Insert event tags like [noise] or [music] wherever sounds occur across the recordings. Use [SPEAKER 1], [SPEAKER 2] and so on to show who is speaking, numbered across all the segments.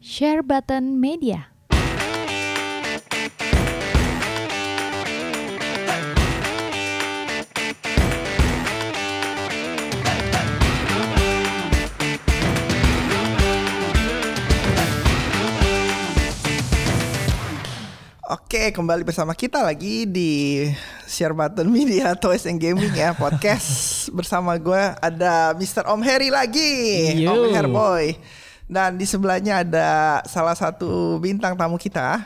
[SPEAKER 1] Share Button Media.
[SPEAKER 2] Oke, kembali bersama kita lagi di Share Button Media Toys and Gaming ya podcast bersama gue ada Mr. Om Heri lagi,
[SPEAKER 3] Yo.
[SPEAKER 2] Om Herboy. Dan di sebelahnya ada salah satu bintang tamu kita.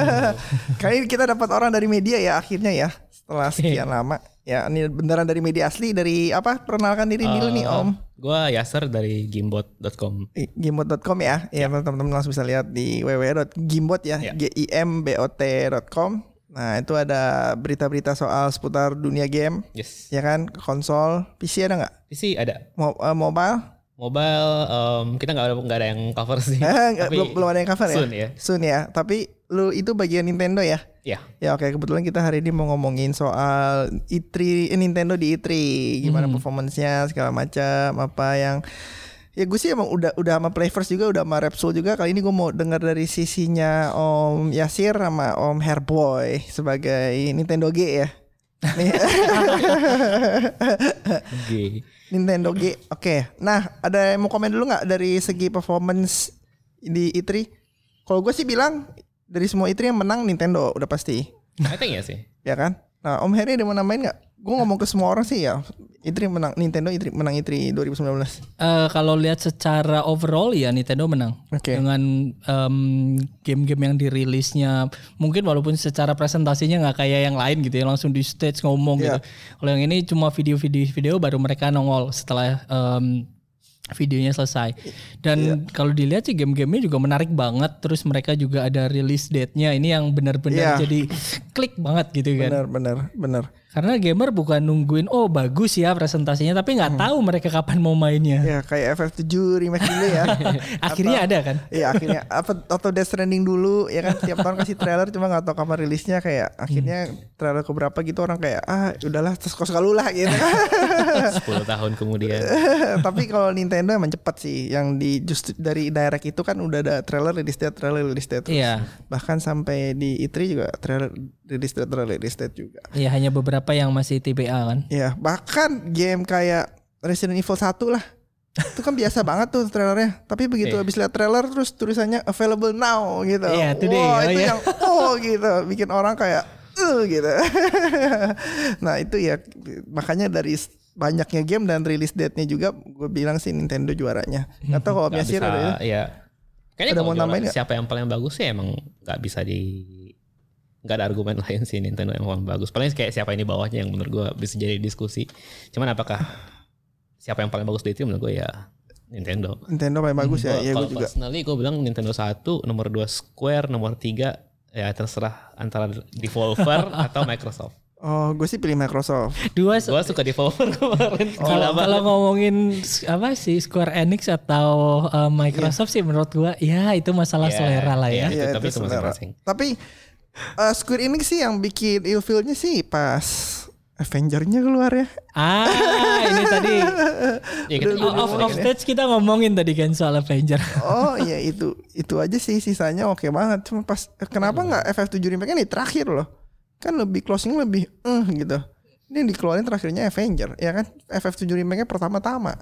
[SPEAKER 2] [laughs] Kali ini kita dapat orang dari media ya akhirnya ya setelah sekian lama. Ya ini beneran dari media asli dari apa? Perkenalkan diri dulu
[SPEAKER 3] Eh,
[SPEAKER 2] nih Om.
[SPEAKER 3] Gue Yasser dari gimbot.com.
[SPEAKER 2] gimbot.com ya. Ya, teman-teman langsung bisa lihat di www.gimbot ya,
[SPEAKER 3] Ya.
[SPEAKER 2] g i m b o t.com. Nah, itu ada berita-berita soal seputar dunia game,
[SPEAKER 3] Yes.
[SPEAKER 2] ya kan? Konsol, PC ada nggak?
[SPEAKER 3] PC ada.
[SPEAKER 2] Mo- eh, [laughs] mobile?
[SPEAKER 3] Mobile em, kita nggak ada nggak ada yang cover sih.
[SPEAKER 2] [laughs] Eh, nggak- belum, belum ada yang cover
[SPEAKER 3] soon
[SPEAKER 2] ya?
[SPEAKER 3] ya.
[SPEAKER 2] Soon ya. Tapi lu itu bagian Nintendo ya?
[SPEAKER 3] Ya.
[SPEAKER 2] Ya oke, kebetulan kita hari ini mau ngomongin soal E3, eh, Nintendo di E3, gimana performance-nya segala macam, apa yang ya gue sih emang udah udah sama Playverse juga, udah sama Repsol juga. Kali ini gue mau dengar dari sisinya Om Yasir sama Om Hairboy sebagai Nintendo G ya. Nih, [laughs]
[SPEAKER 3] G.
[SPEAKER 2] Nintendo G. Oke. Nah, ada yang mau komen dulu nggak dari segi performance di E3? Kalau gue sih bilang dari semua E3 yang menang Nintendo udah pasti.
[SPEAKER 3] I think ya sih.
[SPEAKER 2] ya kan? Nah, Om Heri ada yang mau nambahin nggak? Gue ngomong ke semua orang sih ya. Itri menang Nintendo Itri menang Itri 2019.
[SPEAKER 4] Eh, kalau lihat secara overall ya Nintendo menang
[SPEAKER 2] Oke.
[SPEAKER 4] dengan em, game-game yang dirilisnya mungkin walaupun secara presentasinya nggak kayak yang lain gitu ya langsung di stage ngomong
[SPEAKER 2] Iya.
[SPEAKER 4] gitu. Kalau yang ini cuma video-video video baru mereka nongol setelah em, videonya selesai.
[SPEAKER 2] Iya.
[SPEAKER 4] Dan kalau dilihat sih game-gamenya juga menarik banget. Terus mereka juga ada release date-nya. Ini
[SPEAKER 2] Iya.
[SPEAKER 4] yang benar-benar jadi klik banget gitu kan.
[SPEAKER 2] Bener bener bener.
[SPEAKER 4] Karena gamer bukan nungguin oh bagus ya presentasinya tapi
[SPEAKER 2] Hmm.
[SPEAKER 4] nggak tahu mereka kapan mau mainnya.
[SPEAKER 2] Ya kayak FF7 remake dulu ya.
[SPEAKER 4] [laughs] Akhirnya ada kan?
[SPEAKER 2] Iya akhirnya apa atau Death Stranding dulu ya kan tiap tahun kasih trailer cuma nggak tahu kapan rilisnya kayak akhirnya
[SPEAKER 4] Hmm.
[SPEAKER 2] trailer keberapa gitu orang kayak ah udahlah terus kos lah gitu. [laughs]
[SPEAKER 3] 10 tahun kemudian.
[SPEAKER 2] Eh, Tapi kalau Nintendo emang cepet sih yang di just dari direct itu kan udah ada trailer rilis date trailer rilis date terus.
[SPEAKER 4] Iya.
[SPEAKER 2] Bahkan sampai di E3 juga trailer rilis date trailer rilis date juga.
[SPEAKER 4] Iya hanya beberapa yang masih TBA kan.
[SPEAKER 2] Ya, bahkan game kayak Resident Evil 1 lah. Itu kan biasa banget tuh trailernya. Tapi begitu
[SPEAKER 3] Iya.
[SPEAKER 2] habis lihat trailer terus tulisannya available now gitu.
[SPEAKER 4] Iya, itu dia.
[SPEAKER 2] Wah,
[SPEAKER 4] Oh,
[SPEAKER 2] itu
[SPEAKER 4] iya.
[SPEAKER 2] yang oh gitu, bikin orang kayak uh gitu. [laughs] nah, itu ya makanya dari s- banyaknya game dan release date-nya juga gue bilang sih Nintendo juaranya. Nggak tahu kalau
[SPEAKER 3] Nggak
[SPEAKER 2] Biasir
[SPEAKER 3] bisa.
[SPEAKER 2] ada ya.
[SPEAKER 3] Ya. Kayaknya
[SPEAKER 2] Ada
[SPEAKER 3] kalau
[SPEAKER 2] mau nambahin
[SPEAKER 3] jualan
[SPEAKER 2] nggak?
[SPEAKER 3] siapa yang paling bagus sih emang nggak bisa di nggak ada argumen [laughs] lain sih Nintendo yang paling bagus. Paling kayak siapa ini bawahnya yang menurut gue bisa jadi diskusi. Cuman
[SPEAKER 2] [laughs]
[SPEAKER 3] apakah siapa yang paling bagus di itu menurut gue ya Nintendo.
[SPEAKER 2] Nintendo paling bagus
[SPEAKER 4] Hmm,
[SPEAKER 2] ya, ya
[SPEAKER 3] Kalau
[SPEAKER 2] gue juga.
[SPEAKER 3] personally gue bilang Nintendo 1, nomor 2 Square, nomor 3 ya terserah antara Devolver atau Microsoft.
[SPEAKER 2] Oh, gue sih pilih Microsoft.
[SPEAKER 4] Dua
[SPEAKER 3] Gue suka Devolver [laughs] kemarin.
[SPEAKER 4] kalau
[SPEAKER 3] Gila banget.
[SPEAKER 4] Oh, kalau ngomongin s- apa sih Square Enix atau uh, Microsoft sih menurut gua ya itu masalah
[SPEAKER 3] Iya,
[SPEAKER 4] selera lah
[SPEAKER 3] iya.
[SPEAKER 4] ya.
[SPEAKER 3] Itu- tapi itu
[SPEAKER 2] selera.
[SPEAKER 3] masing-masing.
[SPEAKER 2] Tapi eh, Square Enix sih yang bikin ilfilnya sih pas Avenger-nya keluar ya.
[SPEAKER 4] Ah ini
[SPEAKER 3] [laughs]
[SPEAKER 4] tadi
[SPEAKER 3] Ya,
[SPEAKER 2] Udah,
[SPEAKER 3] kita juga
[SPEAKER 2] udah,
[SPEAKER 4] off
[SPEAKER 2] udah.
[SPEAKER 3] ngomongin
[SPEAKER 4] off stage kita ngomongin tadi kan soal Avenger. [laughs]
[SPEAKER 2] Oh [laughs] iya itu itu aja sih sisanya oke banget. Cuma pas kenapa
[SPEAKER 4] Iya,
[SPEAKER 2] nggak FF7 remake ini terakhir loh? Kan lebih closing lebih eh gitu. Ini yang dikeluarin terakhirnya Avenger ya kan FF7 remake-nya pertama-tama.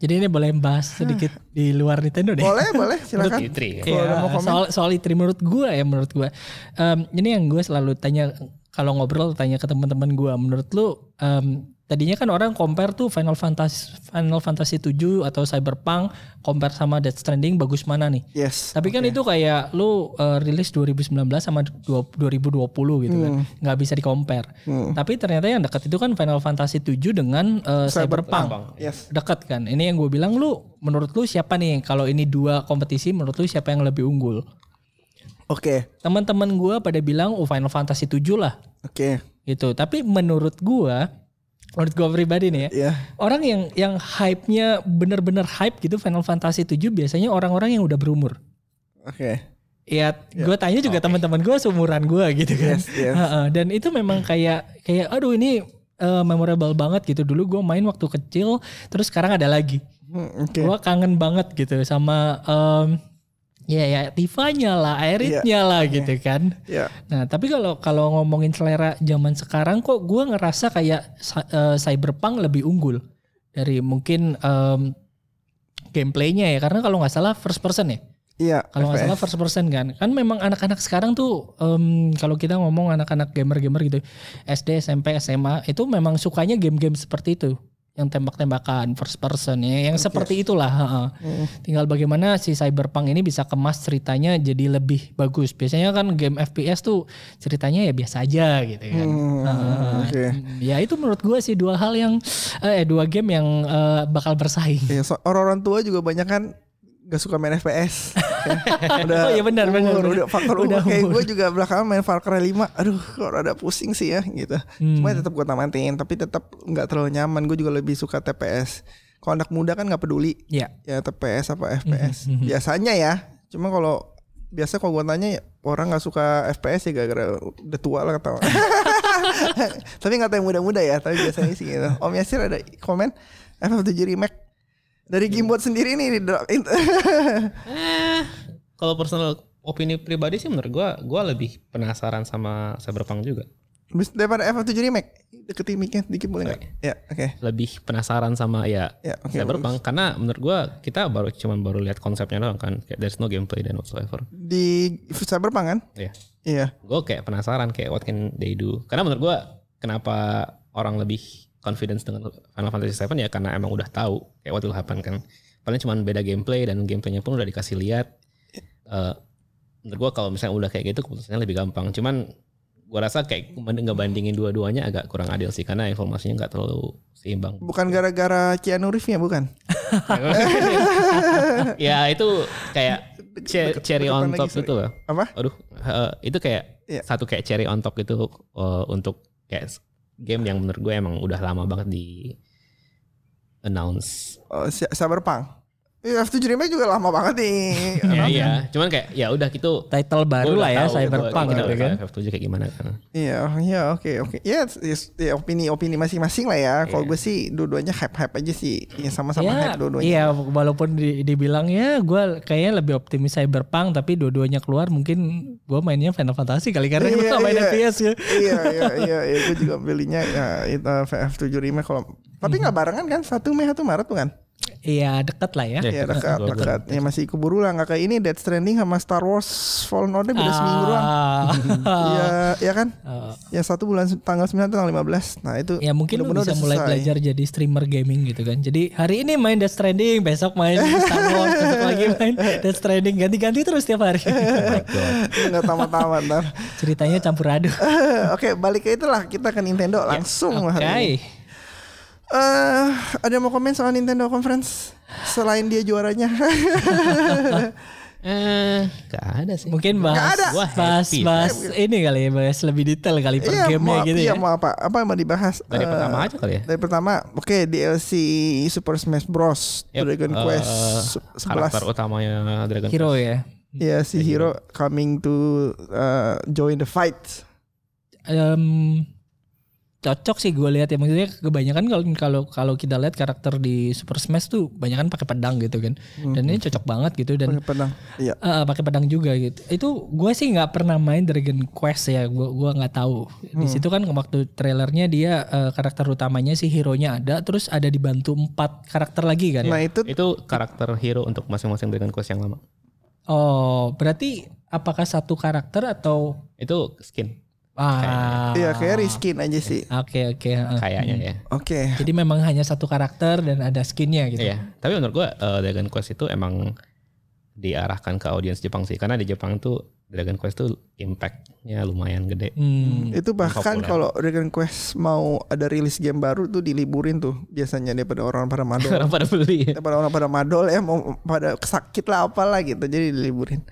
[SPEAKER 4] Jadi ini boleh bahas sedikit
[SPEAKER 3] Hmm.
[SPEAKER 4] di luar Nintendo deh.
[SPEAKER 2] Boleh
[SPEAKER 4] [laughs]
[SPEAKER 2] boleh silakan.
[SPEAKER 3] Menurut Fitri ya.
[SPEAKER 2] Kalau ada
[SPEAKER 4] Iya,
[SPEAKER 2] mau komen.
[SPEAKER 4] soal soal itri menurut gua ya menurut gua Em, ini yang gue selalu tanya kalau ngobrol tanya ke teman-teman gua menurut lu em, tadinya kan orang compare tuh Final Fantasy Final Fantasy 7 atau Cyberpunk compare sama Death Stranding bagus mana nih
[SPEAKER 2] Yes.
[SPEAKER 4] tapi kan itu kayak lu eh, rilis 2019 sama du- 2020 gitu
[SPEAKER 2] Hmm.
[SPEAKER 4] kan. nggak bisa di-compare. Tapi ternyata yang dekat itu kan Final Fantasy 7 dengan eh, Cyberpunk.
[SPEAKER 2] Yes.
[SPEAKER 4] Dekat kan. Ini yang gue bilang lu menurut lu siapa nih kalau ini dua kompetisi menurut lu siapa yang lebih unggul?
[SPEAKER 2] Oke.
[SPEAKER 4] Teman-teman gue pada bilang oh Final Fantasy 7 lah
[SPEAKER 2] Oke.
[SPEAKER 4] gitu. Tapi menurut gua menurut gua pribadi nih ya.
[SPEAKER 2] Iya.
[SPEAKER 4] Orang yang yang hype-nya bener-bener hype gitu Final Fantasy 7 biasanya orang-orang yang udah berumur.
[SPEAKER 2] Oke.
[SPEAKER 4] Ya, gue tanya juga teman-teman gue seumuran gue gitu kan.
[SPEAKER 2] Yes, yes.
[SPEAKER 4] [laughs] Heeh, Dan itu memang kayak kayak aduh ini eh, memorable banget gitu. Dulu gue main waktu kecil, terus sekarang ada lagi.
[SPEAKER 2] Hmm, Oke.
[SPEAKER 4] Gue kangen banget gitu sama em, ya ya Tifa-nya lah, Aerith-nya lah gitu kan.
[SPEAKER 2] Ya.
[SPEAKER 4] Nah, tapi kalau kalau ngomongin selera zaman sekarang kok gua ngerasa kayak sa- eh, Cyberpunk lebih unggul dari mungkin em, gameplaynya ya karena kalau nggak salah first person ya.
[SPEAKER 2] Iya.
[SPEAKER 4] Kalau nggak
[SPEAKER 2] FPS.
[SPEAKER 4] salah first person kan. Kan memang anak-anak sekarang tuh em, kalau kita ngomong anak-anak gamer-gamer gitu SD, SMP, SMA itu memang sukanya game-game seperti itu yang tembak-tembakan first person ya yang seperti itulah heeh.
[SPEAKER 2] Mm.
[SPEAKER 4] tinggal bagaimana si cyberpunk ini bisa kemas ceritanya jadi lebih bagus biasanya kan game FPS tuh ceritanya ya biasa aja gitu kan
[SPEAKER 2] Hmm,
[SPEAKER 4] Heeh.
[SPEAKER 2] Oke.
[SPEAKER 4] ya itu menurut gua sih dua hal yang eh dua game yang eh, bakal bersaing
[SPEAKER 2] Iya, so- orang-orang tua juga banyak kan gak suka main FPS.
[SPEAKER 4] [laughs]
[SPEAKER 2] Ya,
[SPEAKER 4] Oh iya, benar, benar,
[SPEAKER 2] umur,
[SPEAKER 4] benar.
[SPEAKER 2] udah faktor umur.
[SPEAKER 4] Udah
[SPEAKER 2] Kayak
[SPEAKER 4] umur.
[SPEAKER 2] gue juga belakangan main Far Cry 5. Aduh, kok rada pusing sih ya gitu.
[SPEAKER 4] Hmm.
[SPEAKER 2] Cuma tetap gue tamatin, tapi tetap nggak terlalu nyaman. Gue juga lebih suka TPS. Kalau anak muda kan nggak peduli
[SPEAKER 4] ya
[SPEAKER 2] ya TPS apa
[SPEAKER 3] [laughs]
[SPEAKER 2] FPS.
[SPEAKER 4] Mhm, mhm.
[SPEAKER 2] Biasanya ya. Cuma kalau biasa kalau gue tanya ya, orang nggak suka FPS ya gara-gara udah tua lah ketawa. [laughs] tapi nggak tahu yang muda-muda ya. Tapi biasanya sih gitu. Om Yasir ada komen FF7 remake
[SPEAKER 3] Iya.
[SPEAKER 2] dari Gimbot sendiri nih di drop in- [laughs]
[SPEAKER 3] Kalau personal opini pribadi sih menurut gua gua lebih penasaran sama Cyberpunk juga.
[SPEAKER 2] Bis- daripada FF7 remake deketin mic-nya sedikit boleh
[SPEAKER 3] Iya.
[SPEAKER 2] nggak? Ya oke.
[SPEAKER 3] Lebih penasaran sama ya
[SPEAKER 2] Ya oke.
[SPEAKER 3] Cyberpunk karena menurut gua kita baru cuman baru lihat konsepnya doang kan. Kayak there's no gameplay dan whatsoever.
[SPEAKER 2] Di Cyberpunk kan?
[SPEAKER 3] Iya.
[SPEAKER 2] Iya.
[SPEAKER 3] Gue kayak penasaran kayak what can they do. Karena menurut gua kenapa orang lebih confidence dengan Final Fantasy 7 ya karena emang udah tahu kayak what will happen kan. Paling cuman beda gameplay dan gameplaynya pun udah dikasih lihat. Eh, menurut gua kalau misalnya udah kayak gitu keputusannya lebih gampang. Cuman gua rasa kayak mending ngebandingin dua-duanya agak kurang adil sih karena informasinya nggak terlalu
[SPEAKER 2] [laughs]
[SPEAKER 3] seimbang.
[SPEAKER 2] Bukan gara-gara Keanu Reeves-nya
[SPEAKER 3] [laughs]
[SPEAKER 2] bukan?
[SPEAKER 3] ya itu kayak ce- cherry on
[SPEAKER 2] depan
[SPEAKER 3] top
[SPEAKER 2] lagi, sorry.
[SPEAKER 3] itu loh.
[SPEAKER 2] Apa?
[SPEAKER 3] Aduh, eh, itu kayak
[SPEAKER 2] Iya.
[SPEAKER 3] satu kayak cherry on top gitu eh, untuk kayak s- game yang menurut gue emang udah lama banget di announce.
[SPEAKER 2] Oh, Cy- Cyberpunk. Iya, F7 remake juga lama banget nih.
[SPEAKER 3] Ya iya, cuman kayak ya udah gitu.
[SPEAKER 4] title baru lah ya cyberpunk
[SPEAKER 3] gitu
[SPEAKER 4] gitu kan
[SPEAKER 3] kayak gimana kan.
[SPEAKER 2] Iya, iya, oke, oke. Ya, it's- it's- ya, opini-opini masing-masing lah ya. Kalau
[SPEAKER 3] Iya.
[SPEAKER 2] gue sih dua-duanya hype-hype aja sih. Ya sama-sama
[SPEAKER 4] ya,
[SPEAKER 2] hype dua-duanya.
[SPEAKER 4] iya walaupun di- dibilang ya gue kayaknya lebih optimis cyberpunk tapi dua-duanya keluar mungkin gue mainnya Final Fantasy kali karena [laughs]
[SPEAKER 2] Iya,
[SPEAKER 4] gue gak main
[SPEAKER 2] iya.
[SPEAKER 4] FPS ya
[SPEAKER 2] iya, iya, iya, iya. Gue juga belinya ya itu F7 remake kalau tapi nggak barengan kan satu Mei satu Maret bukan?
[SPEAKER 4] iya deket lah ya
[SPEAKER 2] Ya dekat dekat. Ya masih keburu lah nggak kayak ini Dead Stranding sama Star Wars Fallen Order beda seminggu doang. Iya, ya kan?
[SPEAKER 4] Ah.
[SPEAKER 2] Ya satu bulan tanggal 9 tanggal 15. Nah, itu
[SPEAKER 4] [laughs] Ya mungkin lu
[SPEAKER 2] mudah-mudahan
[SPEAKER 4] bisa
[SPEAKER 2] udah
[SPEAKER 4] mulai
[SPEAKER 2] selesai.
[SPEAKER 4] belajar jadi streamer gaming gitu kan. Jadi hari ini main Death Stranding, besok main Star Wars, besok lagi main Death Stranding, ganti-ganti terus tiap
[SPEAKER 2] [laughs]
[SPEAKER 4] hari.
[SPEAKER 2] nggak [laughs] tamat-tamat ntar.
[SPEAKER 4] Ceritanya campur aduk.
[SPEAKER 2] Oke, balik ke itulah kita ke Nintendo langsung [laughs]
[SPEAKER 4] Oke.
[SPEAKER 2] hari ini. Eh, ada yang mau komen soal Nintendo Conference selain dia juaranya? [laughs]
[SPEAKER 3] Eh, gak ada sih.
[SPEAKER 4] Mungkin bahas
[SPEAKER 2] ada.
[SPEAKER 3] Wah,
[SPEAKER 4] bahas,
[SPEAKER 3] happy.
[SPEAKER 4] bahas ini kali ya, bahas lebih detail kali per
[SPEAKER 2] Iya,
[SPEAKER 4] gamenya
[SPEAKER 2] mau,
[SPEAKER 4] gitu
[SPEAKER 2] iya,
[SPEAKER 4] ya.
[SPEAKER 2] mau apa? Apa yang mau dibahas?
[SPEAKER 3] Dari
[SPEAKER 2] Eh,
[SPEAKER 3] pertama aja kali ya.
[SPEAKER 2] Dari pertama, oke DLC Super Smash Bros.
[SPEAKER 3] Yep,
[SPEAKER 2] Dragon
[SPEAKER 3] eh,
[SPEAKER 2] Quest
[SPEAKER 3] Karakter
[SPEAKER 2] 11.
[SPEAKER 3] utamanya Dragon
[SPEAKER 4] Hero
[SPEAKER 3] Quest.
[SPEAKER 4] ya.
[SPEAKER 2] Ya si hero coming to eh, join the fight.
[SPEAKER 4] Em, cocok sih gue lihat ya maksudnya kebanyakan kalau kalau kalau kita lihat karakter di Super Smash tuh banyak kan pakai pedang gitu kan dan ini cocok banget gitu dan
[SPEAKER 2] Hmm. Pakai pedang. Iya.
[SPEAKER 4] Eh, pakai pedang juga gitu. Itu gue sih nggak pernah main Dragon Quest ya. Gue gua nggak tahu.
[SPEAKER 2] Hmm.
[SPEAKER 4] Di situ kan waktu trailernya dia eh, karakter utamanya si hero-nya ada, terus ada dibantu empat karakter lagi kan.
[SPEAKER 2] Nah itu
[SPEAKER 3] Itu karakter hero untuk masing-masing Dragon Quest yang lama.
[SPEAKER 4] Oh, berarti apakah satu karakter atau
[SPEAKER 3] Itu skin
[SPEAKER 4] ah
[SPEAKER 2] ya kayak reskin aja sih.
[SPEAKER 4] Oke oke. eh.
[SPEAKER 3] kayaknya ya.
[SPEAKER 2] Oke.
[SPEAKER 4] Jadi memang hanya satu karakter dan ada skinnya gitu.
[SPEAKER 3] Iya, tapi menurut gua eh, Dragon Quest itu emang diarahkan ke audiens Jepang sih, karena di Jepang tuh Dragon Quest tuh impactnya lumayan gede.
[SPEAKER 4] Hmm.
[SPEAKER 2] Itu bahkan
[SPEAKER 3] Populer.
[SPEAKER 2] kalau Dragon Quest mau ada rilis game baru tuh diliburin tuh biasanya daripada orang pada madol.
[SPEAKER 4] [laughs]
[SPEAKER 3] Orang pada beli.
[SPEAKER 2] daripada orang pada madol ya mau pada sakit lah apalah gitu jadi diliburin.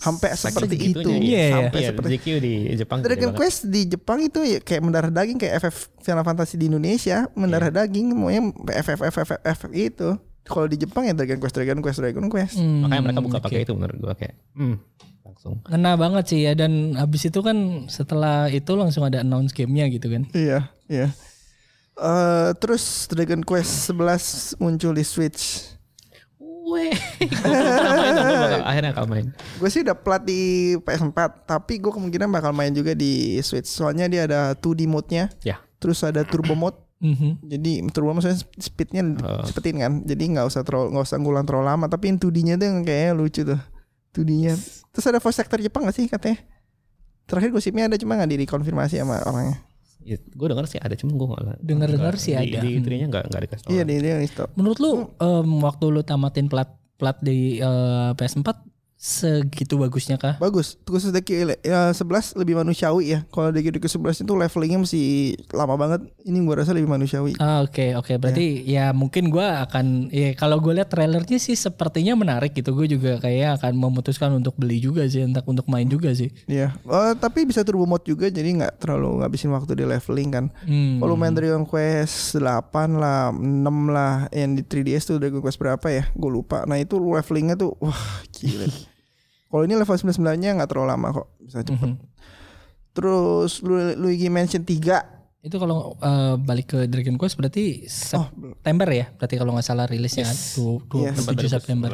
[SPEAKER 2] Sampai seperti itu.
[SPEAKER 3] Segitunya,
[SPEAKER 4] Iya, iya.
[SPEAKER 3] Sampai
[SPEAKER 2] Sampai
[SPEAKER 3] iya,
[SPEAKER 2] seperti
[SPEAKER 3] GQ di Jepang. gede
[SPEAKER 2] Dragon
[SPEAKER 3] banget.
[SPEAKER 2] Quest di Jepang itu ya kayak mendarah daging kayak FF Final Fantasy di Indonesia mendarah
[SPEAKER 4] Iya.
[SPEAKER 2] daging semuanya FF FF FF itu. gitu. Kalau di Jepang ya Dragon Quest Dragon Quest Dragon Quest.
[SPEAKER 4] Hmm,
[SPEAKER 3] Makanya mereka buka
[SPEAKER 4] oke.
[SPEAKER 3] pakai itu menurut gua kayak, hmm, langsung. [laughs]
[SPEAKER 4] Ngena banget sih ya dan habis itu kan setelah itu langsung ada announce gamenya gitu kan.
[SPEAKER 2] Iya, iya. Eh terus Dragon Quest 11 muncul di Switch.
[SPEAKER 3] weh Gua pernah main, tapi gua nggak- akhirnya gak main
[SPEAKER 2] Gue sih udah plat di PS4, tapi gue kemungkinan bakal main juga di Switch. Soalnya dia ada 2D mode-nya.
[SPEAKER 3] Ya.
[SPEAKER 2] Terus ada turbo mode.
[SPEAKER 4] Mhm.
[SPEAKER 2] Jadi turbo mode maksudnya speednya
[SPEAKER 3] Oh.
[SPEAKER 2] cepetin kan. Jadi nggak usah terlalu nggak usah ngulang terlalu lama. Tapi yang 2D-nya tuh yang kayaknya lucu tuh. 2D-nya. Terus ada voice actor Jepang gak sih katanya? Terakhir gosipnya ada cuma nggak dikonfirmasi sama orangnya.
[SPEAKER 3] Ya, gue denger sih ada cuman gue nggak
[SPEAKER 4] Dengar-dengar
[SPEAKER 3] nggak-
[SPEAKER 4] sih
[SPEAKER 3] di-
[SPEAKER 4] ada.
[SPEAKER 3] di itrinya nggak nggak dikasih tahu
[SPEAKER 2] Iya dia dia yang di stop.
[SPEAKER 4] Menurut lu em, waktu lu tamatin plat plat di eh, PS4 segitu bagusnya kah?
[SPEAKER 2] Bagus. Khusus Deki ya, 11 lebih manusiawi ya. Kalau Deki Deki 11 itu levelingnya masih lama banget. Ini gua rasa lebih manusiawi.
[SPEAKER 4] Ah, Oke oke berarti ya mungkin gua akan ya kalau gue lihat trailernya sih sepertinya menarik gitu gue juga kayak akan memutuskan untuk beli juga sih entah untuk main juga sih.
[SPEAKER 2] Iya, Eh, tapi bisa turbo mode juga jadi nggak terlalu ngabisin waktu di leveling kan.
[SPEAKER 4] Hmm.
[SPEAKER 2] Kalau main Dragon Quest 8 lah, 6 lah yang di 3DS tuh Dragon Quest berapa ya? Gue lupa. Nah, itu levelingnya tuh wah gila. Kalau ini level 99-nya nggak terlalu lama kok, bisa cepet.
[SPEAKER 4] Mhm.
[SPEAKER 2] Terus Lu- Luigi Mansion 3.
[SPEAKER 4] Itu kalau eh, balik ke Dragon Quest berarti
[SPEAKER 2] Oh,
[SPEAKER 4] September ya berarti kalau nggak salah rilisnya kan Du-
[SPEAKER 2] Yes. Iya.
[SPEAKER 4] 27 September.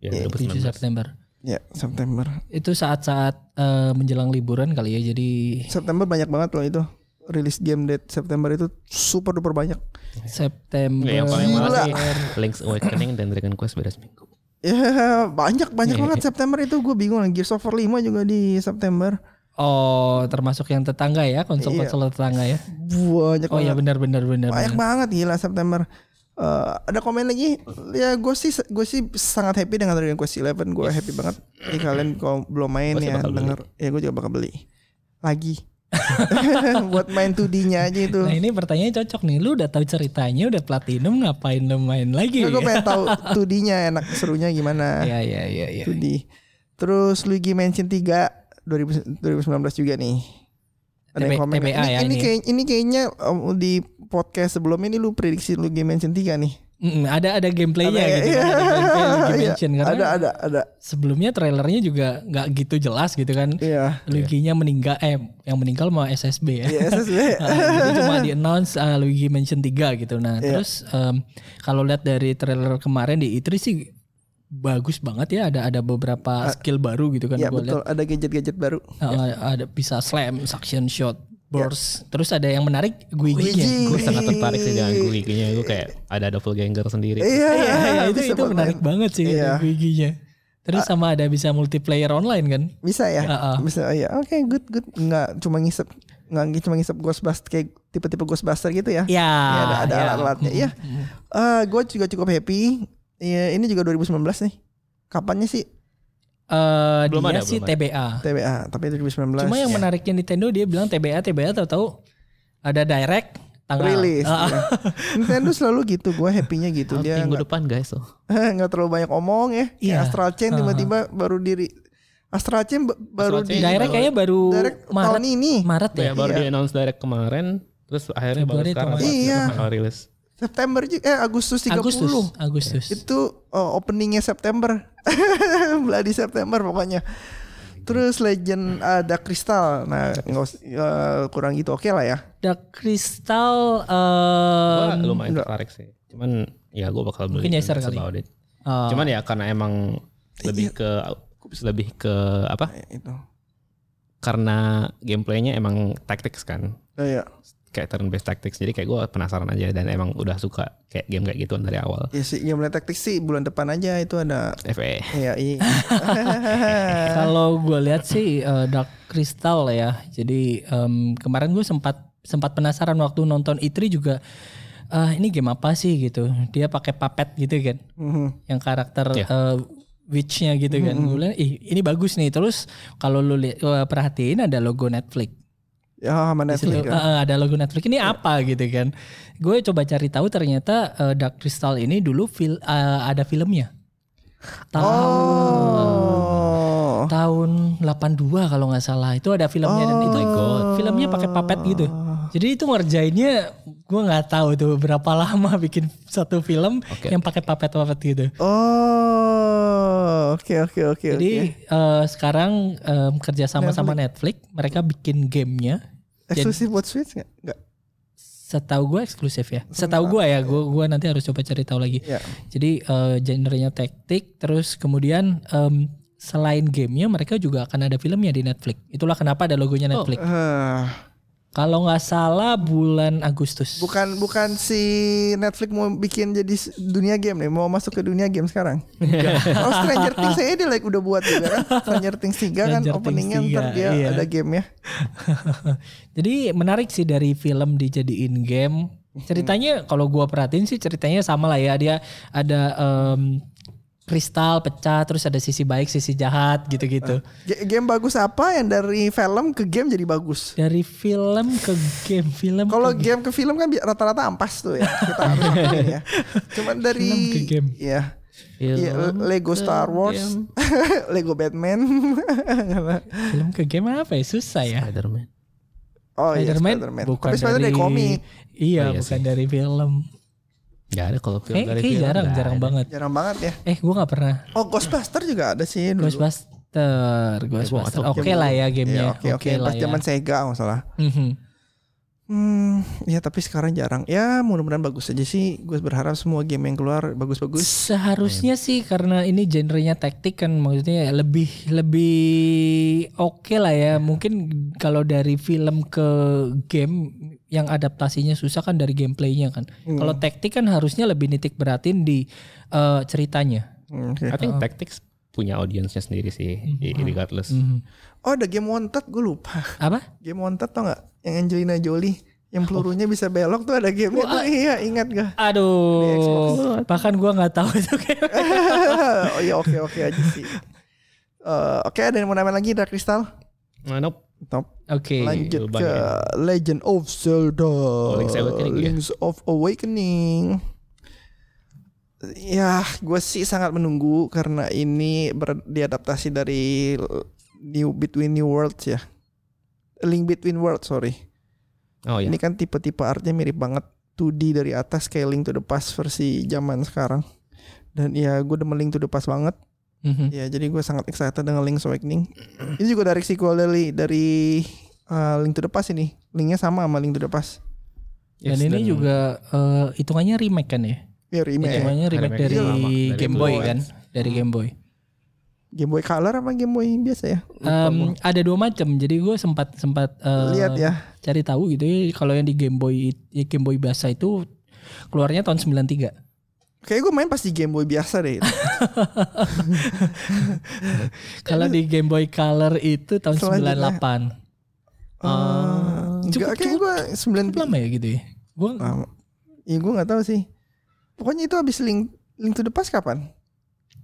[SPEAKER 3] ya,
[SPEAKER 4] 27 September.
[SPEAKER 2] ya September.
[SPEAKER 4] Itu saat-saat eh, menjelang liburan kali ya jadi
[SPEAKER 2] September banyak banget loh itu. Rilis game date September itu super duper banyak. [laughs]
[SPEAKER 4] September.
[SPEAKER 3] Ya, yang paling mahal
[SPEAKER 2] Gila.
[SPEAKER 3] sih Link's Awakening dan Dragon Quest beda seminggu
[SPEAKER 2] Ya, banyak banyak
[SPEAKER 3] Iya,
[SPEAKER 2] banget September itu gue bingung lagi. Gears of War 5 juga di September.
[SPEAKER 4] Oh, termasuk yang tetangga ya, konsol-konsol tetangga ya.
[SPEAKER 2] Banyak
[SPEAKER 4] Oh
[SPEAKER 2] banget.
[SPEAKER 4] ya benar benar benar.
[SPEAKER 2] Iya. banyak
[SPEAKER 4] benar.
[SPEAKER 2] banget gila September Eh, ada komen lagi ya gue sih gue sih sangat happy dengan Dragon Quest 11 gue happy banget Ini kalian kalau belum main
[SPEAKER 3] Gua sih
[SPEAKER 2] ya
[SPEAKER 3] bakal beli.
[SPEAKER 2] denger ya gue juga bakal beli lagi [laughs] buat main 2D nya aja itu
[SPEAKER 4] Nah, ini pertanyaan cocok nih. Lu udah tahu ceritanya, udah platinum ngapain lu main lagi?
[SPEAKER 2] gue pengen tahu 2D nya enak serunya gimana
[SPEAKER 4] Ya ya ya ya.
[SPEAKER 2] 2D terus Luigi Mansion 3 2000 2019 juga nih ada yang
[SPEAKER 4] TB-
[SPEAKER 2] komen ini,
[SPEAKER 4] TBA ya
[SPEAKER 2] ini,
[SPEAKER 4] ini.
[SPEAKER 2] kayak- ini kayaknya em, di podcast sebelumnya ini lu prediksi Luigi Mansion 3 nih
[SPEAKER 4] Mm, ada ada gameplaynya
[SPEAKER 2] Ada-
[SPEAKER 4] gitu.
[SPEAKER 2] iya,
[SPEAKER 4] kan, Ada gameplay yang
[SPEAKER 2] iya,
[SPEAKER 4] dimention kan. karena
[SPEAKER 2] ada ada ada
[SPEAKER 4] sebelumnya trailernya juga nggak gitu jelas gitu kan.
[SPEAKER 2] Iya.
[SPEAKER 4] Luiginya meninggal eh yang meninggal mah SSB ya. [laughs]
[SPEAKER 2] Iya, SSB.
[SPEAKER 4] Jadi cuma di announce uh, Luigi Mansion 3 gitu. Nah,
[SPEAKER 2] Iya.
[SPEAKER 4] terus em, kalau lihat dari trailer kemarin di E3 sih bagus banget ya ada ada beberapa skill baru gitu
[SPEAKER 2] Ah.
[SPEAKER 4] kan
[SPEAKER 2] Iya
[SPEAKER 4] gua lihat.
[SPEAKER 2] betul, ada gadget-gadget baru.
[SPEAKER 4] Uh, ada bisa slam, suction shot, burst.
[SPEAKER 2] Iya.
[SPEAKER 4] Terus ada yang menarik guigi.
[SPEAKER 3] gue sangat tertarik sih dengan gue giginya gue kayak ada doppelganger sendiri
[SPEAKER 2] Iya, [laughs]
[SPEAKER 4] Iya, iya, itu
[SPEAKER 2] bisa
[SPEAKER 4] itu
[SPEAKER 2] buat
[SPEAKER 4] menarik
[SPEAKER 2] main.
[SPEAKER 4] banget sih
[SPEAKER 2] Iya. Ah.
[SPEAKER 4] guiginya. Terus sama ada bisa multiplayer online kan?
[SPEAKER 2] Bisa ya?
[SPEAKER 4] Heeh.
[SPEAKER 2] Bisa ya. Oke, good good. Enggak cuma ngisep nggak cuma ngisep Ghostbuster kayak tipe-tipe Ghostbuster gitu ya.
[SPEAKER 4] Ya,
[SPEAKER 2] Iya, ada ada
[SPEAKER 4] ya.
[SPEAKER 2] alat-alatnya. Iya.
[SPEAKER 4] hmm.
[SPEAKER 2] Eh gue juga cukup happy. Iya, ini juga 2019 nih. Kapannya sih
[SPEAKER 4] Eh,
[SPEAKER 3] Belum ada,
[SPEAKER 4] dia sih
[SPEAKER 3] belum ada.
[SPEAKER 4] TBA.
[SPEAKER 2] TBA? Tapi 2019.
[SPEAKER 4] Cuma yang
[SPEAKER 2] Ya.
[SPEAKER 4] menariknya Nintendo dia bilang TBA TBA tahu-tahu ada direct tanggal
[SPEAKER 2] rilis.
[SPEAKER 4] Ah,
[SPEAKER 2] ya. Nintendo selalu gitu. Gue happy-nya gitu. Dia
[SPEAKER 3] minggu
[SPEAKER 2] nggak-
[SPEAKER 3] depan guys loh
[SPEAKER 2] [laughs] nggak terlalu banyak omong ya. Kayak
[SPEAKER 4] Iya.
[SPEAKER 2] Astral Chain tiba-tiba baru diri Astral Chain ba- baru
[SPEAKER 3] Chain
[SPEAKER 2] di
[SPEAKER 4] direct kayaknya baru
[SPEAKER 2] direct tahun
[SPEAKER 4] Maret
[SPEAKER 2] ini
[SPEAKER 4] Maret ya.
[SPEAKER 2] Iya.
[SPEAKER 3] ya, baru di announce direct kemarin terus akhirnya baru
[SPEAKER 4] Februari
[SPEAKER 3] sekarang
[SPEAKER 4] atau
[SPEAKER 2] Maret. Iya.
[SPEAKER 3] tanggal rilis
[SPEAKER 2] September juga eh Agustus 30
[SPEAKER 4] Agustus Agustus.
[SPEAKER 2] itu oh, openingnya September [laughs] Bloody September pokoknya terus Legend ada kristal nah nggak us- eh, kurang gitu oke lah ya
[SPEAKER 4] Dark Crystal eh
[SPEAKER 3] gue lumayan tertarik sih cuman ya gue bakal beli
[SPEAKER 4] Mungkin nyasar
[SPEAKER 3] that's
[SPEAKER 4] kali.
[SPEAKER 3] about it.
[SPEAKER 2] Ah.
[SPEAKER 4] eh,
[SPEAKER 3] cuman ya karena emang
[SPEAKER 2] Iya.
[SPEAKER 3] lebih ke lebih ke apa
[SPEAKER 2] Eh, itu
[SPEAKER 3] karena gameplaynya emang tactics kan
[SPEAKER 2] Eh, ya
[SPEAKER 3] kayak turn based tactics jadi kayak gue penasaran aja dan emang udah suka kayak game kayak gituan dari awal
[SPEAKER 2] ya sih game taktik sih bulan depan aja itu ada
[SPEAKER 3] FE
[SPEAKER 2] ya i
[SPEAKER 4] [laughs]
[SPEAKER 2] [laughs]
[SPEAKER 4] kalau gue lihat sih eh, Dark Crystal ya. Jadi em, kemarin gue sempat sempat penasaran waktu nonton E3 juga ah, ini game apa sih gitu. Dia pakai papet gitu kan.
[SPEAKER 2] Mhm.
[SPEAKER 4] yang karakter
[SPEAKER 3] Ya.
[SPEAKER 4] eh, witch-nya gitu kan.
[SPEAKER 2] Mm-hmm.
[SPEAKER 4] Gue bilang, ih ini bagus nih. Terus kalau lu li- eh, perhatiin ada logo Netflix.
[SPEAKER 2] ya sama
[SPEAKER 4] Di situ,
[SPEAKER 2] Netflix ya.
[SPEAKER 4] eh,
[SPEAKER 2] Iya.
[SPEAKER 4] eh, ada logo Netflix ini apa gitu kan. Gue coba cari tahu ternyata eh, Dark Crystal ini dulu fil- eh, ada filmnya. Tahun
[SPEAKER 2] oh
[SPEAKER 4] tahun 82 kalau nggak salah. Itu ada filmnya dan
[SPEAKER 2] Oh
[SPEAKER 4] itu filmnya pakai papet gitu. Jadi itu ngerjainnya gue nggak tahu tuh berapa lama [laughs] bikin satu film
[SPEAKER 3] Oke.
[SPEAKER 4] yang pakai papet-papet gitu.
[SPEAKER 2] oh oke oke oke
[SPEAKER 4] Jadi
[SPEAKER 2] oke
[SPEAKER 4] eh, sekarang em, kerja sama sama Netflix, mereka bikin gamenya.
[SPEAKER 2] eksklusif buat Switch nggak Nggak.
[SPEAKER 4] setahu gue eksklusif ya. Setahu gue ya, gue gua nanti harus coba cari tahu lagi.
[SPEAKER 2] Ya.
[SPEAKER 4] Jadi eh, genrenya taktik, terus kemudian em, selain gamenya mereka juga akan ada filmnya di Netflix. Itulah kenapa ada logonya Netflix.
[SPEAKER 2] Eh,
[SPEAKER 4] Kalau nggak salah bulan Agustus.
[SPEAKER 2] bukan bukan si Netflix mau bikin jadi s- dunia game nih, mau masuk ke dunia game sekarang.
[SPEAKER 4] Iya.
[SPEAKER 2] [laughs] oh Stranger Things saya dia like udah buat juga kan. Stranger Things 3 kan
[SPEAKER 4] Stranger Things
[SPEAKER 2] openingnya ntar
[SPEAKER 4] 3,
[SPEAKER 2] dia
[SPEAKER 4] iya.
[SPEAKER 2] ada game ya.
[SPEAKER 4] [laughs] Jadi menarik sih dari film dijadiin game. Ceritanya kalau gua perhatiin sih ceritanya sama lah ya. Dia ada em, kristal pecah terus ada sisi baik, sisi jahat gitu-gitu.
[SPEAKER 2] Ga- Game bagus apa yang dari film ke game jadi bagus?
[SPEAKER 4] Dari film ke game, film
[SPEAKER 2] Kalau
[SPEAKER 4] ke
[SPEAKER 2] game ke film kan bi- rata-rata ampas tuh ya. Kita harus
[SPEAKER 4] [laughs]
[SPEAKER 2] akuin ya. Cuman dari
[SPEAKER 4] Film ke game.
[SPEAKER 2] Iya. Iya, Lego Star Wars, Lego Batman. [laughs]
[SPEAKER 4] film ke game apa ya? Susah ya.
[SPEAKER 3] Spider-Man.
[SPEAKER 2] oh iya
[SPEAKER 4] Spider-Man,
[SPEAKER 2] Spider-Man.
[SPEAKER 4] bukan
[SPEAKER 2] Tapi Spider-Man
[SPEAKER 4] dari
[SPEAKER 2] dari komik.
[SPEAKER 4] Iya,
[SPEAKER 3] Oh, iya
[SPEAKER 4] bukan
[SPEAKER 3] sih.
[SPEAKER 4] dari film.
[SPEAKER 3] Gak ada kalau film
[SPEAKER 4] Eh,
[SPEAKER 3] dari
[SPEAKER 4] kayak
[SPEAKER 3] film.
[SPEAKER 4] jarang,
[SPEAKER 3] nggak
[SPEAKER 4] jarang
[SPEAKER 3] ada.
[SPEAKER 4] banget.
[SPEAKER 2] Jarang banget ya.
[SPEAKER 4] Eh, gua nggak pernah.
[SPEAKER 2] Oh Ghostbuster juga ada sih dulu.
[SPEAKER 4] Ghostbuster, Ghostbuster.
[SPEAKER 3] tahu.
[SPEAKER 4] Oke lah ya
[SPEAKER 2] Iya,
[SPEAKER 4] gamenya.
[SPEAKER 2] Oke oke. Pas
[SPEAKER 4] lah ya.
[SPEAKER 2] zaman Sega nggak salah.
[SPEAKER 4] Mhm.
[SPEAKER 2] Hmm, ya tapi sekarang jarang. Ya mudah-mudahan bagus aja sih. Gue berharap semua game yang keluar bagus-bagus.
[SPEAKER 4] Seharusnya sih karena ini genrenya taktik kan maksudnya lebih lebih oke lah ya. Mungkin kalau dari film ke game yang adaptasinya susah kan dari gameplaynya kan. [laughs]
[SPEAKER 3] Hmm.
[SPEAKER 4] Kalau taktik kan harusnya lebih nitik beratin di eh, ceritanya.
[SPEAKER 2] Hmm, oke.
[SPEAKER 3] I think Tactics punya audiensnya sendiri sih,
[SPEAKER 4] Mm-hmm.
[SPEAKER 3] i- regardless.
[SPEAKER 4] Mhm.
[SPEAKER 2] Oh ada game Wanted gue lupa.
[SPEAKER 4] Apa?
[SPEAKER 2] Game Wanted tau nggak? Yang Angelina Jolie yang pelurunya bisa belok tuh ada game itu iya ingat gak?
[SPEAKER 4] Aduh, bahkan gua nggak tahu itu
[SPEAKER 2] [laughs]
[SPEAKER 4] kayak
[SPEAKER 3] [laughs]
[SPEAKER 2] oh iya oke oke aja sih. Eh, oke ada yang mau namain lagi Dark Crystal?
[SPEAKER 4] Mm-hmm.
[SPEAKER 3] Nah, nope.
[SPEAKER 2] Top.
[SPEAKER 4] Oke.
[SPEAKER 2] Lanjut
[SPEAKER 3] Urban
[SPEAKER 2] ke
[SPEAKER 3] ya.
[SPEAKER 2] Legend of Zelda.
[SPEAKER 3] Link's Awakening ya?
[SPEAKER 2] Link's of Awakening. Ya, gue sih sangat menunggu karena ini ber- diadaptasi dari New Between New Worlds ya. Link Between Worlds, sorry.
[SPEAKER 3] Oh ya.
[SPEAKER 2] Ini kan tipe-tipe artnya mirip banget 2D dari atas kayak Link to the Past versi zaman sekarang. Dan ya gue demen Link to the Past banget.
[SPEAKER 4] Mhm.
[SPEAKER 2] Ya, jadi gue sangat excited dengan Link's Awakening. Ini juga dari sequel dari dari uh, Link to the Past ini. Linknya sama sama Link to the Past.
[SPEAKER 4] Dan ini juga eh, hitungannya remake kan ya?
[SPEAKER 2] Ya remake.
[SPEAKER 4] Hitungannya remake
[SPEAKER 3] Iya. remake
[SPEAKER 4] dari
[SPEAKER 3] yang lama, dari
[SPEAKER 4] Game Boy
[SPEAKER 3] Game Boy.
[SPEAKER 4] kan? Dari Game Boy.
[SPEAKER 2] Game Boy Color apa Game Boy biasa ya? Lupa
[SPEAKER 4] Em,
[SPEAKER 2] gua.
[SPEAKER 4] ada dua macam. Jadi gue sempat sempat eh,
[SPEAKER 2] Lihat ya.
[SPEAKER 4] cari tahu gitu. ya, Kalau yang di Game Boy ya Game Boy biasa itu keluarnya tahun 93.
[SPEAKER 2] Kayak gue main pas di Game Boy biasa
[SPEAKER 4] [laughs]
[SPEAKER 2] deh. Eh,
[SPEAKER 4] Eh, Kalau di Game Boy Color itu tahun
[SPEAKER 2] Selanjutnya.
[SPEAKER 4] 98.
[SPEAKER 2] Ah, enggak
[SPEAKER 4] cukup-
[SPEAKER 2] kayak
[SPEAKER 4] cukup-
[SPEAKER 2] gue sembilan.
[SPEAKER 4] Cukup lama ya gitu ya. Gua
[SPEAKER 2] Lama. Ya gue nggak tahu sih. Pokoknya itu habis Link Link to the Past kapan?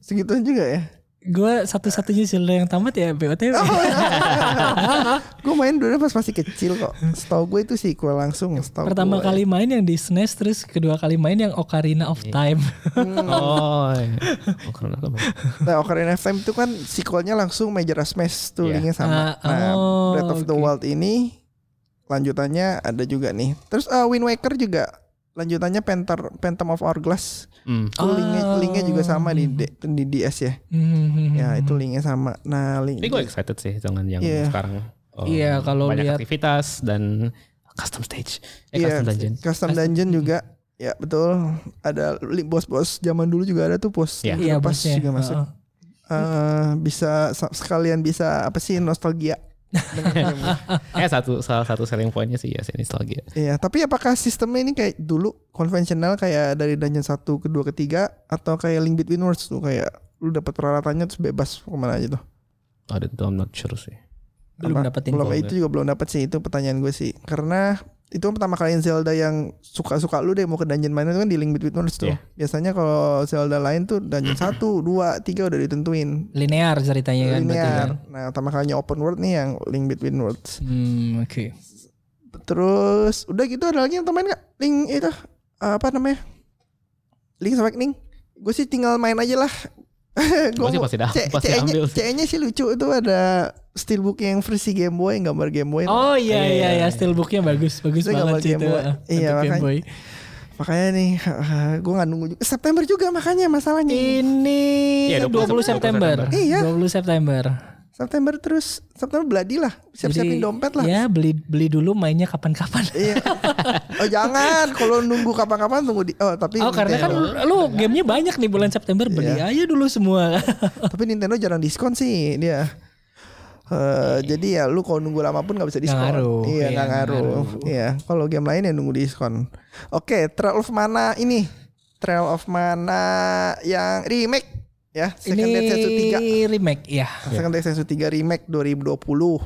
[SPEAKER 2] Segituan juga
[SPEAKER 4] [laughs]
[SPEAKER 2] ya.
[SPEAKER 4] gua satu-satunya Zelda yang tamat ya BOTW.
[SPEAKER 2] Ah, oh, gue main dulu pas masih kecil kok. Setahu gue itu sequel langsung. Setahu
[SPEAKER 4] Pertama
[SPEAKER 2] gua.
[SPEAKER 4] kali main yang di SNES terus kedua kali main yang Ocarina of
[SPEAKER 2] Iya,
[SPEAKER 4] Time.
[SPEAKER 2] Hmm.
[SPEAKER 3] Oh. iya. Oh, karena apa?
[SPEAKER 2] Nah Ocarina of Time itu kan sequelnya langsung Majora Smash tuh
[SPEAKER 3] Iya.
[SPEAKER 2] linknya sama.
[SPEAKER 4] Ah,
[SPEAKER 2] nah
[SPEAKER 4] oh,
[SPEAKER 2] Breath of the
[SPEAKER 4] oke.
[SPEAKER 2] Wild ini lanjutannya ada juga nih. Terus eh, Wind Waker juga lanjutannya Phantom Phantom of Hourglass.
[SPEAKER 3] Hmm.
[SPEAKER 2] Itu linknya,
[SPEAKER 4] Oh.
[SPEAKER 2] linknya juga sama di D- di DS ya.
[SPEAKER 4] Hmm.
[SPEAKER 2] Ya itu linknya sama. Nah link
[SPEAKER 3] Ini gue excited sih dengan yang
[SPEAKER 2] Iya.
[SPEAKER 3] sekarang. Oh,
[SPEAKER 4] Iya, kalau
[SPEAKER 3] banyak
[SPEAKER 4] lihat-
[SPEAKER 3] aktivitas dan custom stage, eh,
[SPEAKER 2] Iya,
[SPEAKER 3] custom dungeon.
[SPEAKER 2] Custom Dungeon juga. Ya betul. Ada link bos-bos zaman dulu juga ada tuh bos.
[SPEAKER 3] Iya.
[SPEAKER 4] Iya,
[SPEAKER 2] Lepas
[SPEAKER 4] bosnya.
[SPEAKER 2] juga masuk.
[SPEAKER 4] Heeh.
[SPEAKER 2] Eh, bisa sa- sekalian bisa apa sih nostalgia. dengan game.
[SPEAKER 4] Ah.
[SPEAKER 3] Eh satu salah satu selling pointnya sih ya sini nostalgia.
[SPEAKER 2] Iya, tapi apakah sistemnya ini kayak dulu konvensional kayak dari dungeon 1 ke 2 ke 3 atau kayak link between worlds tuh kayak lu dapat peralatannya terus bebas kemana aja tuh.
[SPEAKER 3] Oh, itu I'm not sure sih.
[SPEAKER 4] Belum
[SPEAKER 2] Apa?
[SPEAKER 4] dapetin
[SPEAKER 2] Belum
[SPEAKER 3] info.
[SPEAKER 2] itu juga belum dapat sih itu pertanyaan gue sih. Karena itu pertama kali yang Zelda yang suka-suka lu deh mau ke dungeon mana itu kan di link between worlds tuh.
[SPEAKER 3] Iya.
[SPEAKER 2] Biasanya kalau Zelda lain tuh dungeon 1, 2, 3 udah ditentuin.
[SPEAKER 4] linear ceritanya kan berarti kan?
[SPEAKER 2] Linear. Nah, pertama kalinya open world nih yang link between worlds.
[SPEAKER 4] Hmm, oke.
[SPEAKER 2] Terus udah gitu ada lagi yang temen nggak? Link itu apa namanya? Link Awakening. Gue sih tinggal main aja lah. [laughs]
[SPEAKER 3] Gue sih
[SPEAKER 2] mau-
[SPEAKER 3] pasti dah,
[SPEAKER 2] C-
[SPEAKER 3] pasti
[SPEAKER 2] CE-nya
[SPEAKER 3] ambil.
[SPEAKER 2] CE-nya sih lucu itu ada steelbook yang versi Game Boy, yang gambar Game Boy.
[SPEAKER 4] Oh iya iya iya, steelbooknya bagus bagus
[SPEAKER 2] Itu gambar
[SPEAKER 4] banget sih
[SPEAKER 2] Game
[SPEAKER 4] itu.
[SPEAKER 2] Boy.
[SPEAKER 4] ah,
[SPEAKER 2] Iya,
[SPEAKER 4] untuk Game
[SPEAKER 2] makanya.
[SPEAKER 4] Boy.
[SPEAKER 2] Makanya nih, [laughs] gue nggak nunggu juga. September juga makanya masalahnya.
[SPEAKER 4] Ini
[SPEAKER 3] Iya,
[SPEAKER 4] 20
[SPEAKER 3] 20
[SPEAKER 4] September.
[SPEAKER 3] September.
[SPEAKER 2] Iya.
[SPEAKER 4] 20 September.
[SPEAKER 2] September terus September beladi lah siap-siapin
[SPEAKER 4] Jadi,
[SPEAKER 2] dompet lah
[SPEAKER 4] Ya beli beli dulu mainnya kapan-kapan.
[SPEAKER 2] iya oh jangan kalau nunggu kapan-kapan tunggu di oh tapi
[SPEAKER 4] Oh karena kan
[SPEAKER 2] Nintendo-
[SPEAKER 4] lu gamenya banyak nih bulan September beli
[SPEAKER 2] Iya.
[SPEAKER 4] aja dulu semua.
[SPEAKER 2] tapi Nintendo jarang diskon sih dia Eh, jadi ya lu kalau nunggu lama pun nggak bisa diskon.
[SPEAKER 4] ngaruh.
[SPEAKER 2] Iya
[SPEAKER 4] Iya,
[SPEAKER 2] nggak ngaruh.
[SPEAKER 4] ngaruh.
[SPEAKER 2] Iya kalau game lain ya nunggu diskon. Oke Trail of Mana ini Trail of Mana yang remake ya Second
[SPEAKER 4] Ini
[SPEAKER 2] Death 3
[SPEAKER 4] remake
[SPEAKER 3] Iya.
[SPEAKER 4] ya.
[SPEAKER 2] Second Death Sensu 3 Remake 2020 Gue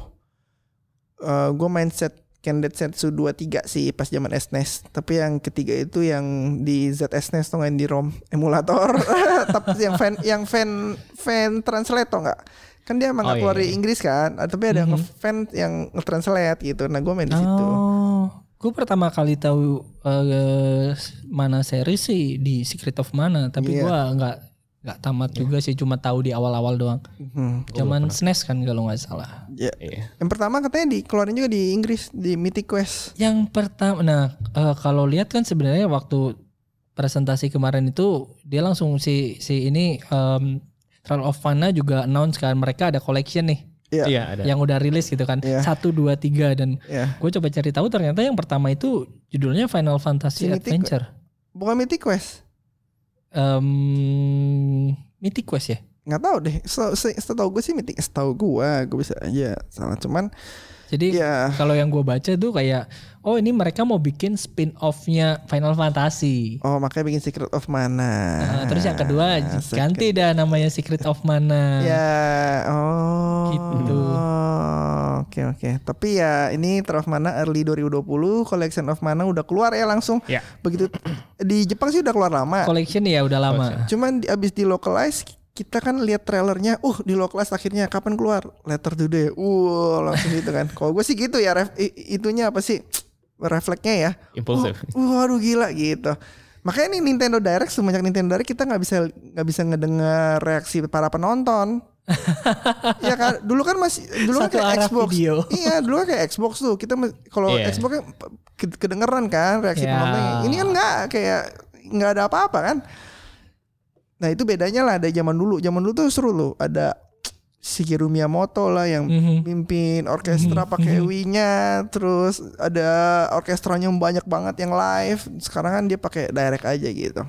[SPEAKER 2] Eh, main set Candidate Sensu 23 sih pas zaman SNES Tapi yang ketiga itu yang di ZSNES tuh E nggak yang di ROM emulator [laughs] Tapi yang fan yang fan fan translate tau nggak Kan dia emang
[SPEAKER 3] Oh,
[SPEAKER 2] nggak keluar
[SPEAKER 3] iya,
[SPEAKER 2] dari Inggris kan ah, Tapi ada
[SPEAKER 4] Mhm.
[SPEAKER 2] fan yang nge-translate gitu Nah gue main di situ
[SPEAKER 4] Oh, gue pertama kali tahu eh, mana series sih di Secret of Mana, tapi
[SPEAKER 2] Iya.
[SPEAKER 4] gua nggak nggak tamat juga sih, cuma tahu di awal-awal doang.
[SPEAKER 2] Mhm.
[SPEAKER 3] Gua
[SPEAKER 4] Zaman SNES kan kalau nggak salah.
[SPEAKER 2] Ya.
[SPEAKER 3] Iya.
[SPEAKER 2] Yang pertama katanya dikeluarin juga di Inggris Di Mythic Quest
[SPEAKER 4] Yang pertama, nah eh, kalau lihat kan sebenarnya waktu presentasi kemarin itu dia langsung si si ini em, Trial of Mana juga announce kan mereka ada collection nih
[SPEAKER 2] Ya.
[SPEAKER 3] Iya ada.
[SPEAKER 4] yang udah rilis gitu kan
[SPEAKER 2] Iya.
[SPEAKER 4] satu dua tiga dan
[SPEAKER 2] Ya.
[SPEAKER 4] gue coba cari tahu ternyata yang pertama itu judulnya Final
[SPEAKER 2] Si
[SPEAKER 4] Fantasy
[SPEAKER 2] Mythic-
[SPEAKER 4] Adventure.
[SPEAKER 2] Bukan Mythic Quest
[SPEAKER 4] um, Mythic Quest ya.
[SPEAKER 2] nggak tahu deh so, se- setahu gue sih Mythic setahu gue gue bisa aja salah cuman
[SPEAKER 3] Iya.
[SPEAKER 4] Jadi
[SPEAKER 2] ya
[SPEAKER 4] kalau yang gua baca tuh kayak oh ini mereka mau bikin spin offnya Final Fantasy.
[SPEAKER 2] oh makanya bikin Secret of Mana
[SPEAKER 4] Nah, terus yang kedua
[SPEAKER 2] Secret-
[SPEAKER 4] ganti dah namanya Secret of Mana.
[SPEAKER 2] ya oh
[SPEAKER 4] Gitu.
[SPEAKER 2] oke oke tapi ya ini Trial of Mana early 2020 Collection of Mana udah keluar ya langsung
[SPEAKER 3] Ya.
[SPEAKER 2] begitu di Jepang sih udah keluar lama
[SPEAKER 4] Collection ya udah lama.
[SPEAKER 2] cuman di, abis di localize kita kan lihat trailernya, uh di localize akhirnya kapan keluar? Letter today, uh langsung gitu kan. Kalau gue sih gitu ya, ref, i- itunya apa sih refleksnya ya?
[SPEAKER 3] Impulsif.
[SPEAKER 4] Oh.
[SPEAKER 2] Wah, waduh gila gitu. Makanya nih Nintendo Direct semenjak Nintendo Direct kita nggak bisa nggak bisa ngedengar reaksi para
[SPEAKER 4] [laughs]
[SPEAKER 2] penonton. ya kan dulu kan masih dulu kan
[SPEAKER 4] Satu
[SPEAKER 2] kayak
[SPEAKER 4] arah
[SPEAKER 2] Xbox.
[SPEAKER 4] video.
[SPEAKER 2] Iya, dulu kan kayak Xbox tuh. Kita mes- kalau
[SPEAKER 3] Iya.
[SPEAKER 2] Xbox kan ke- kedengeran kan reaksi
[SPEAKER 4] Ya.
[SPEAKER 2] penontonnya. Ini kan nggak kayak nggak ada apa-apa kan. Nah, itu bedanya lah ada zaman dulu. Zaman dulu tuh seru loh. Ada Shigeru Miyamoto lah yang
[SPEAKER 4] Mhm.
[SPEAKER 2] mimpin orkestra
[SPEAKER 4] Mhm,
[SPEAKER 2] pakai
[SPEAKER 4] mhm.
[SPEAKER 2] winya terus ada orkestranya banyak banget yang live sekarang kan dia pakai direct aja gitu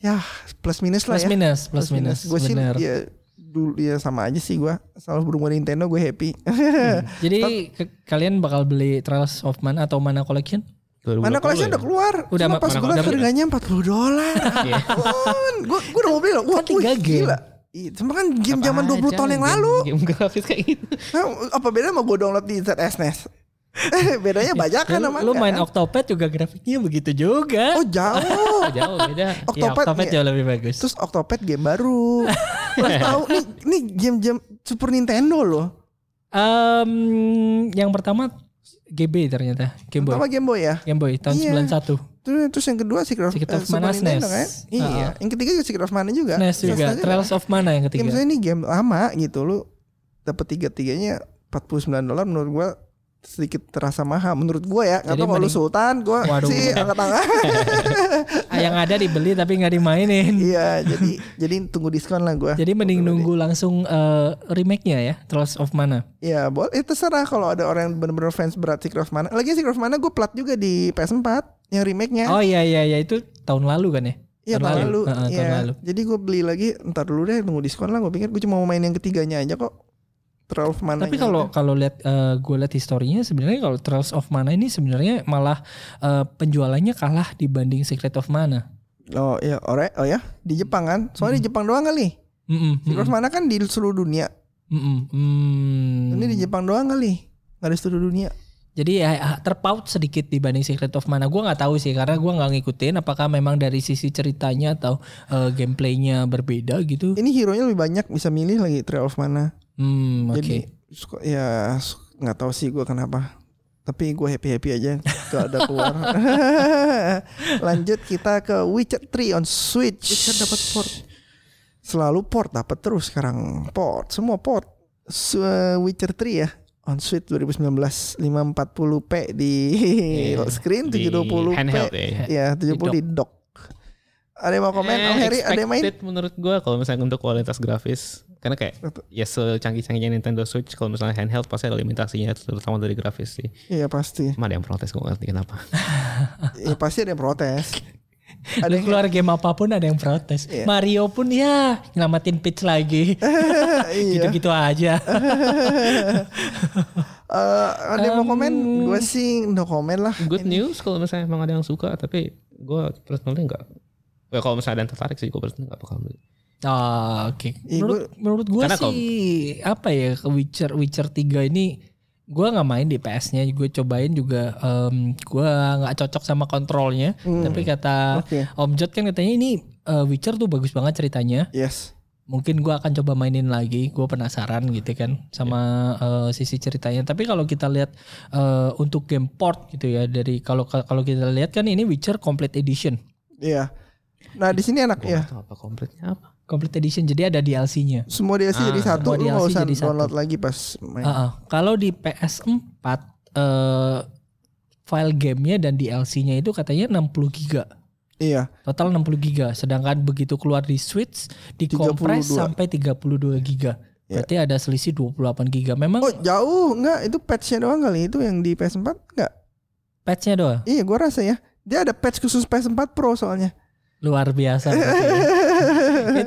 [SPEAKER 2] ya plus minus lah
[SPEAKER 4] Plus
[SPEAKER 2] ya
[SPEAKER 4] minus, plus, minus.
[SPEAKER 2] gue sih
[SPEAKER 4] bener.
[SPEAKER 2] ya dulu ya sama aja sih gue selalu berhubungan Nintendo gue happy [laughs]
[SPEAKER 4] Jadi ke- kalian bakal beli Trials of Mana atau Mana Collection?
[SPEAKER 2] mana koleksi udah keluar
[SPEAKER 4] ya. Udah,
[SPEAKER 2] Cuma
[SPEAKER 4] Ma-
[SPEAKER 2] pas
[SPEAKER 3] mana
[SPEAKER 2] gue liat
[SPEAKER 3] koleksi udah?
[SPEAKER 2] harganya 40
[SPEAKER 4] [laughs]
[SPEAKER 2] dolar
[SPEAKER 3] Iya.
[SPEAKER 2] gue gue udah mau beli loh wah
[SPEAKER 4] Kan tiga
[SPEAKER 2] wih,
[SPEAKER 4] game.
[SPEAKER 2] gila Iya, cuma kan game zaman 20 tahun yang lalu.
[SPEAKER 3] Game grafis kayak gitu.
[SPEAKER 2] Nah, apa bedanya sama gue download di ZSNES? E Eh, bedanya bajakan
[SPEAKER 4] Iya, Lu-
[SPEAKER 2] sama
[SPEAKER 4] lu
[SPEAKER 2] enggak
[SPEAKER 4] main
[SPEAKER 2] kan?
[SPEAKER 4] Octopath juga grafiknya begitu juga.
[SPEAKER 2] Oh, jauh.
[SPEAKER 3] Oh, jauh
[SPEAKER 2] [laughs]
[SPEAKER 3] beda.
[SPEAKER 4] Ya,
[SPEAKER 2] Octopath,
[SPEAKER 4] Octopath
[SPEAKER 2] iya.
[SPEAKER 4] jauh lebih bagus.
[SPEAKER 2] Terus Octopath game baru.
[SPEAKER 4] [laughs]
[SPEAKER 2] Terus tahu nih ini game game Super Nintendo loh.
[SPEAKER 4] Em, yang pertama GB ternyata Game Boy.
[SPEAKER 2] Pertama Game Boy ya.
[SPEAKER 4] Game Boy tahun
[SPEAKER 2] Iya.
[SPEAKER 4] 91.
[SPEAKER 2] Terus, terus yang kedua Secret of,
[SPEAKER 4] Secret
[SPEAKER 2] eh,
[SPEAKER 4] of
[SPEAKER 2] Super
[SPEAKER 4] Mana
[SPEAKER 2] Nintendo
[SPEAKER 4] SNES.
[SPEAKER 2] kan.
[SPEAKER 4] Iya.
[SPEAKER 2] Iya. Yang ketiga juga Secret of Mana juga.
[SPEAKER 4] SNES
[SPEAKER 2] SNES
[SPEAKER 4] E juga. Trials of Mana yang
[SPEAKER 2] Game
[SPEAKER 4] ketiga?
[SPEAKER 2] saya ini game lama gitu lu dapat tiga-tiganya 49 dolar menurut gua sedikit terasa mahal menurut gua ya nggak
[SPEAKER 4] Jadi
[SPEAKER 2] tahu kalau lu
[SPEAKER 4] mending-
[SPEAKER 2] sultan gua
[SPEAKER 4] Waduh. [laughs]
[SPEAKER 2] sih angkat tangan
[SPEAKER 4] Ah, yang ada dibeli tapi nggak
[SPEAKER 2] [laughs]
[SPEAKER 4] dimainin.
[SPEAKER 2] iya jadi jadi tunggu diskon lah gua
[SPEAKER 4] Jadi mending nunggu langsung eh, remake-nya ya, Trials of Mana.
[SPEAKER 2] ya boleh eh, terserah kalau ada orang yang bener-bener fans berat Secret of Mana lagi Secret of Mana gua plat juga di PS4 yang remake nya
[SPEAKER 4] Oh iya iya iya itu tahun lalu kan ya?
[SPEAKER 2] Iya
[SPEAKER 4] Tahun
[SPEAKER 2] tahun
[SPEAKER 4] lalu.
[SPEAKER 2] lalu.
[SPEAKER 4] Heeh,
[SPEAKER 2] Iya.
[SPEAKER 4] tahun lalu.
[SPEAKER 2] Jadi gue beli lagi ntar dulu deh nunggu diskon lah. Gue pikir gue cuma mau main yang ketiganya aja kok. Terlalu mana?
[SPEAKER 4] Tapi kalau kalau lihat eh, gue lihat historinya sebenarnya kalau Trials of Mana ini sebenarnya malah eh, penjualannya kalah dibanding Secret of Mana.
[SPEAKER 2] oh iya ore oh ya di Jepang kan. Soalnya
[SPEAKER 4] Hmm.
[SPEAKER 2] di Jepang doang kali.
[SPEAKER 4] Mm-mm,
[SPEAKER 2] Secret of
[SPEAKER 4] mm-mm,
[SPEAKER 2] mana kan di seluruh dunia.
[SPEAKER 4] mm-mm, mm.
[SPEAKER 2] Ini di Jepang doang kali. Gak ada seluruh dunia.
[SPEAKER 4] Jadi ya, terpaut sedikit dibanding Secret of Mana. Gua nggak tahu sih karena gua nggak ngikutin apakah memang dari sisi ceritanya atau eh, gameplaynya berbeda gitu.
[SPEAKER 2] Ini hero nya lebih banyak bisa milih lagi Trail of mana.
[SPEAKER 4] Hmm, oke.
[SPEAKER 2] Jadi suka, ya su- nggak tahu sih gue kenapa. Tapi gue happy happy aja. Gak ada keluar. [laughs] Lanjut kita ke Witcher 3 on Switch.
[SPEAKER 3] Witcher dapat port.
[SPEAKER 2] selalu port dapat terus sekarang port semua port Su- eh, Witcher 3 ya on Switch 2019 540p di
[SPEAKER 3] Iya,
[SPEAKER 2] [laughs] screen
[SPEAKER 3] di
[SPEAKER 2] 70p
[SPEAKER 3] handheld ya.
[SPEAKER 2] ya 70 di dock
[SPEAKER 3] Eh,
[SPEAKER 2] ada yang mau komen Om Heri ada yang main
[SPEAKER 3] expected menurut gua kalau misalnya untuk kualitas grafis Karena kayak
[SPEAKER 2] Betul.
[SPEAKER 3] ya secanggih-canggihnya Nintendo Switch kalau misalnya handheld pasti ada limitasinya terutama dari grafis sih.
[SPEAKER 2] Iya pasti.
[SPEAKER 3] Cuma ada yang protes gue nggak ngerti
[SPEAKER 2] [laughs]
[SPEAKER 3] kenapa.
[SPEAKER 2] Iya pasti ada yang protes. [laughs]
[SPEAKER 4] Ada
[SPEAKER 2] yang-
[SPEAKER 4] keluar game apapun ada yang protes.
[SPEAKER 2] Iya.
[SPEAKER 4] Mario pun ya nyelamatin Peach lagi.
[SPEAKER 2] [laughs] iya.
[SPEAKER 4] Gitu-gitu aja.
[SPEAKER 2] Eh, ada yang mau komen? Gue sih no komen lah.
[SPEAKER 3] Good news kalau misalnya emang ada yang suka tapi gue personally nggak. Ya kalau misalnya ada yang tertarik sih gue personally nggak bakal beli.
[SPEAKER 4] Ah, oke.
[SPEAKER 2] Iya,
[SPEAKER 4] Menurut, menurut gue
[SPEAKER 3] Karena
[SPEAKER 4] sih apa ya ke Witcher Witcher 3 ini gue nggak main di PS-nya, gue cobain juga em, gue nggak cocok sama kontrolnya.
[SPEAKER 2] Hmm.
[SPEAKER 4] Tapi kata
[SPEAKER 2] Oke.
[SPEAKER 4] Om Jod kan katanya ini eh, Witcher tuh bagus banget ceritanya.
[SPEAKER 2] Yes.
[SPEAKER 4] Mungkin gue akan coba mainin lagi. Gue penasaran gitu kan sama eh, sisi ceritanya. Tapi kalau kita lihat eh, untuk game port gitu ya dari kalau kalau kita lihat kan ini Witcher Complete Edition.
[SPEAKER 2] Iya. Nah di sini enak
[SPEAKER 3] Gue
[SPEAKER 2] ya.
[SPEAKER 3] nggak tahu apa komplitnya apa.
[SPEAKER 4] Complete Edition jadi ada DLC-nya.
[SPEAKER 2] Semua DLC jadi
[SPEAKER 3] Ah,
[SPEAKER 2] satu,
[SPEAKER 4] semua
[SPEAKER 2] lu nggak
[SPEAKER 4] DLC
[SPEAKER 2] usah
[SPEAKER 4] jadi satu. Ah.
[SPEAKER 2] download lagi pas main.
[SPEAKER 4] Heeh. Kalau di PS4 eh file gamenya dan DLC-nya itu katanya 60 giga
[SPEAKER 2] Iya.
[SPEAKER 4] total 60 giga sedangkan begitu keluar di Switch dikompres
[SPEAKER 2] 32.
[SPEAKER 4] sampai 32 giga
[SPEAKER 2] Ya.
[SPEAKER 4] berarti ada selisih 28 giga memang
[SPEAKER 2] Oh jauh nggak? Itu patchnya doang kali itu yang di PS4 nggak?
[SPEAKER 4] patch-nya doang
[SPEAKER 2] Iya, gue rasa ya. Dia ada patch khusus PS4 Pro soalnya.
[SPEAKER 4] luar biasa berarti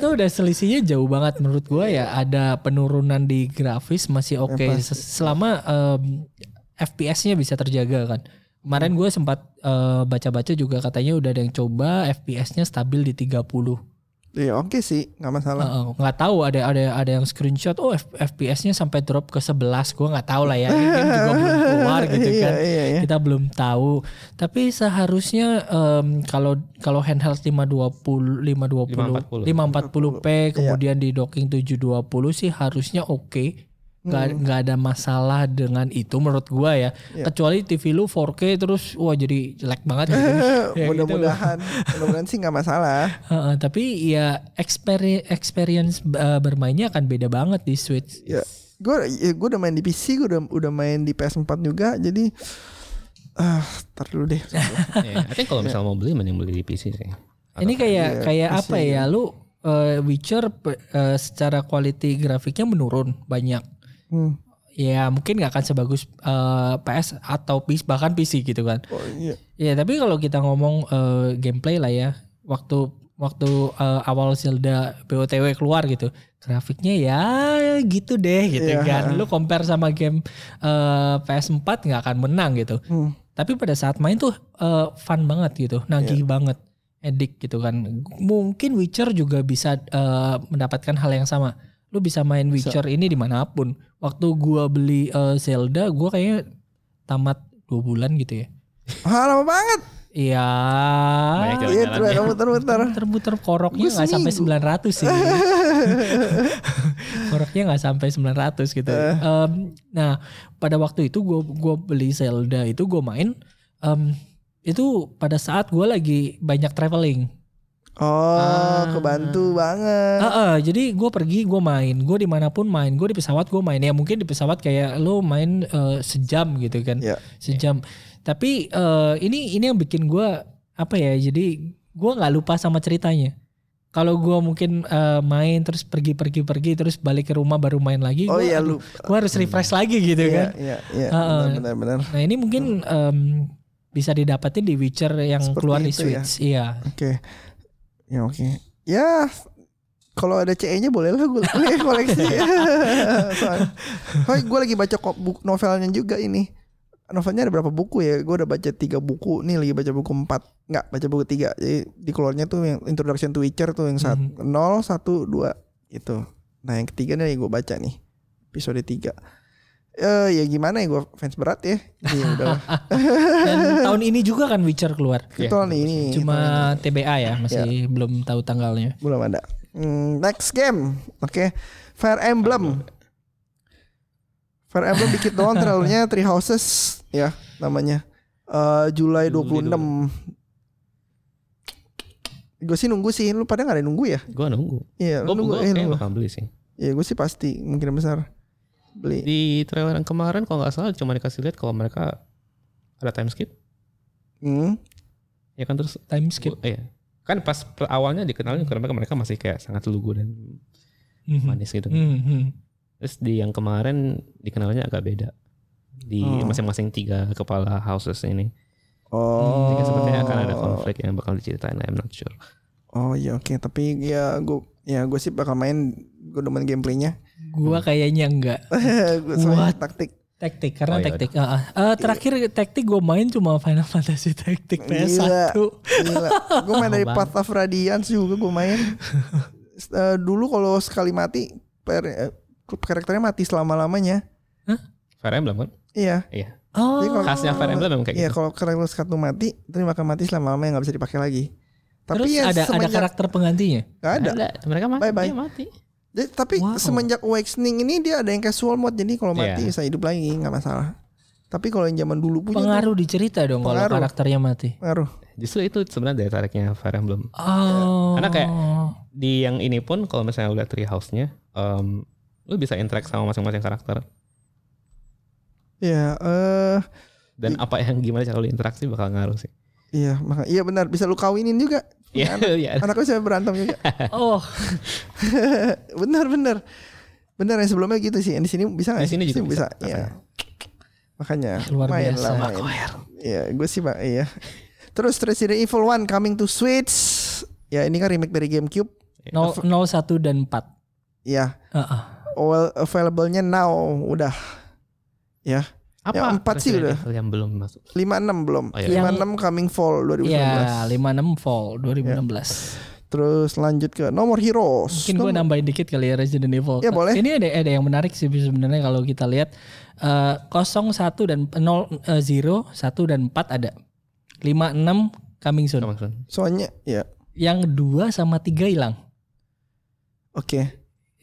[SPEAKER 4] ya. itu udah selisihnya jauh banget menurut gua ya ada penurunan di grafis masih oke
[SPEAKER 2] Ya, pasti.
[SPEAKER 4] Se- selama em, FPS-nya bisa terjaga kan kemarin gua sempat eh, baca-baca juga katanya udah ada yang coba FPS-nya stabil di 30
[SPEAKER 2] [laughs] Iya oke sih, nggak masalah.
[SPEAKER 4] Heeh, nggak tahu ada ada ada yang screenshot oh F- FPS-nya sampai drop ke 11 gua nggak tahu lah ya ini game juga belum keluar gitu
[SPEAKER 2] [laughs] iya,
[SPEAKER 4] kan [laughs]
[SPEAKER 2] iya, iya.
[SPEAKER 4] kita belum tahu tapi seharusnya em, kalau kalau handheld 520 520 540 p kemudian di docking 720 sih harusnya oke nggak nggak ada masalah dengan itu menurut gua ya kecuali TV lu 4K terus wah jadi jelek banget gitu.
[SPEAKER 2] [laughs]
[SPEAKER 4] Ya,
[SPEAKER 2] mudah-mudahan, mudah-mudahan sih nggak masalah.
[SPEAKER 4] Heeh, tapi ya experi- experience eh, bermainnya akan beda banget di Switch
[SPEAKER 2] Ya, gue gue udah main di PC, gue udah udah main di PS4 juga, jadi ah, tar dulu [laughs] deh.
[SPEAKER 3] Ya, I think kalau misalnya mau beli mending beli di PC sih. Atau
[SPEAKER 4] Ini kayak kayak
[SPEAKER 2] PC
[SPEAKER 4] apa ya? Lu eh, Witcher pe- eh, secara quality grafiknya menurun banyak.
[SPEAKER 2] Hmm.
[SPEAKER 4] Ya mungkin nggak akan sebagus eh, PS atau PC bahkan PC gitu kan.
[SPEAKER 2] Oh, iya.
[SPEAKER 4] Ya tapi kalau kita ngomong eh, gameplay lah ya. Waktu waktu eh, awal Zelda BOTW keluar gitu, grafiknya ya gitu deh gitu
[SPEAKER 2] Iya.
[SPEAKER 4] kan. Lu compare sama game eh, PS4 nggak akan menang gitu
[SPEAKER 2] Hmm.
[SPEAKER 4] tapi pada saat main tuh eh, fun banget gitu nagih
[SPEAKER 2] Iya.
[SPEAKER 4] banget edik gitu kan mungkin Witcher juga bisa eh, mendapatkan hal yang sama lu bisa main Witcher ini dimanapun waktu gua beli eh, Zelda gua kayaknya tamat dua bulan gitu ya
[SPEAKER 2] Ah, lama banget.
[SPEAKER 4] iya
[SPEAKER 3] Banyak
[SPEAKER 2] Iya,
[SPEAKER 3] Jalan-jalan
[SPEAKER 2] terus
[SPEAKER 4] [laughs]
[SPEAKER 2] muter-muter.
[SPEAKER 4] muter-muter koroknya
[SPEAKER 2] Gua
[SPEAKER 4] nggak sampai
[SPEAKER 2] seminggu.
[SPEAKER 4] 900 sih
[SPEAKER 2] [laughs]
[SPEAKER 4] koroknya nggak sampai 900 gitu
[SPEAKER 2] Eh.
[SPEAKER 4] Em, nah pada waktu itu gue gua beli Zelda itu gue main em, itu pada saat gue lagi banyak traveling
[SPEAKER 2] Oh, kebantu banget.
[SPEAKER 4] Heeh, jadi gue pergi gue main gue dimanapun main gue di pesawat gue main ya mungkin di pesawat kayak lo main eh, sejam gitu kan
[SPEAKER 2] Ya.
[SPEAKER 4] sejam tapi eh, ini ini yang bikin gue apa ya jadi gue nggak lupa sama ceritanya kalau gue mungkin eh, main terus pergi pergi pergi terus balik ke rumah baru main lagi
[SPEAKER 2] Oh
[SPEAKER 4] gue
[SPEAKER 2] iya lu.
[SPEAKER 4] harus refresh lagi gitu
[SPEAKER 2] Iya,
[SPEAKER 4] kan
[SPEAKER 2] iya, iya.
[SPEAKER 4] Ah, ah.
[SPEAKER 2] Benar, benar, benar.
[SPEAKER 4] nah ini mungkin em, bisa didapatin di Witcher yang
[SPEAKER 2] Seperti
[SPEAKER 4] keluar di
[SPEAKER 2] itu ya.
[SPEAKER 4] Switch
[SPEAKER 2] [laughs]
[SPEAKER 4] iya
[SPEAKER 2] Oke. Ya oke. Ya kalau ada CE-nya boleh lah gue gue
[SPEAKER 4] [laughs]
[SPEAKER 2] koleksi. Soalnya- Hoi, gue lagi baca kok buku novelnya juga ini. Novelnya ada berapa buku ya? Gue udah baca tiga buku. Nih lagi baca buku empat. Nggak, baca buku tiga. Jadi dikeluarnya tuh yang Introduction to Witcher tuh yang saat
[SPEAKER 4] Mhm.
[SPEAKER 2] nol satu dua gitu. Nah yang ketiga nih gue baca nih episode tiga. Eh ya gimana ya gue fans berat ya. Ya
[SPEAKER 4] [laughs]
[SPEAKER 2] udahlah.
[SPEAKER 4] dan tahun ini juga kan Witcher keluar
[SPEAKER 3] Iya,
[SPEAKER 2] Betul nih ini. Iya.
[SPEAKER 4] cuma TBA ya masih belum tahu tanggalnya
[SPEAKER 2] belum ada. Hmm, next game, oke, Fire Emblem. Fire Emblem dikit
[SPEAKER 3] [laughs]
[SPEAKER 2] doang trailernya Three Houses ya namanya. Eh Julai 26. Gue sih nunggu sih, lu pada nggak ada yang nunggu ya?
[SPEAKER 3] Gue nunggu.
[SPEAKER 2] Iya,
[SPEAKER 3] Gue
[SPEAKER 2] lu nunggu.
[SPEAKER 3] gue
[SPEAKER 2] Eh,
[SPEAKER 3] kayaknya
[SPEAKER 2] nunggu.
[SPEAKER 3] bakal beli sih.
[SPEAKER 2] Iya, gue sih pasti mungkin besar beli.
[SPEAKER 3] Di trailer yang kemarin kalau nggak salah cuma dikasih lihat kalau mereka ada time skip.
[SPEAKER 2] Hmm.
[SPEAKER 3] Ya kan terus
[SPEAKER 4] time skip
[SPEAKER 3] Gua- iya. Kan pas per- awalnya dikenalin karena mereka mereka masih kayak sangat lugu dan
[SPEAKER 2] Hmm.
[SPEAKER 4] Mhm.
[SPEAKER 3] manis gitu.
[SPEAKER 4] Mhm.
[SPEAKER 3] Terus di yang kemarin dikenalnya agak beda di
[SPEAKER 2] Oh.
[SPEAKER 3] masing-masing tiga kepala houses ini.
[SPEAKER 2] Oh.
[SPEAKER 3] Hmm, Jadi sepertinya akan ada konflik yang bakal diceritain. I'm not sure.
[SPEAKER 2] Oh iya oke, tapi ya gue ya gue sih bakal main gue demen gameplaynya. [laughs]
[SPEAKER 4] Gua
[SPEAKER 2] Hmm.
[SPEAKER 4] kayaknya enggak
[SPEAKER 2] Gua soalnya
[SPEAKER 4] What?
[SPEAKER 2] taktik.
[SPEAKER 4] taktik
[SPEAKER 3] Oh,
[SPEAKER 4] karena
[SPEAKER 3] iya,
[SPEAKER 4] taktik. Ah, ah. Eh, terakhir taktik gue main cuma Final Fantasy Taktik PS1.
[SPEAKER 2] Gila. Gue main dari
[SPEAKER 3] Bang.
[SPEAKER 2] Path of Radiance juga gue main. S- eh, dulu kalau sekali mati per, eh, karakternya mati selama-lamanya.
[SPEAKER 3] Fire Emblem kan?
[SPEAKER 2] Iya.
[SPEAKER 4] Oh.
[SPEAKER 2] Jadi kalau-
[SPEAKER 3] Khasnya Fire Emblem memang kayak
[SPEAKER 2] Iya,
[SPEAKER 3] gitu.
[SPEAKER 2] kalau karakter satu mati, terima akan mati selama-lamanya nggak bisa dipakai lagi. Tapi
[SPEAKER 4] Terus
[SPEAKER 2] ya
[SPEAKER 4] ada ada
[SPEAKER 2] semenjak
[SPEAKER 4] karakter penggantinya.
[SPEAKER 2] nggak ada.
[SPEAKER 3] Mereka mati.
[SPEAKER 2] Bye-bye.
[SPEAKER 3] dia mati.
[SPEAKER 2] Jadi, tapi
[SPEAKER 4] Wow.
[SPEAKER 2] semenjak Awakening ini dia ada yang casual mode jadi kalau mati
[SPEAKER 3] Iya.
[SPEAKER 2] bisa hidup lagi nggak masalah. Tapi kalau yang zaman dulu punya tuh
[SPEAKER 4] Pengaruh di cerita dong kalau
[SPEAKER 2] Pengaruh.
[SPEAKER 4] karakternya mati.
[SPEAKER 2] pengaruh.
[SPEAKER 3] Justru itu sebenarnya daya tariknya Fire Emblem.
[SPEAKER 2] Iya.
[SPEAKER 4] Oh.
[SPEAKER 3] Karena
[SPEAKER 2] ya?
[SPEAKER 3] kayak- Di yang ini pun kalau misalnya udah tree house-nya, em, lu bisa interact sama masing-masing karakter.
[SPEAKER 2] Iya, eh
[SPEAKER 3] Dan apa yang gimana cara lu interaksi bakal ngaruh sih.
[SPEAKER 2] iya maka iya benar bisa lu kawinin juga.
[SPEAKER 3] [laughs] Iya, iya.
[SPEAKER 2] Anak lu bisa berantem juga.
[SPEAKER 4] Oh,
[SPEAKER 2] [laughs] benar benar. Benar yang sebelumnya gitu sih. Yang di sini bisa nggak?
[SPEAKER 3] Di sini juga bisa. ya?
[SPEAKER 2] Iya.
[SPEAKER 3] [laughs]
[SPEAKER 2] Makanya
[SPEAKER 4] Luar
[SPEAKER 2] main
[SPEAKER 4] biasa.
[SPEAKER 2] lah main. Iya, gue sih Pak, iya. Terus Resident Evil 1 coming to Switch. Ya ini kan remake dari GameCube.
[SPEAKER 4] 0, 1 dan 4.
[SPEAKER 2] Ya,
[SPEAKER 4] Heeh.
[SPEAKER 2] well available-nya now udah. Yang
[SPEAKER 3] Apa
[SPEAKER 2] Ya, empat sih
[SPEAKER 3] Resident Evil yang belum masuk?
[SPEAKER 2] 56 belum.
[SPEAKER 3] Oh, iya.
[SPEAKER 2] 56 coming fall 2019.
[SPEAKER 4] Ya, 56 Fall 2016.
[SPEAKER 2] Terus lanjut ke nomor heroes. Kan
[SPEAKER 4] Mungkin gue
[SPEAKER 2] Nomor-
[SPEAKER 4] nambahin dikit kali ya Resident Evil.
[SPEAKER 2] Ya, boleh.
[SPEAKER 4] Ini ada ada yang menarik sih sebenarnya kalau kita lihat eh 0 1 dan 0 eh, 0 1 dan 4 ada. 5 6 coming soon.
[SPEAKER 3] Come on, Sun.
[SPEAKER 2] Soalnya ya,
[SPEAKER 4] Yang 2 sama 3 hilang.
[SPEAKER 2] oke.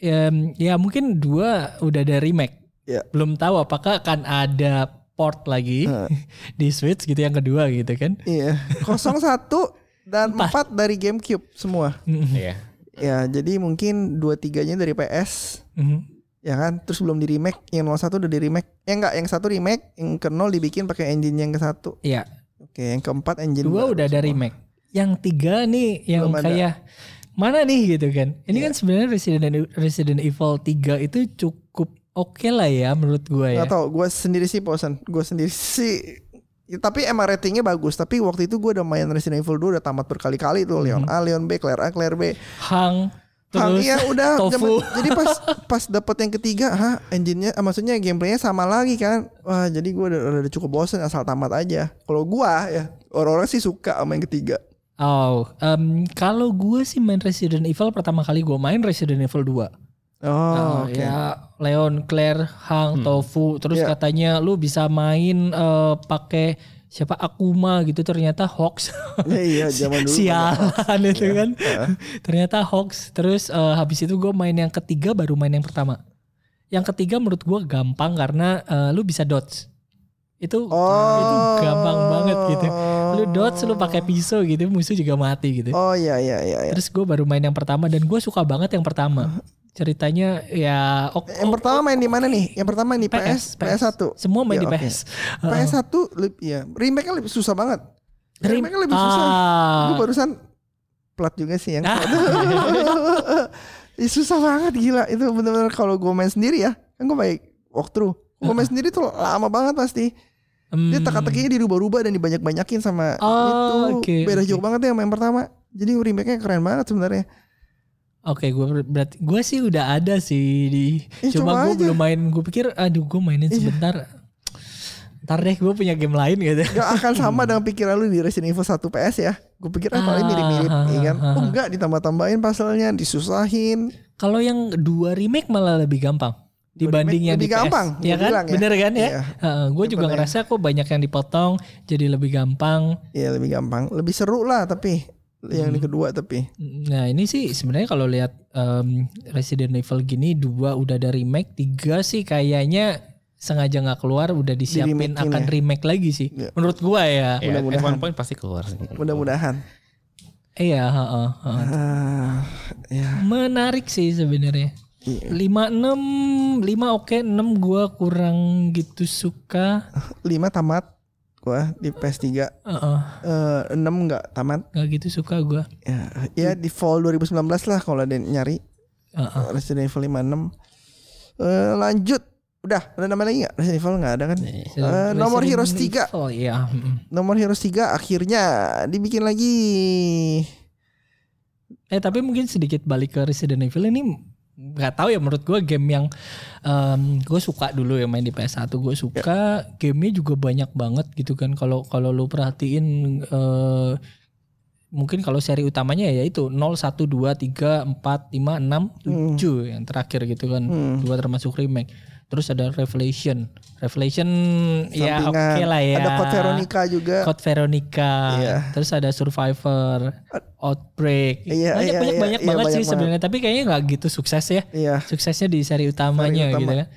[SPEAKER 4] Em, ya mungkin 2 udah ada remake.
[SPEAKER 2] Ya.
[SPEAKER 4] Belum tahu apakah akan ada port lagi
[SPEAKER 2] Eh.
[SPEAKER 4] [laughs] di Switch gitu yang kedua gitu kan.
[SPEAKER 2] Iya. [laughs] 01 dan 4 dari GameCube semua.
[SPEAKER 3] Iya.
[SPEAKER 4] Nah.
[SPEAKER 2] Ya, jadi mungkin 2 tiganya dari PS,
[SPEAKER 4] Mhm.
[SPEAKER 2] ya kan? Terus belum di remake, yang 01 udah di remake. Ya enggak, yang satu remake, yang ke 0 dibikin pakai engine yang ke satu.
[SPEAKER 4] Iya,
[SPEAKER 2] Oke, yang keempat engine baru
[SPEAKER 4] dua udah ada
[SPEAKER 2] semua.
[SPEAKER 4] remake yang tiga nih yang
[SPEAKER 2] Belum ada.
[SPEAKER 4] kayak mana nih gitu kan ini
[SPEAKER 2] Iya.
[SPEAKER 4] kan sebenarnya Resident Resident Evil 3 itu cukup oke lah ya menurut gua ya
[SPEAKER 2] Nggak tahu, gue sendiri sih bosan. Gue sendiri sih Ya, tapi emang ratingnya bagus tapi waktu itu gue udah main Resident Evil 2 udah tamat berkali-kali tuh Leon
[SPEAKER 4] Mhm.
[SPEAKER 2] A, Leon B, Claire A, Claire B.
[SPEAKER 4] hang
[SPEAKER 2] Hang,
[SPEAKER 4] terus
[SPEAKER 2] iya udah
[SPEAKER 4] [laughs] tofu.
[SPEAKER 2] zaman- jadi pas pas dapat yang ketiga hah engine-nya ah, maksudnya gameplaynya sama lagi kan wah jadi gue udah, udah cukup bosen asal tamat aja kalau gua ya orang-orang sih suka sama yang ketiga
[SPEAKER 4] oh em, kalau gua sih main Resident Evil pertama kali gua main Resident Evil 2
[SPEAKER 2] oh
[SPEAKER 4] Nah, ya Leon Claire Hang Tofu terus
[SPEAKER 2] Iya.
[SPEAKER 4] katanya lu bisa main eh, pakai siapa Akuma gitu ternyata hoax
[SPEAKER 2] ya iya
[SPEAKER 4] [laughs]
[SPEAKER 2] zaman dulu
[SPEAKER 4] sialan itu
[SPEAKER 2] Iya.
[SPEAKER 4] kan
[SPEAKER 2] Heeh.
[SPEAKER 4] ternyata hoax terus eh, habis itu gue main yang ketiga baru main yang pertama yang ketiga menurut gue gampang karena eh, lu bisa dodge itu [laughs] itu
[SPEAKER 2] Oh.
[SPEAKER 4] gampang banget gitu lu dodge lu pakai pisau gitu musuh juga mati gitu
[SPEAKER 2] oh iya iya iya iya.
[SPEAKER 4] terus gue baru main yang pertama dan gue suka banget yang pertama ceritanya ya ok-
[SPEAKER 2] yang
[SPEAKER 4] ok-
[SPEAKER 2] pertama main di mana nih yang pertama di PS
[SPEAKER 4] PS,
[SPEAKER 2] PS 1
[SPEAKER 4] semua main
[SPEAKER 2] Ya,
[SPEAKER 4] di
[SPEAKER 2] oke.
[SPEAKER 4] PS
[SPEAKER 2] PS 1 lebih ya remake lebih susah banget
[SPEAKER 4] Rim-
[SPEAKER 2] remake lebih susah
[SPEAKER 4] Ah.
[SPEAKER 2] Gue barusan plat juga sih yang
[SPEAKER 4] Ah.
[SPEAKER 2] [laughs] Ih, susah banget gila itu bener-bener kalau gue main sendiri ya kan gue baik walkthrough gue main sendiri tuh lama banget pasti dia
[SPEAKER 4] Ah. Hmm.
[SPEAKER 2] teka-tekinya dirubah-rubah dan dibanyak-banyakin sama
[SPEAKER 4] Oh,
[SPEAKER 2] itu
[SPEAKER 4] oke,
[SPEAKER 2] beda
[SPEAKER 4] oke.
[SPEAKER 2] jauh banget ya sama yang pertama jadi remake-nya keren banget sebenarnya
[SPEAKER 4] Oke, gue berarti gue sih udah ada sih di.
[SPEAKER 2] Ih, coba
[SPEAKER 4] cuma gue
[SPEAKER 2] aja. Iya.
[SPEAKER 4] belum main. Gue pikir, aduh, gue mainin sebentar. Ntar deh, gue punya game lain gitu.
[SPEAKER 2] gak
[SPEAKER 4] [laughs]
[SPEAKER 2] akan sama dengan pikiran lu di Resident Evil 1 PS ya gue pikir ah paling mirip-mirip
[SPEAKER 4] Ah,
[SPEAKER 2] ya kan
[SPEAKER 4] ah, ah.
[SPEAKER 2] oh enggak ditambah-tambahin pasalnya disusahin
[SPEAKER 4] Kalau yang dua remake malah lebih gampang
[SPEAKER 2] remake
[SPEAKER 4] dibanding yang
[SPEAKER 2] lebih
[SPEAKER 4] di PS.
[SPEAKER 2] gampang,
[SPEAKER 4] ya
[SPEAKER 2] gua
[SPEAKER 4] kan?
[SPEAKER 2] bilang ya.
[SPEAKER 4] Bener kan ya?
[SPEAKER 2] Iya.
[SPEAKER 4] gue juga
[SPEAKER 2] Daripada yang-
[SPEAKER 4] ngerasa kok banyak yang dipotong, jadi lebih gampang.
[SPEAKER 2] ya lebih gampang lebih seru lah tapi yang
[SPEAKER 4] Hmm.
[SPEAKER 2] di kedua tapi
[SPEAKER 4] Nah ini sih sebenarnya kalau lihat em, Resident Evil gini dua udah ada remake, tiga sih kayaknya sengaja nggak keluar udah disiapin
[SPEAKER 2] Di-remake-in
[SPEAKER 4] akan
[SPEAKER 2] ya.
[SPEAKER 4] remake lagi sih.
[SPEAKER 2] Iya.
[SPEAKER 4] Menurut gua ya.
[SPEAKER 3] Ya, at
[SPEAKER 2] Mudah-mudahan.
[SPEAKER 3] one point pasti keluar sih.
[SPEAKER 2] mudah-mudahan
[SPEAKER 4] Iya. heeh, heeh.
[SPEAKER 2] Ah, ya.
[SPEAKER 4] Menarik sih sebenarnya.
[SPEAKER 2] Iya.
[SPEAKER 4] 5 6 5 oke, 6 gua kurang gitu suka.
[SPEAKER 2] Lima tamat gua di PS3.
[SPEAKER 4] Heeh,
[SPEAKER 2] Eh, enam nggak tamat.
[SPEAKER 4] nggak gitu suka gua.
[SPEAKER 2] Ya, ya di fall 2019 lah kalau ada yang nyari.
[SPEAKER 4] Heeh.
[SPEAKER 2] Resident Evil 56. Eh lanjut. Udah, ada nama lagi nggak? Resident Evil nggak ada
[SPEAKER 4] Hmm.
[SPEAKER 2] kan?
[SPEAKER 3] Iya.
[SPEAKER 2] Eh, nomor
[SPEAKER 4] Resident
[SPEAKER 2] Heroes 3.
[SPEAKER 4] Evil, Iya. mm.
[SPEAKER 2] Nomor Heroes 3 akhirnya dibikin lagi.
[SPEAKER 4] Eh tapi mungkin sedikit balik ke Resident Evil ini nggak tahu ya menurut gue game yang gue suka dulu ya main di PS1 gue suka gamenya juga banyak banget gitu kan kalau kalau lu perhatiin eh, mungkin kalau seri utamanya ya itu 0 1 2 3 4 5 6 7 yang terakhir gitu kan
[SPEAKER 2] Hmm.
[SPEAKER 4] dua termasuk remake terus ada Revelation Revelation ya oke
[SPEAKER 2] Sampingan.
[SPEAKER 4] lah ya
[SPEAKER 2] Ada Code Veronica juga.
[SPEAKER 4] Code Veronica,
[SPEAKER 2] Iya.
[SPEAKER 4] terus ada Survivor, Outbreak,
[SPEAKER 2] Iya,
[SPEAKER 4] banyak
[SPEAKER 2] iya,
[SPEAKER 4] banyak
[SPEAKER 2] iya,
[SPEAKER 4] banyak
[SPEAKER 2] iya,
[SPEAKER 4] banget
[SPEAKER 2] banyak
[SPEAKER 4] sih
[SPEAKER 2] banget.
[SPEAKER 4] sebenarnya. Tapi kayaknya nggak gitu sukses ya.
[SPEAKER 2] Iya.
[SPEAKER 4] Suksesnya di seri utamanya
[SPEAKER 2] Seri utama.
[SPEAKER 4] gitu kan.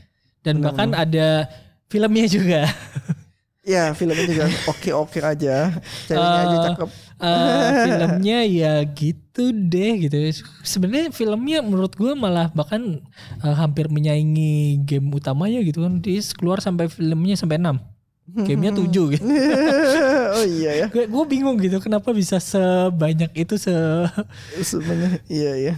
[SPEAKER 4] Dan bahkan ada filmnya juga. [laughs]
[SPEAKER 2] Ya, filmnya juga oke-oke aja. Ceweknya aja
[SPEAKER 4] Eh,
[SPEAKER 2] cakep. [laughs]
[SPEAKER 4] Eh, filmnya ya gitu deh gitu. Sebenarnya filmnya menurut gua malah bahkan eh, hampir menyaingi game utamanya gitu kan. Dia keluar sampai filmnya sampai 6 Gamenya
[SPEAKER 2] Hmm.
[SPEAKER 4] 7 gitu.
[SPEAKER 2] oh iya ya.
[SPEAKER 4] gue gue bingung gitu kenapa bisa sebanyak itu se [laughs]
[SPEAKER 2] Sebenarnya iya ya.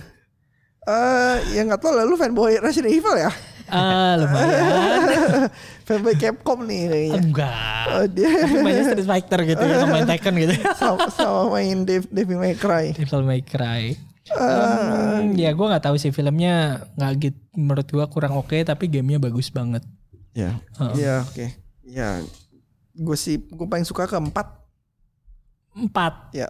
[SPEAKER 2] Eh, yang nggak tahu lah lu fanboy Resident Evil ya?
[SPEAKER 4] ah lumayan
[SPEAKER 2] fanboy Capcom nih
[SPEAKER 4] [laughs]
[SPEAKER 2] kayaknya.
[SPEAKER 4] enggak
[SPEAKER 2] Oh, dia
[SPEAKER 4] tapi banyak Street Fighter gitu ya sama Tekken gitu
[SPEAKER 2] sama, sama main Dev- Devil May Cry.
[SPEAKER 4] Devil May Cry
[SPEAKER 2] Ah.
[SPEAKER 4] Um, ya gue nggak tahu sih filmnya nggak gitu menurut gue kurang oke tapi gamenya bagus banget
[SPEAKER 2] Ya. Iya, oke. Ya. Gue sih gue paling suka keempat.
[SPEAKER 4] empat
[SPEAKER 2] Ya.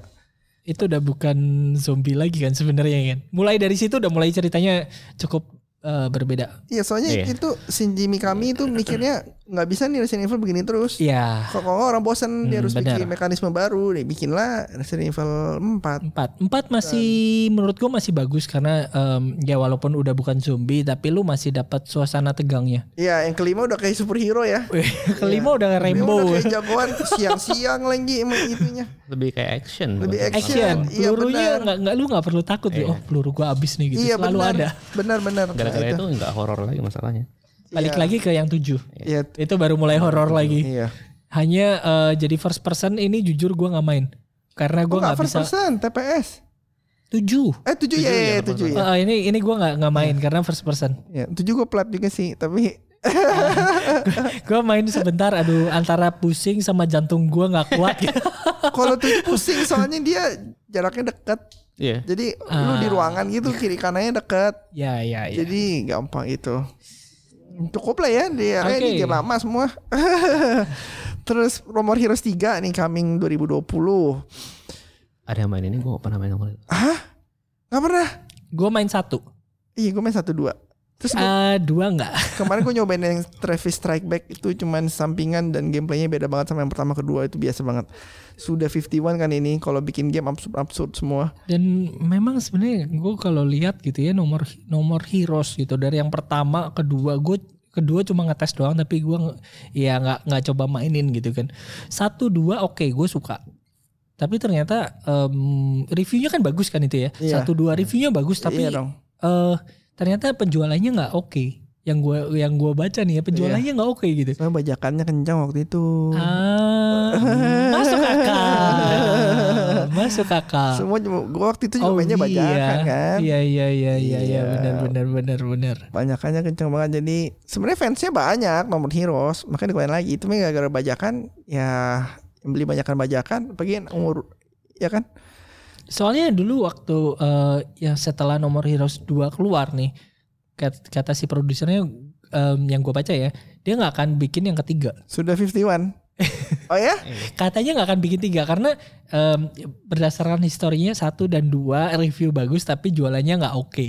[SPEAKER 4] itu udah bukan zombie lagi kan sebenarnya kan mulai dari situ udah mulai ceritanya cukup eh, berbeda
[SPEAKER 2] Iya, soalnya
[SPEAKER 3] Iya.
[SPEAKER 2] itu Shinji Mikami itu mikirnya nggak bisa nih Resident Evil begini terus.
[SPEAKER 4] ya
[SPEAKER 2] Kok kalau orang bosen dia
[SPEAKER 4] Hmm,
[SPEAKER 2] harus
[SPEAKER 4] benar.
[SPEAKER 2] bikin mekanisme baru, dia bikinlah Resident Evil 4.
[SPEAKER 4] Empat, empat masih menurut gua masih bagus karena em, ya walaupun udah bukan zombie tapi lu masih dapat suasana tegangnya.
[SPEAKER 2] Iya, yang kelima udah kayak superhero ya.
[SPEAKER 4] Weh, Kelima udah
[SPEAKER 2] Dia
[SPEAKER 4] Rainbow.
[SPEAKER 2] udah kayak jagoan siang-siang lagi emang itunya.
[SPEAKER 3] Lebih kayak action.
[SPEAKER 2] Lebih
[SPEAKER 3] bukan?
[SPEAKER 4] Action,
[SPEAKER 2] Iya,
[SPEAKER 4] pelurunya
[SPEAKER 2] benar.
[SPEAKER 4] nggak nggak lu nggak perlu takut ya. Oh peluru gua habis nih gitu.
[SPEAKER 2] iya
[SPEAKER 4] Selalu
[SPEAKER 2] benar.
[SPEAKER 4] ada.
[SPEAKER 2] Benar-benar.
[SPEAKER 3] Gara-gara itu nggak horor lagi masalahnya.
[SPEAKER 2] Iya.
[SPEAKER 4] Balik lagi ke yang tujuh.
[SPEAKER 2] Iya.
[SPEAKER 4] Itu baru mulai horor lagi.
[SPEAKER 2] Iya.
[SPEAKER 4] Hanya eh, jadi first person ini jujur gua nggak main karena
[SPEAKER 2] Gue
[SPEAKER 4] gua
[SPEAKER 2] nggak
[SPEAKER 4] nggak
[SPEAKER 2] first
[SPEAKER 4] bisa.
[SPEAKER 2] person, TPS.
[SPEAKER 4] Tujuh.
[SPEAKER 2] Eh tujuh ya, tujuh ya.
[SPEAKER 4] Eh, ini ini gua nggak nggak
[SPEAKER 2] Iya.
[SPEAKER 4] main karena first person.
[SPEAKER 2] Ya, tujuh gue plat juga sih, tapi
[SPEAKER 4] Gua main sebentar. Aduh antara pusing sama jantung gua nggak
[SPEAKER 2] [laughs]
[SPEAKER 4] kuat.
[SPEAKER 2] kalau
[SPEAKER 4] [laughs]
[SPEAKER 2] tujuh pusing soalnya dia jaraknya dekat.
[SPEAKER 3] Iya.
[SPEAKER 2] Jadi lu
[SPEAKER 4] Ah.
[SPEAKER 2] di ruangan gitu
[SPEAKER 4] Iya.
[SPEAKER 2] kiri kanannya dekat.
[SPEAKER 4] ya ya ya.
[SPEAKER 2] Jadi gampang itu. Cukup lah ya dia eh, ini
[SPEAKER 4] Oke.
[SPEAKER 2] game lama semua. [laughs] Terus Rumor Heroes 3 nih coming 2020.
[SPEAKER 3] Ada yang main ini gue pernah main nomor itu.
[SPEAKER 2] Gak pernah.
[SPEAKER 4] Gue main satu.
[SPEAKER 2] Iya gue main satu dua. Terus gua-
[SPEAKER 4] Eh dua nggak?
[SPEAKER 2] kemarin gue nyobain yang Travis Strike Back itu cuman sampingan dan gameplaynya beda banget sama yang pertama kedua itu biasa banget. Sudah 51 kan ini kalau bikin game absurd absurd semua.
[SPEAKER 4] Dan memang sebenarnya gue kalau lihat gitu ya nomor nomor heroes gitu dari yang pertama kedua gue kedua cuma ngetes doang tapi gue nge- ya nggak nggak coba mainin gitu kan satu dua oke gue suka tapi ternyata em, reviewnya kan bagus kan itu ya
[SPEAKER 2] Iya.
[SPEAKER 4] satu dua reviewnya bagus tapi
[SPEAKER 2] iya dong.
[SPEAKER 4] eh, ternyata penjualannya nggak oke yang gue yang gua baca nih ya penjualannya
[SPEAKER 2] Iya.
[SPEAKER 4] nggak oke gitu
[SPEAKER 2] Soalnya bajakannya kencang waktu itu.
[SPEAKER 4] ah masuk
[SPEAKER 2] [laughs]
[SPEAKER 4] akal masuk akal
[SPEAKER 2] Semua cuma gue waktu itu juga mainnya bajakan kan.
[SPEAKER 4] Iya iya iya iya iya
[SPEAKER 2] Iya.
[SPEAKER 4] benar benar benar benar.
[SPEAKER 2] Banyakannya kencang banget jadi sebenarnya fansnya banyak nomor heroes makanya dikeluarin lagi itu mah gara-gara bajakan ya yang beli banyakan bajakan pergi umur ya kan
[SPEAKER 4] Soalnya dulu waktu eh, ya setelah nomor Heroes 2 keluar nih kat- kata si produsernya em, yang gue baca ya dia nggak akan bikin yang ketiga
[SPEAKER 2] sudah [laughs] 51 oh ya
[SPEAKER 4] katanya nggak akan bikin tiga karena em, berdasarkan historinya satu dan dua review bagus tapi jualannya nggak oke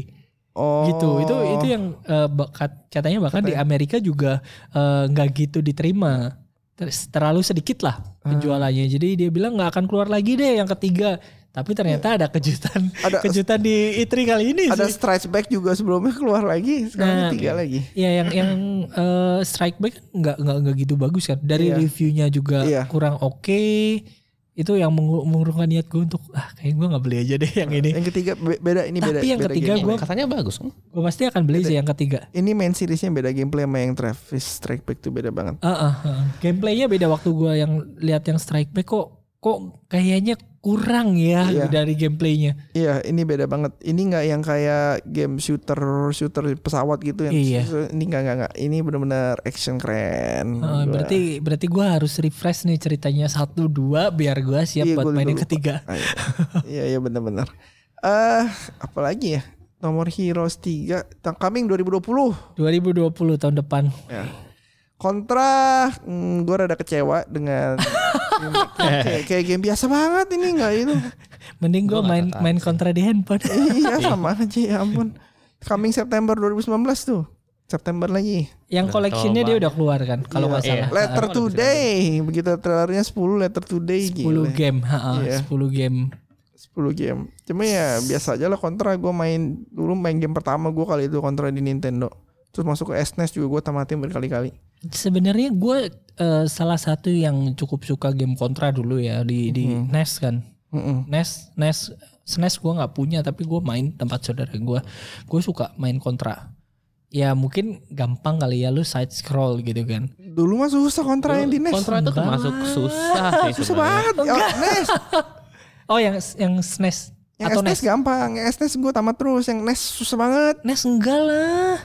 [SPEAKER 2] oh
[SPEAKER 4] gitu itu itu yang eh, bakat- katanya bahkan di Amerika juga eh, nggak gitu diterima Ter- terlalu sedikit lah
[SPEAKER 2] Ah.
[SPEAKER 4] penjualannya jadi dia bilang nggak akan keluar lagi deh yang ketiga tapi ternyata ada kejutan
[SPEAKER 2] Ada-
[SPEAKER 4] kejutan di Itri kali ini
[SPEAKER 2] ada
[SPEAKER 4] sih
[SPEAKER 2] strike back juga sebelumnya keluar lagi sekarang
[SPEAKER 4] Nah,
[SPEAKER 2] tiga lagi
[SPEAKER 4] ya yang yang eh, strike back nggak nggak nggak gitu bagus kan dari
[SPEAKER 2] Iya.
[SPEAKER 4] reviewnya juga
[SPEAKER 2] Iya.
[SPEAKER 4] kurang oke itu yang mengu- mengurungkan niat gue untuk ah kayak gue nggak beli aja deh yang ini
[SPEAKER 2] yang ketiga be- beda ini
[SPEAKER 4] Tapi
[SPEAKER 2] beda
[SPEAKER 4] yang
[SPEAKER 2] beda
[SPEAKER 4] ketiga
[SPEAKER 2] game.
[SPEAKER 4] gua-
[SPEAKER 3] Katanya bagus. Hmm?
[SPEAKER 4] gue pasti akan beli sih yang ketiga
[SPEAKER 2] ini main seriesnya beda gameplay sama yang Travis strike back tuh beda banget
[SPEAKER 4] Heeh, heeh. Gameplaynya beda waktu gua yang lihat yang strike back kok kok kayaknya kurang ya
[SPEAKER 2] Iya.
[SPEAKER 4] dari gameplaynya.
[SPEAKER 2] Iya, ini beda banget. Ini nggak yang kayak game shooter shooter pesawat gitu yang
[SPEAKER 4] Iya.
[SPEAKER 2] ini nggak nggak nggak. Ini benar-benar action keren.
[SPEAKER 4] Heeh,
[SPEAKER 2] Gua-
[SPEAKER 4] Oh, berarti berarti gue harus refresh nih ceritanya satu dua biar gue siap
[SPEAKER 2] Iya,
[SPEAKER 4] buat
[SPEAKER 2] gua juga
[SPEAKER 4] main yang
[SPEAKER 2] lupa.
[SPEAKER 4] ketiga.
[SPEAKER 2] Ah, iya. Iya iya benar-benar. Eh apalagi ya? Nomor Heroes 3 Tang- coming 2020.
[SPEAKER 4] 2020 tahun depan.
[SPEAKER 2] Ya. Kontra hmm, gue rada kecewa dengan kayak, kayak game biasa banget ini nggak itu.
[SPEAKER 4] Mending gue
[SPEAKER 3] Gua nggak
[SPEAKER 4] main
[SPEAKER 3] tertarik
[SPEAKER 4] main kontra di handphone.
[SPEAKER 2] iya sama aja ya ampun. Coming September 2019 tuh. September lagi.
[SPEAKER 4] yang
[SPEAKER 3] Udah
[SPEAKER 4] collectionnya dia
[SPEAKER 3] coba.
[SPEAKER 4] udah keluar kan kalau nggak
[SPEAKER 3] Iya.
[SPEAKER 4] salah.
[SPEAKER 2] Letter
[SPEAKER 3] Nah,
[SPEAKER 2] to
[SPEAKER 3] kalau
[SPEAKER 2] day begitu trailernya 10 letter to day gila.
[SPEAKER 4] 10 game, heeh,
[SPEAKER 2] Iya.
[SPEAKER 4] 10 game.
[SPEAKER 2] 10 game. Cuma ya biasa aja lah kontra gue main dulu main game pertama gue kali itu kontra di Nintendo. Terus masuk ke SNES juga gue tamatin berkali-kali.
[SPEAKER 4] Sebenarnya gue salah satu yang cukup suka game kontra dulu ya di di
[SPEAKER 2] Mhm.
[SPEAKER 4] NES kan.
[SPEAKER 2] Mm-mm.
[SPEAKER 4] NES NES SNES gue nggak punya tapi gue main tempat saudara gue. Gue suka main kontra. Ya mungkin gampang kali ya lu side scroll gitu kan.
[SPEAKER 2] Dulu mah susah kontra yang di NES.
[SPEAKER 3] Kontra itu termasuk Iya, susah sih
[SPEAKER 2] susah
[SPEAKER 3] sebenarnya.
[SPEAKER 2] banget. Oh, NES.
[SPEAKER 4] Oh yang yang SNES
[SPEAKER 2] Yang
[SPEAKER 4] atau E
[SPEAKER 2] SNES
[SPEAKER 4] NES?
[SPEAKER 2] gampang, yang SNES gue tamat terus, yang NES susah banget.
[SPEAKER 4] NES enggak lah.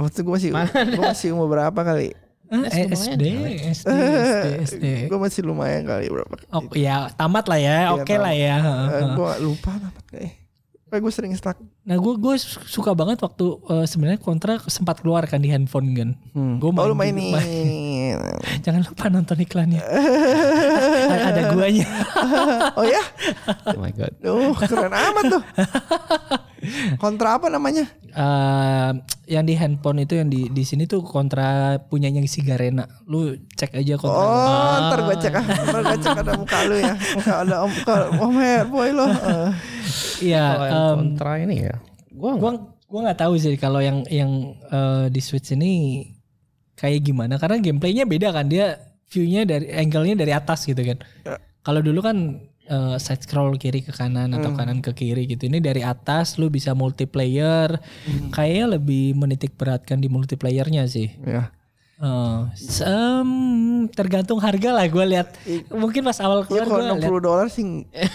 [SPEAKER 2] Waktu gue masih, gue masih umur berapa kali?
[SPEAKER 4] Eh,
[SPEAKER 3] NES lumayan,
[SPEAKER 4] SD,
[SPEAKER 3] coy.
[SPEAKER 4] SD,
[SPEAKER 2] [laughs]
[SPEAKER 4] SD, SD.
[SPEAKER 2] Gue masih lumayan kali Gitu. berapa.
[SPEAKER 4] E. Oh, ya tamat lah ya,
[SPEAKER 2] Iya,
[SPEAKER 4] oke lah ya.
[SPEAKER 2] gue Eh, lupa tamat kayak. gue sering stuck.
[SPEAKER 4] Nah gue gue suka banget waktu eh, sebenarnya kontra sempat keluar kan di handphone kan. [laughs] Gue
[SPEAKER 2] Oh lu
[SPEAKER 4] dulu,
[SPEAKER 2] mainin.
[SPEAKER 4] main. Jangan lupa nonton iklannya. Ada guanya.
[SPEAKER 2] [laughs] oh ya?
[SPEAKER 3] Oh my god.
[SPEAKER 2] Duh keren amat
[SPEAKER 4] [laughs]
[SPEAKER 2] tuh. Kontra apa namanya?
[SPEAKER 4] Eh, yang di handphone itu yang di di sini tuh kontra punyanya si Garena. Lu cek aja kontra.
[SPEAKER 2] Oh, ntar gue cek ah. Ntar gue cek ada muka lu ya. Muka ada om, muka om boy
[SPEAKER 4] [laughs]
[SPEAKER 2] lo. Eh,
[SPEAKER 4] Iya.
[SPEAKER 3] Kalau yang
[SPEAKER 4] em,
[SPEAKER 3] kontra ini ya. Gua
[SPEAKER 4] gua gua nggak tahu sih kalau yang yang eh, di Switch ini kayak gimana karena gameplaynya beda kan dia view-nya dari angle-nya dari atas gitu kan.
[SPEAKER 2] Ya.
[SPEAKER 4] Kalau dulu kan eh, side scroll kiri ke kanan atau
[SPEAKER 2] Hmm.
[SPEAKER 4] kanan ke kiri gitu. Ini dari atas lu bisa multiplayer.
[SPEAKER 2] Hmm.
[SPEAKER 4] Kayaknya lebih menitik beratkan di multiplayernya sih.
[SPEAKER 2] ya.
[SPEAKER 4] Eh, se- em, tergantung harga lah gue lihat. Mungkin pas awal
[SPEAKER 2] Ya
[SPEAKER 4] keluar
[SPEAKER 2] kalau
[SPEAKER 4] gue
[SPEAKER 2] 60
[SPEAKER 4] lihat.
[SPEAKER 2] dolar
[SPEAKER 4] [laughs]
[SPEAKER 2] sih eh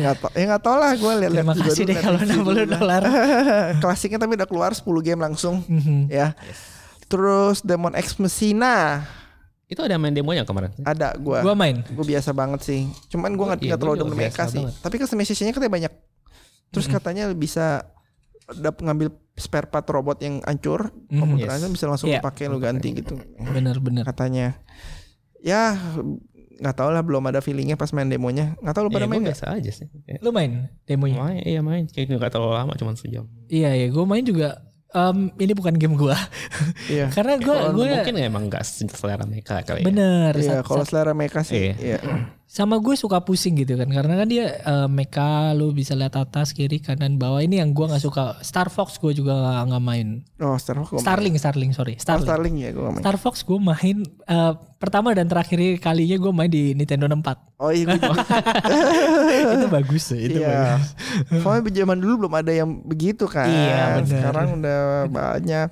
[SPEAKER 2] nggak tau, ya nggak tau lah gue lihat.
[SPEAKER 4] Terima kasih deh kalau 60
[SPEAKER 2] [laughs]
[SPEAKER 4] dolar.
[SPEAKER 2] Klasiknya tapi udah keluar 10 game langsung
[SPEAKER 4] Mhm.
[SPEAKER 2] ya. Terus Demon X Machina
[SPEAKER 3] itu ada main demonya kemarin.
[SPEAKER 2] ada gue.
[SPEAKER 4] Gua main.
[SPEAKER 2] Gue biasa banget sih. Cuman gue
[SPEAKER 3] Gua-
[SPEAKER 2] nggak
[SPEAKER 3] iya,
[SPEAKER 2] nggak
[SPEAKER 3] gua
[SPEAKER 2] terlalu
[SPEAKER 3] juga
[SPEAKER 2] demen
[SPEAKER 3] biasa
[SPEAKER 2] mereka sih.
[SPEAKER 3] banget.
[SPEAKER 2] Tapi customization-nya katanya banyak. Terus katanya bisa dap ngambil spare part robot yang hancur,
[SPEAKER 4] Mhm.
[SPEAKER 2] komputernya
[SPEAKER 3] Yes.
[SPEAKER 2] bisa langsung
[SPEAKER 4] Iya.
[SPEAKER 2] dipakai lu ganti gitu
[SPEAKER 4] Bener-bener.
[SPEAKER 2] katanya. Ya nggak tau lah belum ada feelingnya pas main demonya. Nggak tau lu
[SPEAKER 3] Ya,
[SPEAKER 2] pada
[SPEAKER 3] gua
[SPEAKER 2] main nggak? Oh,
[SPEAKER 3] biasa aja sih. Ya,
[SPEAKER 4] Lu main demonya?
[SPEAKER 3] Main, iya main. Kayak nggak terlalu lama, cuma sejam.
[SPEAKER 4] Iya ya, gue main juga. Em, ini bukan game gua [laughs]
[SPEAKER 2] Iya.
[SPEAKER 3] Kan
[SPEAKER 4] karena gue
[SPEAKER 3] Kalau
[SPEAKER 4] gue
[SPEAKER 3] mungkin emang nggak selera mereka kali. ya.
[SPEAKER 4] bener.
[SPEAKER 2] Iya,
[SPEAKER 4] Sa-
[SPEAKER 2] kalau
[SPEAKER 4] sa-
[SPEAKER 2] selera mereka sih.
[SPEAKER 3] Iya.
[SPEAKER 2] Iya.
[SPEAKER 4] sama gue suka pusing gitu kan, karena kan dia eh, meka lu bisa lihat atas kiri kanan bawah. Ini yang gua nggak suka. Star Fox gue juga nggak- nggak main.
[SPEAKER 2] Oh, Star Fox. gua main.
[SPEAKER 4] Starling, Starling sorry,
[SPEAKER 2] Oh,
[SPEAKER 4] Starling.
[SPEAKER 2] Starlink ya gue main.
[SPEAKER 4] Star Fox gue main eh, pertama dan terakhir kalinya gue main di Nintendo 64
[SPEAKER 2] Oh iya,
[SPEAKER 3] [laughs]
[SPEAKER 2] gua juga.
[SPEAKER 4] [laughs] itu bagus sih, itu
[SPEAKER 2] iya.
[SPEAKER 4] bagus.
[SPEAKER 2] Soalnya zaman dulu belum ada yang begitu kan.
[SPEAKER 4] Iya, benar.
[SPEAKER 2] Sekarang udah banyak.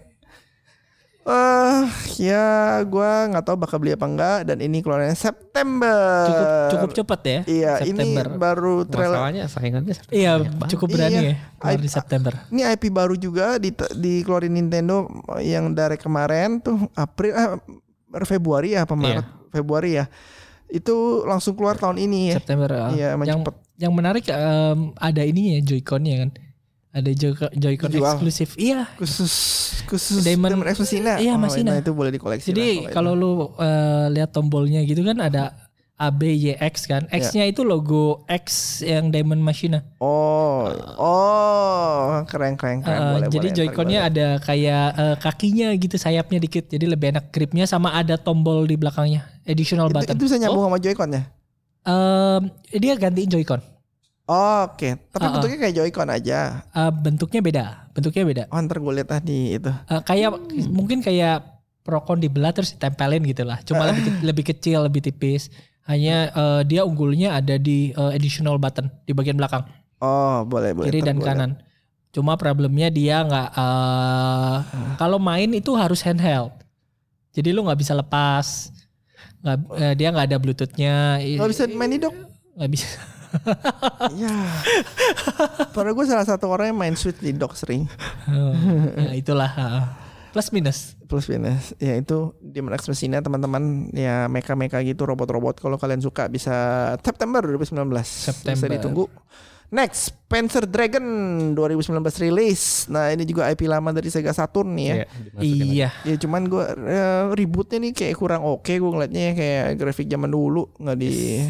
[SPEAKER 2] Eh, ya gua nggak tahu bakal beli apa enggak dan ini keluarnya September.
[SPEAKER 4] cukup cukup cepat ya
[SPEAKER 2] Eh, Iya,
[SPEAKER 4] September.
[SPEAKER 2] ini baru trailer.
[SPEAKER 3] Masalahnya saingannya
[SPEAKER 4] iya
[SPEAKER 3] banyak banget.
[SPEAKER 4] cukup berani
[SPEAKER 2] Iya.
[SPEAKER 4] ya keluar di
[SPEAKER 2] I-
[SPEAKER 4] September.
[SPEAKER 2] Ini IP baru juga di dikeluarin Nintendo yang dari kemarin tuh April eh, Februari ya apa
[SPEAKER 3] Iya.
[SPEAKER 2] Maret? Februari ya. Itu langsung keluar tahun ini ya.
[SPEAKER 4] September. ah.
[SPEAKER 2] Iya, emang
[SPEAKER 4] yang
[SPEAKER 2] cepet.
[SPEAKER 4] yang menarik em, ada ini ya Joy-Con-nya kan. Ada Joy- Joy-Con
[SPEAKER 2] Dijual.
[SPEAKER 4] eksklusif. Iya.
[SPEAKER 2] khusus khusus
[SPEAKER 4] Diamond-
[SPEAKER 2] Diamond, X Machina.
[SPEAKER 4] Iya,
[SPEAKER 2] Oh,
[SPEAKER 4] Machina.
[SPEAKER 2] Nah, itu boleh dikoleksi.
[SPEAKER 4] Jadi kalau lu eh, lihat tombolnya gitu kan ada A B Y X kan. X-nya
[SPEAKER 2] Iya.
[SPEAKER 4] itu logo X yang Diamond Machina.
[SPEAKER 2] oh oh keren keren keren.
[SPEAKER 4] Eh,
[SPEAKER 2] boleh,
[SPEAKER 4] jadi
[SPEAKER 2] boleh.
[SPEAKER 4] Joy-Con-nya
[SPEAKER 2] Ntar
[SPEAKER 4] ada kayak eh, kakinya gitu, sayapnya dikit. Jadi lebih enak gripnya sama ada tombol di belakangnya, additional
[SPEAKER 2] gua lihat. itu,
[SPEAKER 4] button.
[SPEAKER 2] itu bisa nyambung sama Joy-Con-nya.
[SPEAKER 4] Em, dia gantiin Joy-Con.
[SPEAKER 2] Oh, Oke, tapi
[SPEAKER 4] Ah, ah.
[SPEAKER 2] bentuknya kayak Joy-Con aja.
[SPEAKER 4] Eh, bentuknya beda, bentuknya beda.
[SPEAKER 2] Oh, ntar gue lihat tadi itu.
[SPEAKER 4] Eh, kayak
[SPEAKER 2] Hmm.
[SPEAKER 4] mungkin kayak prokon dibelah terus ditempelin gitu lah. Cuma lebih
[SPEAKER 2] Ah.
[SPEAKER 4] ke- lebih kecil, lebih tipis. Hanya eh, dia unggulnya ada di eh, additional button di bagian belakang,
[SPEAKER 2] Oh, boleh boleh. Ntar
[SPEAKER 4] kiri dan
[SPEAKER 2] gua lihat.
[SPEAKER 4] kanan. Cuma problemnya dia nggak eh, kalau main itu harus handheld. Jadi lu nggak bisa lepas. Nggak- eh, dia nggak ada bluetoothnya.
[SPEAKER 2] Nggak bisa main ini dok.
[SPEAKER 4] Nggak bisa. [laughs]
[SPEAKER 2] ya. Padahal gue salah satu orang yang main Switch di dock sering.
[SPEAKER 4] ya itulah. ah. Plus minus.
[SPEAKER 2] Plus minus. Ya itu di ekspresinya teman-teman ya meka-meka gitu robot-robot kalau kalian suka bisa September 2019. Bisa
[SPEAKER 4] September.
[SPEAKER 2] ditunggu. Next, Panzer Dragon 2019 rilis. Nah, ini juga IP lama dari Sega Saturn nih ya.
[SPEAKER 3] Iya, dimasukin lagi.
[SPEAKER 4] iya.
[SPEAKER 2] Ya cuman gue ributnya nih kayak kurang oke gue ngeliatnya ya, kayak grafik zaman dulu nggak di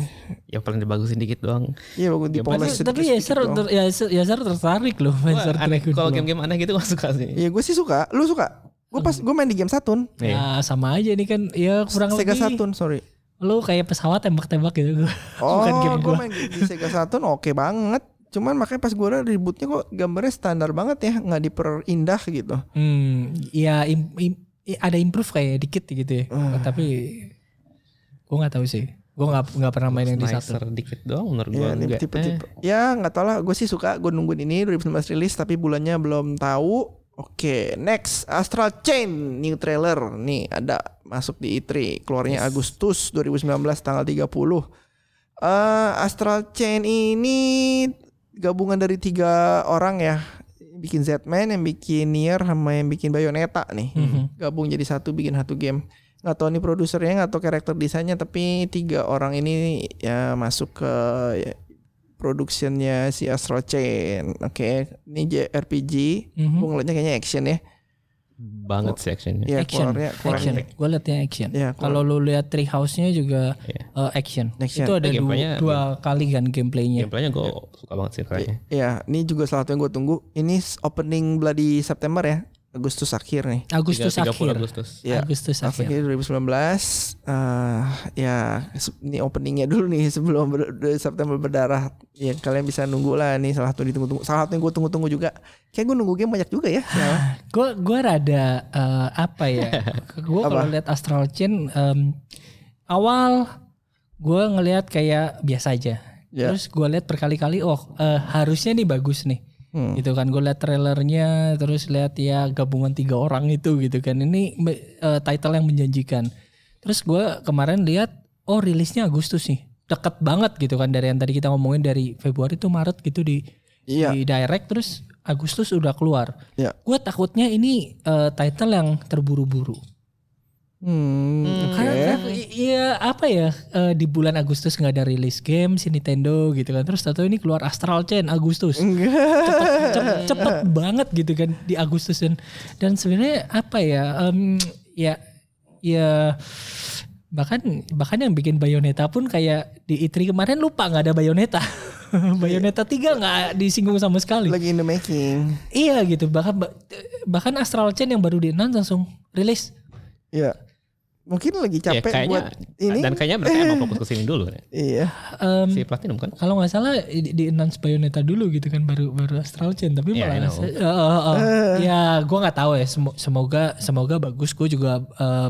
[SPEAKER 3] Yang paling dibagusin dikit doang.
[SPEAKER 2] Iya bagus
[SPEAKER 3] Ya,
[SPEAKER 2] dipoles
[SPEAKER 4] Tapi- tapi ya seru,
[SPEAKER 2] sedikit doang.
[SPEAKER 4] ter- ya, se- ya seru tertarik loh main
[SPEAKER 3] Wah,
[SPEAKER 4] Star
[SPEAKER 3] aneh
[SPEAKER 4] Dragon
[SPEAKER 3] kalau
[SPEAKER 4] Ball.
[SPEAKER 3] game-game aneh gitu gue suka sih.
[SPEAKER 2] Iya gue sih suka. Lu suka? Gue pas gue main di game Saturn.
[SPEAKER 3] Iya.
[SPEAKER 4] Nah, sama aja nih kan ya kurang
[SPEAKER 2] Sega
[SPEAKER 4] lebih
[SPEAKER 2] Saturn sorry.
[SPEAKER 4] lu kayak pesawat tembak-tembak gitu
[SPEAKER 2] Oh,
[SPEAKER 4] Bukan game
[SPEAKER 2] gue
[SPEAKER 4] gua.
[SPEAKER 2] main di Sega Saturn oke banget. Cuman makanya pas gue ributnya kok gambarnya standar banget ya, nggak diperindah gitu.
[SPEAKER 4] Hmm, ya im- im- i- ada improve kayak dikit gitu ya.
[SPEAKER 2] Ah.
[SPEAKER 4] Tapi gua nggak tahu sih. Gua nggak nggak pernah main yang di Iya,
[SPEAKER 3] Nicer
[SPEAKER 4] satu.
[SPEAKER 3] dikit doang menurut gue.
[SPEAKER 2] Ya,
[SPEAKER 3] enggak.
[SPEAKER 2] tipe-tipe. Ya nggak tau lah. Gue sih suka. Gue nungguin ini 2019 rilis tapi bulannya belum tahu. Oke, next Astral Chain new trailer nih ada masuk di E3 keluarnya Agustus 2019 tanggal 30. Eh Astral Chain ini gabungan dari tiga orang ya. Yang Bikin Zetman, yang bikin Nier, sama yang bikin Bayonetta nih. Gabung jadi satu bikin satu game. Nggak tahu nih produsernya, nggak tahu karakter desainnya, tapi tiga orang ini ya masuk ke ya, productionnya si Astral Chain. Oke, ini JRPG.
[SPEAKER 4] Mhm.
[SPEAKER 2] Gue ngeliatnya kayaknya action ya.
[SPEAKER 3] Banget sih actionnya.
[SPEAKER 2] Ya,
[SPEAKER 4] action,
[SPEAKER 2] keluarnya- keluarnya-
[SPEAKER 4] action. Gue liatnya action.
[SPEAKER 2] Ya, keluar-
[SPEAKER 4] Kalau lu lihat treehouse-nya juga
[SPEAKER 3] Iya.
[SPEAKER 4] eh, action.
[SPEAKER 2] Action.
[SPEAKER 4] Itu
[SPEAKER 3] Eh,
[SPEAKER 4] ada dua,
[SPEAKER 3] gameplaynya-
[SPEAKER 4] dua kali kan gameplaynya.
[SPEAKER 3] Gameplaynya gue suka banget sih
[SPEAKER 4] Iya.
[SPEAKER 3] kayaknya.
[SPEAKER 2] Ya, ini juga salah satu yang gue tunggu. Ini s- opening bloody September ya, Agustus akhir nih.
[SPEAKER 4] Agustus
[SPEAKER 3] 30
[SPEAKER 4] akhir. Iya,
[SPEAKER 3] Agustus.
[SPEAKER 2] Ya,
[SPEAKER 4] Agustus akhir.
[SPEAKER 2] akhir 2019. eh ya, se- ini openingnya dulu nih [laughs] sebelum ber- de- September berdarah. Ya kalian bisa nunggu lah nih salah satu ditunggu-tunggu. Salah satu yang gue tunggu-tunggu juga. Kayak gue nunggu game banyak juga ya. Nah,
[SPEAKER 4] Gue gua rada eh, apa
[SPEAKER 2] [laughs]
[SPEAKER 4] ya? gue kalau
[SPEAKER 2] Apa?
[SPEAKER 4] lihat Astral Chain em, awal gue ngelihat kayak biasa aja.
[SPEAKER 2] Ya.
[SPEAKER 4] Terus gue lihat berkali-kali, oh eh, harusnya nih bagus nih.
[SPEAKER 2] Hmm.
[SPEAKER 4] Gitu kan gue lihat trailernya, terus lihat ya gabungan tiga orang itu gitu kan. Ini me- eh, title yang menjanjikan. Terus gue kemarin lihat, oh rilisnya Agustus nih, deket banget gitu kan dari yang tadi kita ngomongin dari Februari tuh Maret gitu di
[SPEAKER 2] Iya.
[SPEAKER 4] di direct terus Agustus udah keluar.
[SPEAKER 2] Iya.
[SPEAKER 4] Gue takutnya ini eh, title yang terburu-buru.
[SPEAKER 2] Hmm, oke.
[SPEAKER 4] Karena i- iya apa ya eh, di bulan Agustus nggak ada rilis game si Nintendo gitu kan. Terus tahu ini keluar Astral Chain Agustus.
[SPEAKER 2] [laughs]
[SPEAKER 4] Cepet, cep- cepet banget gitu kan di Agustus dan dan sebenarnya apa ya em, ya ya bahkan bahkan yang bikin Bayonetta pun kayak di E3 kemarin lupa nggak ada Bayonetta. [laughs] Bayonetta 3 nggak disinggung sama sekali.
[SPEAKER 2] [laughs] Lagi in the making.
[SPEAKER 4] Iya gitu bahkan bah- bahkan Astral Chain yang baru di announce langsung rilis.
[SPEAKER 2] Ya. Mungkin lagi
[SPEAKER 3] Ya,
[SPEAKER 2] capek buat
[SPEAKER 3] kayaknya,
[SPEAKER 2] ini.
[SPEAKER 3] Dan kayaknya mereka emang fokus ke sini dulu. kan.
[SPEAKER 2] Iya.
[SPEAKER 4] Eh. Em,
[SPEAKER 3] Si Platinum kan.
[SPEAKER 4] kalau nggak salah di, di announce Bayonetta dulu gitu kan baru baru Astral Chain tapi
[SPEAKER 3] Iya, I
[SPEAKER 4] malah
[SPEAKER 3] know.
[SPEAKER 4] se- eh, eh, eh. ya gue nggak tahu ya semo- semoga semoga bagus gue juga eh,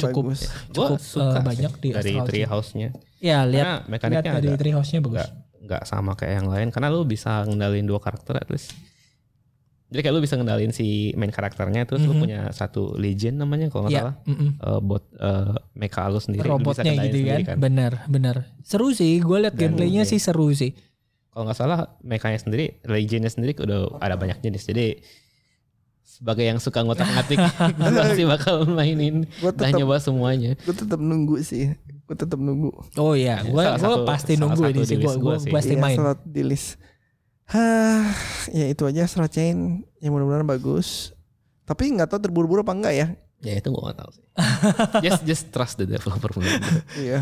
[SPEAKER 2] Berharap
[SPEAKER 4] cukup
[SPEAKER 2] bagus.
[SPEAKER 3] Gue
[SPEAKER 4] cukup
[SPEAKER 3] suka
[SPEAKER 4] eh,
[SPEAKER 3] sih
[SPEAKER 4] banyak di
[SPEAKER 3] dari
[SPEAKER 4] Astral Chain.
[SPEAKER 3] Treehouse-nya.
[SPEAKER 4] Ya lihat
[SPEAKER 3] Karena
[SPEAKER 4] lihat
[SPEAKER 3] mekaniknya
[SPEAKER 4] dari
[SPEAKER 3] agak
[SPEAKER 4] Treehouse-nya bagus.
[SPEAKER 3] nggak nggak sama kayak yang lain karena lu bisa ngendalin dua karakter at least. Jadi kayak lu bisa ngendalin si main karakternya terus
[SPEAKER 4] Mm-hmm.
[SPEAKER 3] lu punya satu legion namanya kalau nggak
[SPEAKER 4] Ya,
[SPEAKER 3] salah.
[SPEAKER 4] mm-mm.
[SPEAKER 3] Eh, bot eh, mecha lu sendiri lu bisa
[SPEAKER 4] robotnya
[SPEAKER 3] kendalin
[SPEAKER 4] gitu
[SPEAKER 3] sendiri
[SPEAKER 4] kan. Bener bener seru sih gue lihat gameplaynya sih seru sih.
[SPEAKER 3] kalau nggak salah mekanya sendiri legionnya sendiri udah ada banyak jenis jadi sebagai yang suka
[SPEAKER 4] [laughs]
[SPEAKER 3] ngotak-ngatik gue pasti bakal mainin
[SPEAKER 4] Nah,
[SPEAKER 2] Gua
[SPEAKER 3] dan
[SPEAKER 2] tetep-
[SPEAKER 3] nyoba semuanya
[SPEAKER 2] Gue tetap nunggu sih. Gue tetap nunggu.
[SPEAKER 4] Oh iya gue
[SPEAKER 3] salah satu-
[SPEAKER 4] pasti
[SPEAKER 3] salah satu
[SPEAKER 4] nunggu ini sih
[SPEAKER 3] di
[SPEAKER 4] gue
[SPEAKER 3] list gua sih.
[SPEAKER 4] pasti
[SPEAKER 2] Iya,
[SPEAKER 4] main.
[SPEAKER 2] slot di list. Hah, ya itu aja slot chain yang mudah-mudahan bagus. Tapi nggak tahu terburu-buru apa enggak ya.
[SPEAKER 3] ya itu gue nggak tahu
[SPEAKER 4] [laughs]
[SPEAKER 3] sih just just trust the developer menurut gua.
[SPEAKER 2] Iya.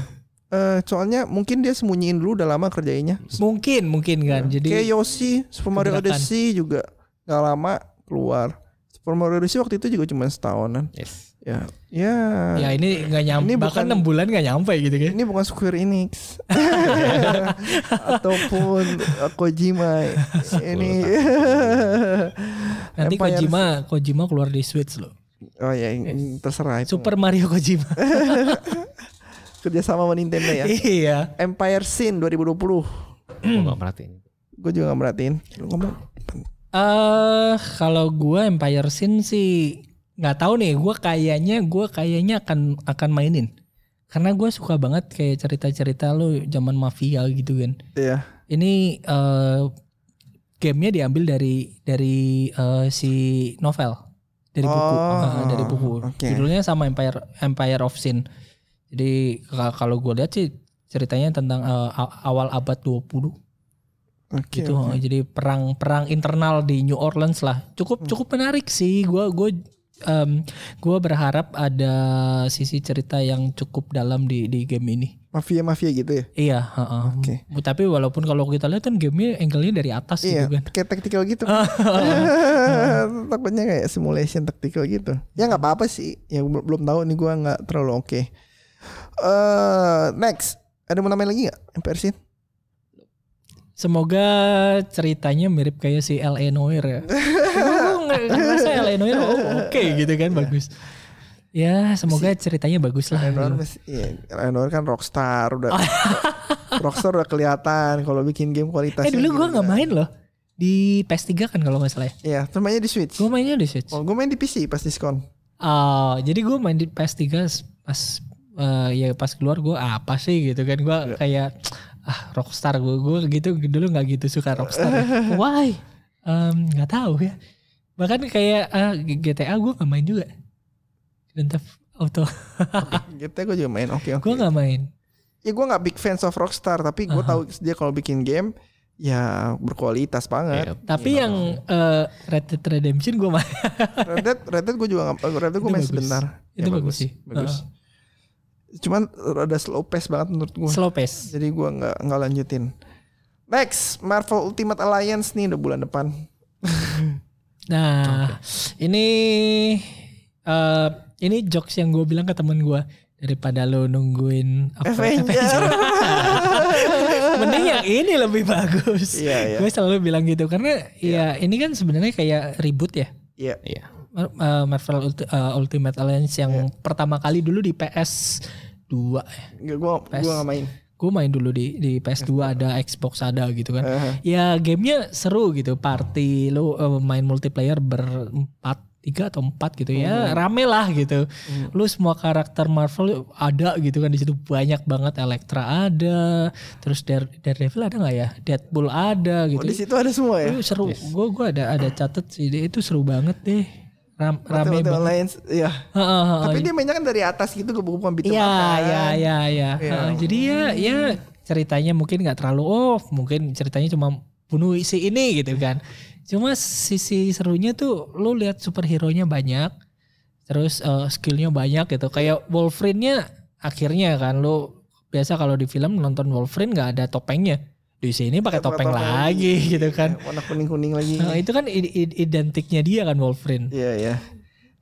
[SPEAKER 2] Eh soalnya mungkin dia sembunyiin dulu udah lama kerjainnya.
[SPEAKER 4] Mungkin mungkin kan. Jadi
[SPEAKER 2] Iya. Kayak Yoshi, Super Mario
[SPEAKER 4] keberatan.
[SPEAKER 2] Odyssey juga nggak lama keluar. Super Mario Odyssey waktu itu juga cuma setahunan.
[SPEAKER 3] yes
[SPEAKER 2] Ya, ya.
[SPEAKER 4] ya ini nggak nyampe
[SPEAKER 2] Ini
[SPEAKER 4] bahkan
[SPEAKER 2] bukan-
[SPEAKER 4] enam bulan nggak nyampe gitu kan.
[SPEAKER 2] Ini bukan Square Enix [laughs] ataupun Kojima. Ini
[SPEAKER 4] Nanti
[SPEAKER 2] Empire-
[SPEAKER 4] Kojima Kojima keluar di Switch loh.
[SPEAKER 2] [laughs] Oh ya, terserah itu.
[SPEAKER 4] Super Mario Kojima.
[SPEAKER 2] kerjasama sama Nintendo ya.
[SPEAKER 4] iya.
[SPEAKER 2] Empire Sin 2020.
[SPEAKER 3] gue nggak merhatiin
[SPEAKER 2] Gue juga gak merhatiin. Lu ngomong.
[SPEAKER 4] Eh kalau gua Empire Sin sih nggak tahu nih. Gua kayaknya gua kayaknya akan akan mainin. Karena gue suka banget kayak cerita-cerita lu zaman mafia gitu kan.
[SPEAKER 2] Iya.
[SPEAKER 4] Ini eh gamenya diambil dari dari eh, si novel dari buku
[SPEAKER 2] Oh,
[SPEAKER 4] eh, dari buku.
[SPEAKER 2] oke.
[SPEAKER 4] Judulnya sama Empire Empire of Sin. Jadi ka- kalau gue lihat sih ceritanya tentang eh, a- awal abad 20
[SPEAKER 2] Oke.
[SPEAKER 4] gitu.
[SPEAKER 2] oke.
[SPEAKER 4] Jadi perang-perang internal di New Orleans lah.
[SPEAKER 2] Hmm.
[SPEAKER 4] Cukup cukup menarik sih. Gua gua em, gua berharap ada sisi cerita yang cukup dalam di di game ini.
[SPEAKER 2] Mafia-mafia gitu ya.
[SPEAKER 4] Iya, heeh.
[SPEAKER 2] Oke.
[SPEAKER 4] Bu- Tapi walaupun kalau kita lihat kan gamenya angle-nya dari atas
[SPEAKER 2] Iya,
[SPEAKER 4] gitu kan.
[SPEAKER 2] kayak tactical
[SPEAKER 4] [laughs]
[SPEAKER 2] gitu. [laughs] Takutnya kayak simulation tactical gitu. Ya nggak apa-apa sih. Ya bel- belum tahu nih gua nggak terlalu oke. Eh next, ada mau nambahin lagi nggak? Empire Sin?
[SPEAKER 4] Semoga ceritanya mirip kayak si L.A. Noir
[SPEAKER 2] [laughs]
[SPEAKER 4] ya. Gue ngerasa L.A. Noir oh, oke
[SPEAKER 2] Iya.
[SPEAKER 4] gitu kan bagus. Ya semoga ceritanya bagus lah.
[SPEAKER 2] Ryan masih, iya, Ryan Reynolds kan rockstar
[SPEAKER 4] [laughs]
[SPEAKER 2] udah. rockstar udah kelihatan kalau bikin game kualitasnya.
[SPEAKER 4] Eh dulu gue
[SPEAKER 2] gila.
[SPEAKER 4] nggak main loh di PS3 kan kalau nggak salah. ya.
[SPEAKER 2] Iya, namanya di Switch.
[SPEAKER 4] Gue mainnya di Switch.
[SPEAKER 2] Oh, gue main di PC pas diskon.
[SPEAKER 4] Ah, jadi gue main di PS3 s- pas eh, ya pas keluar gue apa sih gitu kan gue kayak ah rockstar gue gue gitu dulu nggak gitu suka rockstar.
[SPEAKER 2] [laughs]
[SPEAKER 4] ya. Why? Em, Nggak tahu ya. Bahkan kayak ah, G- GTA gue nggak main juga. Grand Theft Auto Ah.
[SPEAKER 2] Gitu gue juga main. Oke, oke.
[SPEAKER 4] gue nggak main.
[SPEAKER 2] ya gue nggak big fans of Rockstar tapi gue tahu dia kalau bikin game ya berkualitas
[SPEAKER 3] Iya.
[SPEAKER 2] banget.
[SPEAKER 4] Tapi yang eh, Red Dead Redemption gue main.
[SPEAKER 2] Red Dead, Red Dead gue juga nggak, Red Dead gue
[SPEAKER 4] Iya. Itu
[SPEAKER 2] main
[SPEAKER 4] bagus.
[SPEAKER 2] sebentar. Ya,
[SPEAKER 4] Itu bagus sih.
[SPEAKER 2] Bagus. Cuman rada slow pace banget menurut gue.
[SPEAKER 4] Slow pace.
[SPEAKER 2] Jadi gue nggak nggak lanjutin. Next, Marvel Ultimate Alliance nih udah bulan depan.
[SPEAKER 4] Nah, ini eh, ini jokes yang gue bilang ke temen gue daripada lo nungguin apa
[SPEAKER 2] Avenger.
[SPEAKER 4] [laughs] mending yang ini lebih bagus.
[SPEAKER 2] Iya, iya.
[SPEAKER 4] Gue selalu bilang gitu karena ya ini kan sebenarnya kayak ribut ya.
[SPEAKER 2] Iya.
[SPEAKER 3] Iya.
[SPEAKER 4] Mar- eh, Marvel Ulti- eh, Ultimate Alliance yang
[SPEAKER 2] Iya.
[SPEAKER 4] pertama kali dulu di PS 2 ya.
[SPEAKER 2] Gue gue nggak main.
[SPEAKER 4] Gue main dulu di di PS2 ada Xbox ada gitu kan.
[SPEAKER 2] Eh,
[SPEAKER 4] Ya gamenya seru gitu. Party lu eh, main multiplayer berempat tiga atau empat gitu
[SPEAKER 2] Hmm.
[SPEAKER 4] ya rame lah gitu lu semua karakter Marvel ada gitu kan di situ banyak banget Elektra ada terus Dare- Daredevil ada nggak ya Deadpool ada
[SPEAKER 2] Oh, di
[SPEAKER 4] gitu
[SPEAKER 2] situ ada semua ya.
[SPEAKER 4] Itu seru gue gua ada ada catet sih dia itu seru banget deh Ram, rame
[SPEAKER 2] Ultimate
[SPEAKER 4] banget
[SPEAKER 2] Alliance. Iya.
[SPEAKER 4] Heeh, heeh.
[SPEAKER 2] Tapi dia mainnya kan dari atas gitu ke buku pembitu
[SPEAKER 4] Iya, iya, iya, iya. Heeh, Jadi ya, ya ceritanya mungkin nggak terlalu off, mungkin ceritanya cuma bunuh si ini gitu kan. Cuma sisi serunya tuh lu lihat superhero-nya banyak, terus eh, skillnya banyak gitu. Kayak Wolverine-nya akhirnya kan lu biasa kalau di film nonton Wolverine nggak ada topengnya. Di sini pakai topeng lagi [laughs] gitu kan.
[SPEAKER 2] Iya, Warna kuning kuning lagi.
[SPEAKER 4] Nah, itu kan i- i- identiknya dia kan Wolverine.
[SPEAKER 2] Iya ya.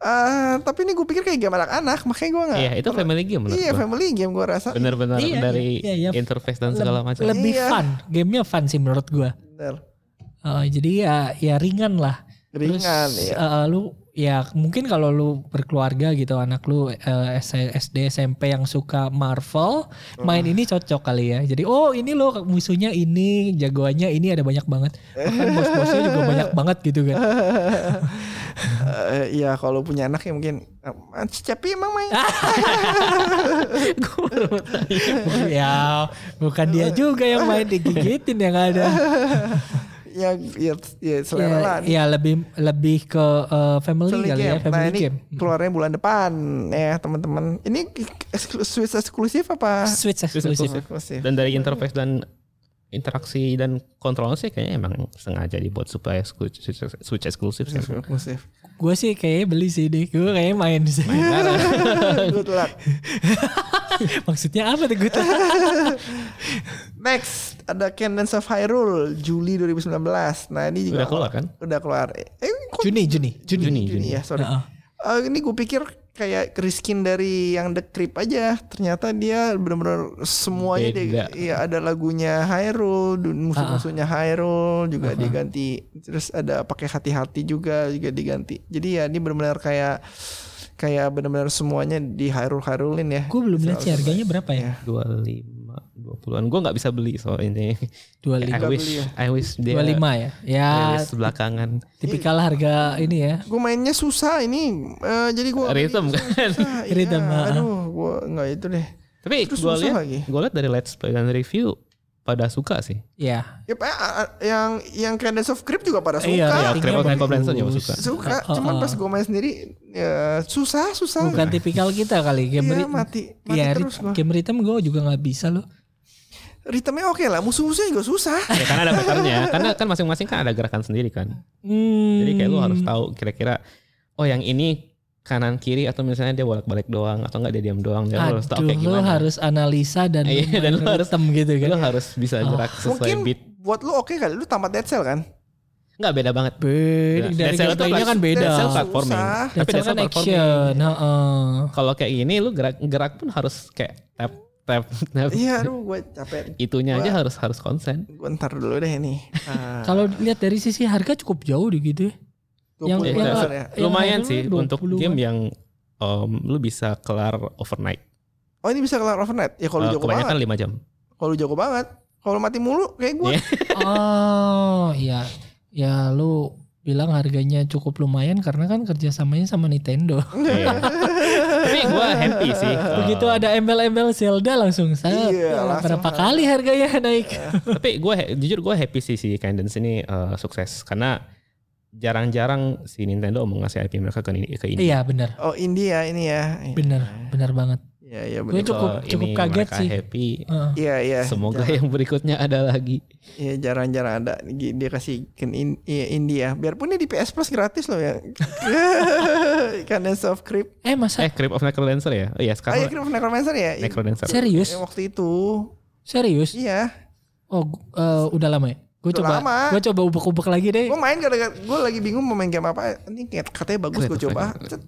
[SPEAKER 2] Eh tapi ini gue pikir kayak game anak-anak, makanya gue nggak.
[SPEAKER 3] Iya, itu family game menurut
[SPEAKER 2] Iya,
[SPEAKER 3] gua.
[SPEAKER 2] family game gue rasa.
[SPEAKER 3] Benar-benar
[SPEAKER 4] Iya,
[SPEAKER 3] dari
[SPEAKER 4] iya, iya.
[SPEAKER 3] interface dan segala macam.
[SPEAKER 4] Lebih
[SPEAKER 2] Iya.
[SPEAKER 4] fun, gamenya fun sih menurut gua.
[SPEAKER 2] Bener.
[SPEAKER 4] Uh, jadi ya ya ringan lah.
[SPEAKER 2] Ringan,
[SPEAKER 4] Terus,
[SPEAKER 2] iya.
[SPEAKER 4] uh, lu ya mungkin kalau lu berkeluarga gitu anak lu uh, S- SD SMP yang suka Marvel,
[SPEAKER 2] Hmm.
[SPEAKER 4] main ini cocok kali ya. Jadi oh ini lo musuhnya ini, jagoannya ini ada banyak banget.
[SPEAKER 2] [laughs]
[SPEAKER 4] Bahkan bos-bosnya juga banyak banget gitu kan.
[SPEAKER 2] [laughs] Eh, Iya, kalau punya anak ya mungkin. eh, Mas Cepi emang main.
[SPEAKER 4] Ah! Gua baru tanya. ya, bukan dia juga yang main digigitin yang ada.
[SPEAKER 2] ya, ya, ya selera lah.
[SPEAKER 4] Ya, ya lebih lebih ke uh, family,
[SPEAKER 2] Family
[SPEAKER 4] kali ya,
[SPEAKER 2] game. Nah
[SPEAKER 4] family
[SPEAKER 2] ini
[SPEAKER 4] game.
[SPEAKER 2] keluarnya bulan depan ya teman-teman. Ini eksklu- Swiss eksklusif apa?
[SPEAKER 4] Switch eksklusif.
[SPEAKER 2] Eksklusif.
[SPEAKER 3] Dan dari interface dan interaksi dan kontrolnya sih kayaknya emang sengaja dibuat supaya Switch, Switch- Switch eksklusif sih.
[SPEAKER 2] [laughs]
[SPEAKER 3] emang.
[SPEAKER 2] Eksklusif.
[SPEAKER 4] Gue sih kayaknya beli sih deh. Gue kayaknya main sih.
[SPEAKER 2] Good luck.
[SPEAKER 4] [laughs] Maksudnya apa tuh gue
[SPEAKER 2] Next ada Cadence of Hyrule Juli 2019. Nah ini juga
[SPEAKER 3] Udah keluar kan?
[SPEAKER 2] Udah keluar. Eh kok
[SPEAKER 4] Juni, Juni.
[SPEAKER 3] Juni, Juni.
[SPEAKER 2] Juni ya sorry.
[SPEAKER 4] Heeh.
[SPEAKER 2] Eh, ini gue pikir kayak reskin dari yang The Creep aja. Ternyata dia benar-benar semuanya
[SPEAKER 3] Beda.
[SPEAKER 2] dia, iya, ada lagunya Hyrule, du- musuh-musuhnya Hyrule juga diganti. Terus ada pakai hati-hati juga juga diganti. Jadi ya ini benar-benar kayak kayak benar-benar semuanya di Hyrule Hyrulein ya.
[SPEAKER 4] Gue belum lihat sih harganya berapa
[SPEAKER 2] Iya.
[SPEAKER 4] ya?
[SPEAKER 3] 25 20-an. Gua nggak bisa beli soal ini.
[SPEAKER 4] 25.
[SPEAKER 3] I
[SPEAKER 2] Iya.
[SPEAKER 3] wish I wish dia
[SPEAKER 4] 25 ya. Ya,
[SPEAKER 3] rilis belakangan.
[SPEAKER 4] tipikal harga ini ya.
[SPEAKER 2] Gue mainnya susah ini. Eh, jadi gue
[SPEAKER 3] Rhythm kan.
[SPEAKER 2] Ah, iya,
[SPEAKER 4] [laughs] Rhythm, ah.
[SPEAKER 2] aduh, gue nggak itu deh.
[SPEAKER 3] [laughs] Tapi
[SPEAKER 2] Terus
[SPEAKER 3] gue
[SPEAKER 2] susah
[SPEAKER 3] lihat
[SPEAKER 2] lagi.
[SPEAKER 3] gue lihat dari let's play dan review pada suka sih.
[SPEAKER 4] Iya.
[SPEAKER 2] Ya, pa- a- a- yang yang Cadence of Grip juga pada suka.
[SPEAKER 4] Iya,
[SPEAKER 3] Iya,
[SPEAKER 4] ratingnya
[SPEAKER 3] Crippled Ankle
[SPEAKER 4] bagus.
[SPEAKER 3] Branson juga suka.
[SPEAKER 2] Suka,
[SPEAKER 4] Oh,
[SPEAKER 2] cuman
[SPEAKER 4] oh.
[SPEAKER 2] pas gue main sendiri ya susah, susah.
[SPEAKER 4] bukan tipikal kita kali game
[SPEAKER 2] Iya,
[SPEAKER 4] ri-
[SPEAKER 2] mati, mati
[SPEAKER 4] Iya,
[SPEAKER 2] terus
[SPEAKER 4] rit-
[SPEAKER 2] gua.
[SPEAKER 4] game rhythm gue juga nggak bisa loh.
[SPEAKER 2] Ritmenya oke lah, musuh-musuhnya juga
[SPEAKER 4] [laughs]
[SPEAKER 2] susah.
[SPEAKER 3] Ya karena ada patternnya, karena kan masing-masing kan ada gerakan sendiri kan.
[SPEAKER 4] Hmm.
[SPEAKER 3] Jadi kayak lu harus tahu kira-kira oh yang ini kanan kiri atau misalnya dia bolak-balik doang atau enggak dia diam doang. Ya, lu
[SPEAKER 4] Aduh,
[SPEAKER 3] harus tahu kayak
[SPEAKER 4] lu
[SPEAKER 3] gimana.
[SPEAKER 4] harus analisa dan
[SPEAKER 3] Iya,
[SPEAKER 4] main
[SPEAKER 3] dan lu harus-
[SPEAKER 4] rhythm gitu kan.
[SPEAKER 3] Lu harus bisa
[SPEAKER 4] Oh.
[SPEAKER 3] gerak sesuai
[SPEAKER 2] Mungkin
[SPEAKER 3] beat.
[SPEAKER 2] buat lu oke kali, lu tamat Dead Cell
[SPEAKER 4] [laughs]
[SPEAKER 2] kan?
[SPEAKER 3] Enggak beda banget.
[SPEAKER 4] Beda.
[SPEAKER 3] Iya. Dead
[SPEAKER 4] Dari
[SPEAKER 3] Cell
[SPEAKER 4] game
[SPEAKER 3] itu
[SPEAKER 4] lainnya
[SPEAKER 3] plat-
[SPEAKER 4] kan beda.
[SPEAKER 3] Dead Cell
[SPEAKER 2] Susah.
[SPEAKER 3] platforming.
[SPEAKER 4] Dead
[SPEAKER 3] Tapi
[SPEAKER 4] Cell
[SPEAKER 3] Dead Cell
[SPEAKER 4] kan
[SPEAKER 3] platforming.
[SPEAKER 4] action. heeh.
[SPEAKER 3] Kalau kayak gini lu gerak gerak pun harus kayak tap tap tap.
[SPEAKER 2] Iya, aduh gue capek.
[SPEAKER 3] Itunya aja harus harus konsen.
[SPEAKER 2] Gue ntar dulu deh
[SPEAKER 4] [laughs]
[SPEAKER 2] ini. Ah,
[SPEAKER 4] Kalau dilihat dari sisi harga cukup jauh deh gitu ya. yang-
[SPEAKER 2] 20
[SPEAKER 3] Ya,
[SPEAKER 4] yang-
[SPEAKER 2] besar ya.
[SPEAKER 3] lumayan
[SPEAKER 4] harganya
[SPEAKER 3] sih
[SPEAKER 4] 20-an.
[SPEAKER 3] untuk game yang um, lu bisa kelar overnight.
[SPEAKER 2] Oh ini bisa kelar overnight? Ya
[SPEAKER 4] Ah,
[SPEAKER 2] kalau
[SPEAKER 3] Eh,
[SPEAKER 2] lu jago
[SPEAKER 3] kebanyakan
[SPEAKER 2] banget. [laughs]
[SPEAKER 3] 5 jam.
[SPEAKER 2] Kalau lu jago banget. Kalau mati mulu kayak gue.
[SPEAKER 3] Iya.
[SPEAKER 4] Oh iya, ya lu bilang harganya cukup lumayan karena kan kerjasamanya sama
[SPEAKER 2] [laughs]
[SPEAKER 4] Nintendo.
[SPEAKER 3] Iya. Tapi gue happy sih. Eh,
[SPEAKER 4] Begitu ada embel-embel Zelda langsung saya
[SPEAKER 2] Iya, langsung. Iya.
[SPEAKER 4] berapa kali harganya naik.
[SPEAKER 3] Tapi gue jujur gue happy sih si Cadence ini eh, sukses karena jarang-jarang si Nintendo mau ngasih IP mereka ke ini ke ini.
[SPEAKER 4] Iya benar,
[SPEAKER 2] Oh India ini ya. Iya.
[SPEAKER 4] benar, benar banget.
[SPEAKER 2] Iya iya
[SPEAKER 4] Gue
[SPEAKER 2] bener.
[SPEAKER 4] cukup
[SPEAKER 3] Kalau
[SPEAKER 4] cukup
[SPEAKER 3] ini
[SPEAKER 4] kaget
[SPEAKER 3] mereka
[SPEAKER 4] sih. Eh,
[SPEAKER 3] Happy.
[SPEAKER 4] Heeh.
[SPEAKER 2] Iya iya.
[SPEAKER 3] Semoga
[SPEAKER 2] Jarang-
[SPEAKER 3] yang berikutnya ada
[SPEAKER 4] [laughs]
[SPEAKER 3] lagi.
[SPEAKER 2] Iya jarang-jarang ada Gi- dia kasih ke in, iya, India. Biarpun ini di PS Plus gratis loh ya. [laughs] Cadence of Creep.
[SPEAKER 4] Eh masa
[SPEAKER 3] Eh, Crypt of Necrodancer ya? Oh
[SPEAKER 2] Ah
[SPEAKER 3] iya,
[SPEAKER 2] iya
[SPEAKER 3] sekarang
[SPEAKER 2] Creep of Necromancer ya.
[SPEAKER 3] Necrodancer.
[SPEAKER 4] serius?
[SPEAKER 2] Yang waktu itu.
[SPEAKER 4] Serius?
[SPEAKER 2] Iya.
[SPEAKER 4] Oh gu- eh, udah lama ya? Gue
[SPEAKER 2] Udah
[SPEAKER 4] coba,
[SPEAKER 2] lama.
[SPEAKER 4] gue coba ubek-ubek lagi deh.
[SPEAKER 2] Gue main gara-gara gue lagi bingung mau main game apa. Ini kayak katanya bagus gue
[SPEAKER 3] Creative
[SPEAKER 2] coba.
[SPEAKER 3] Writing.
[SPEAKER 2] Cet.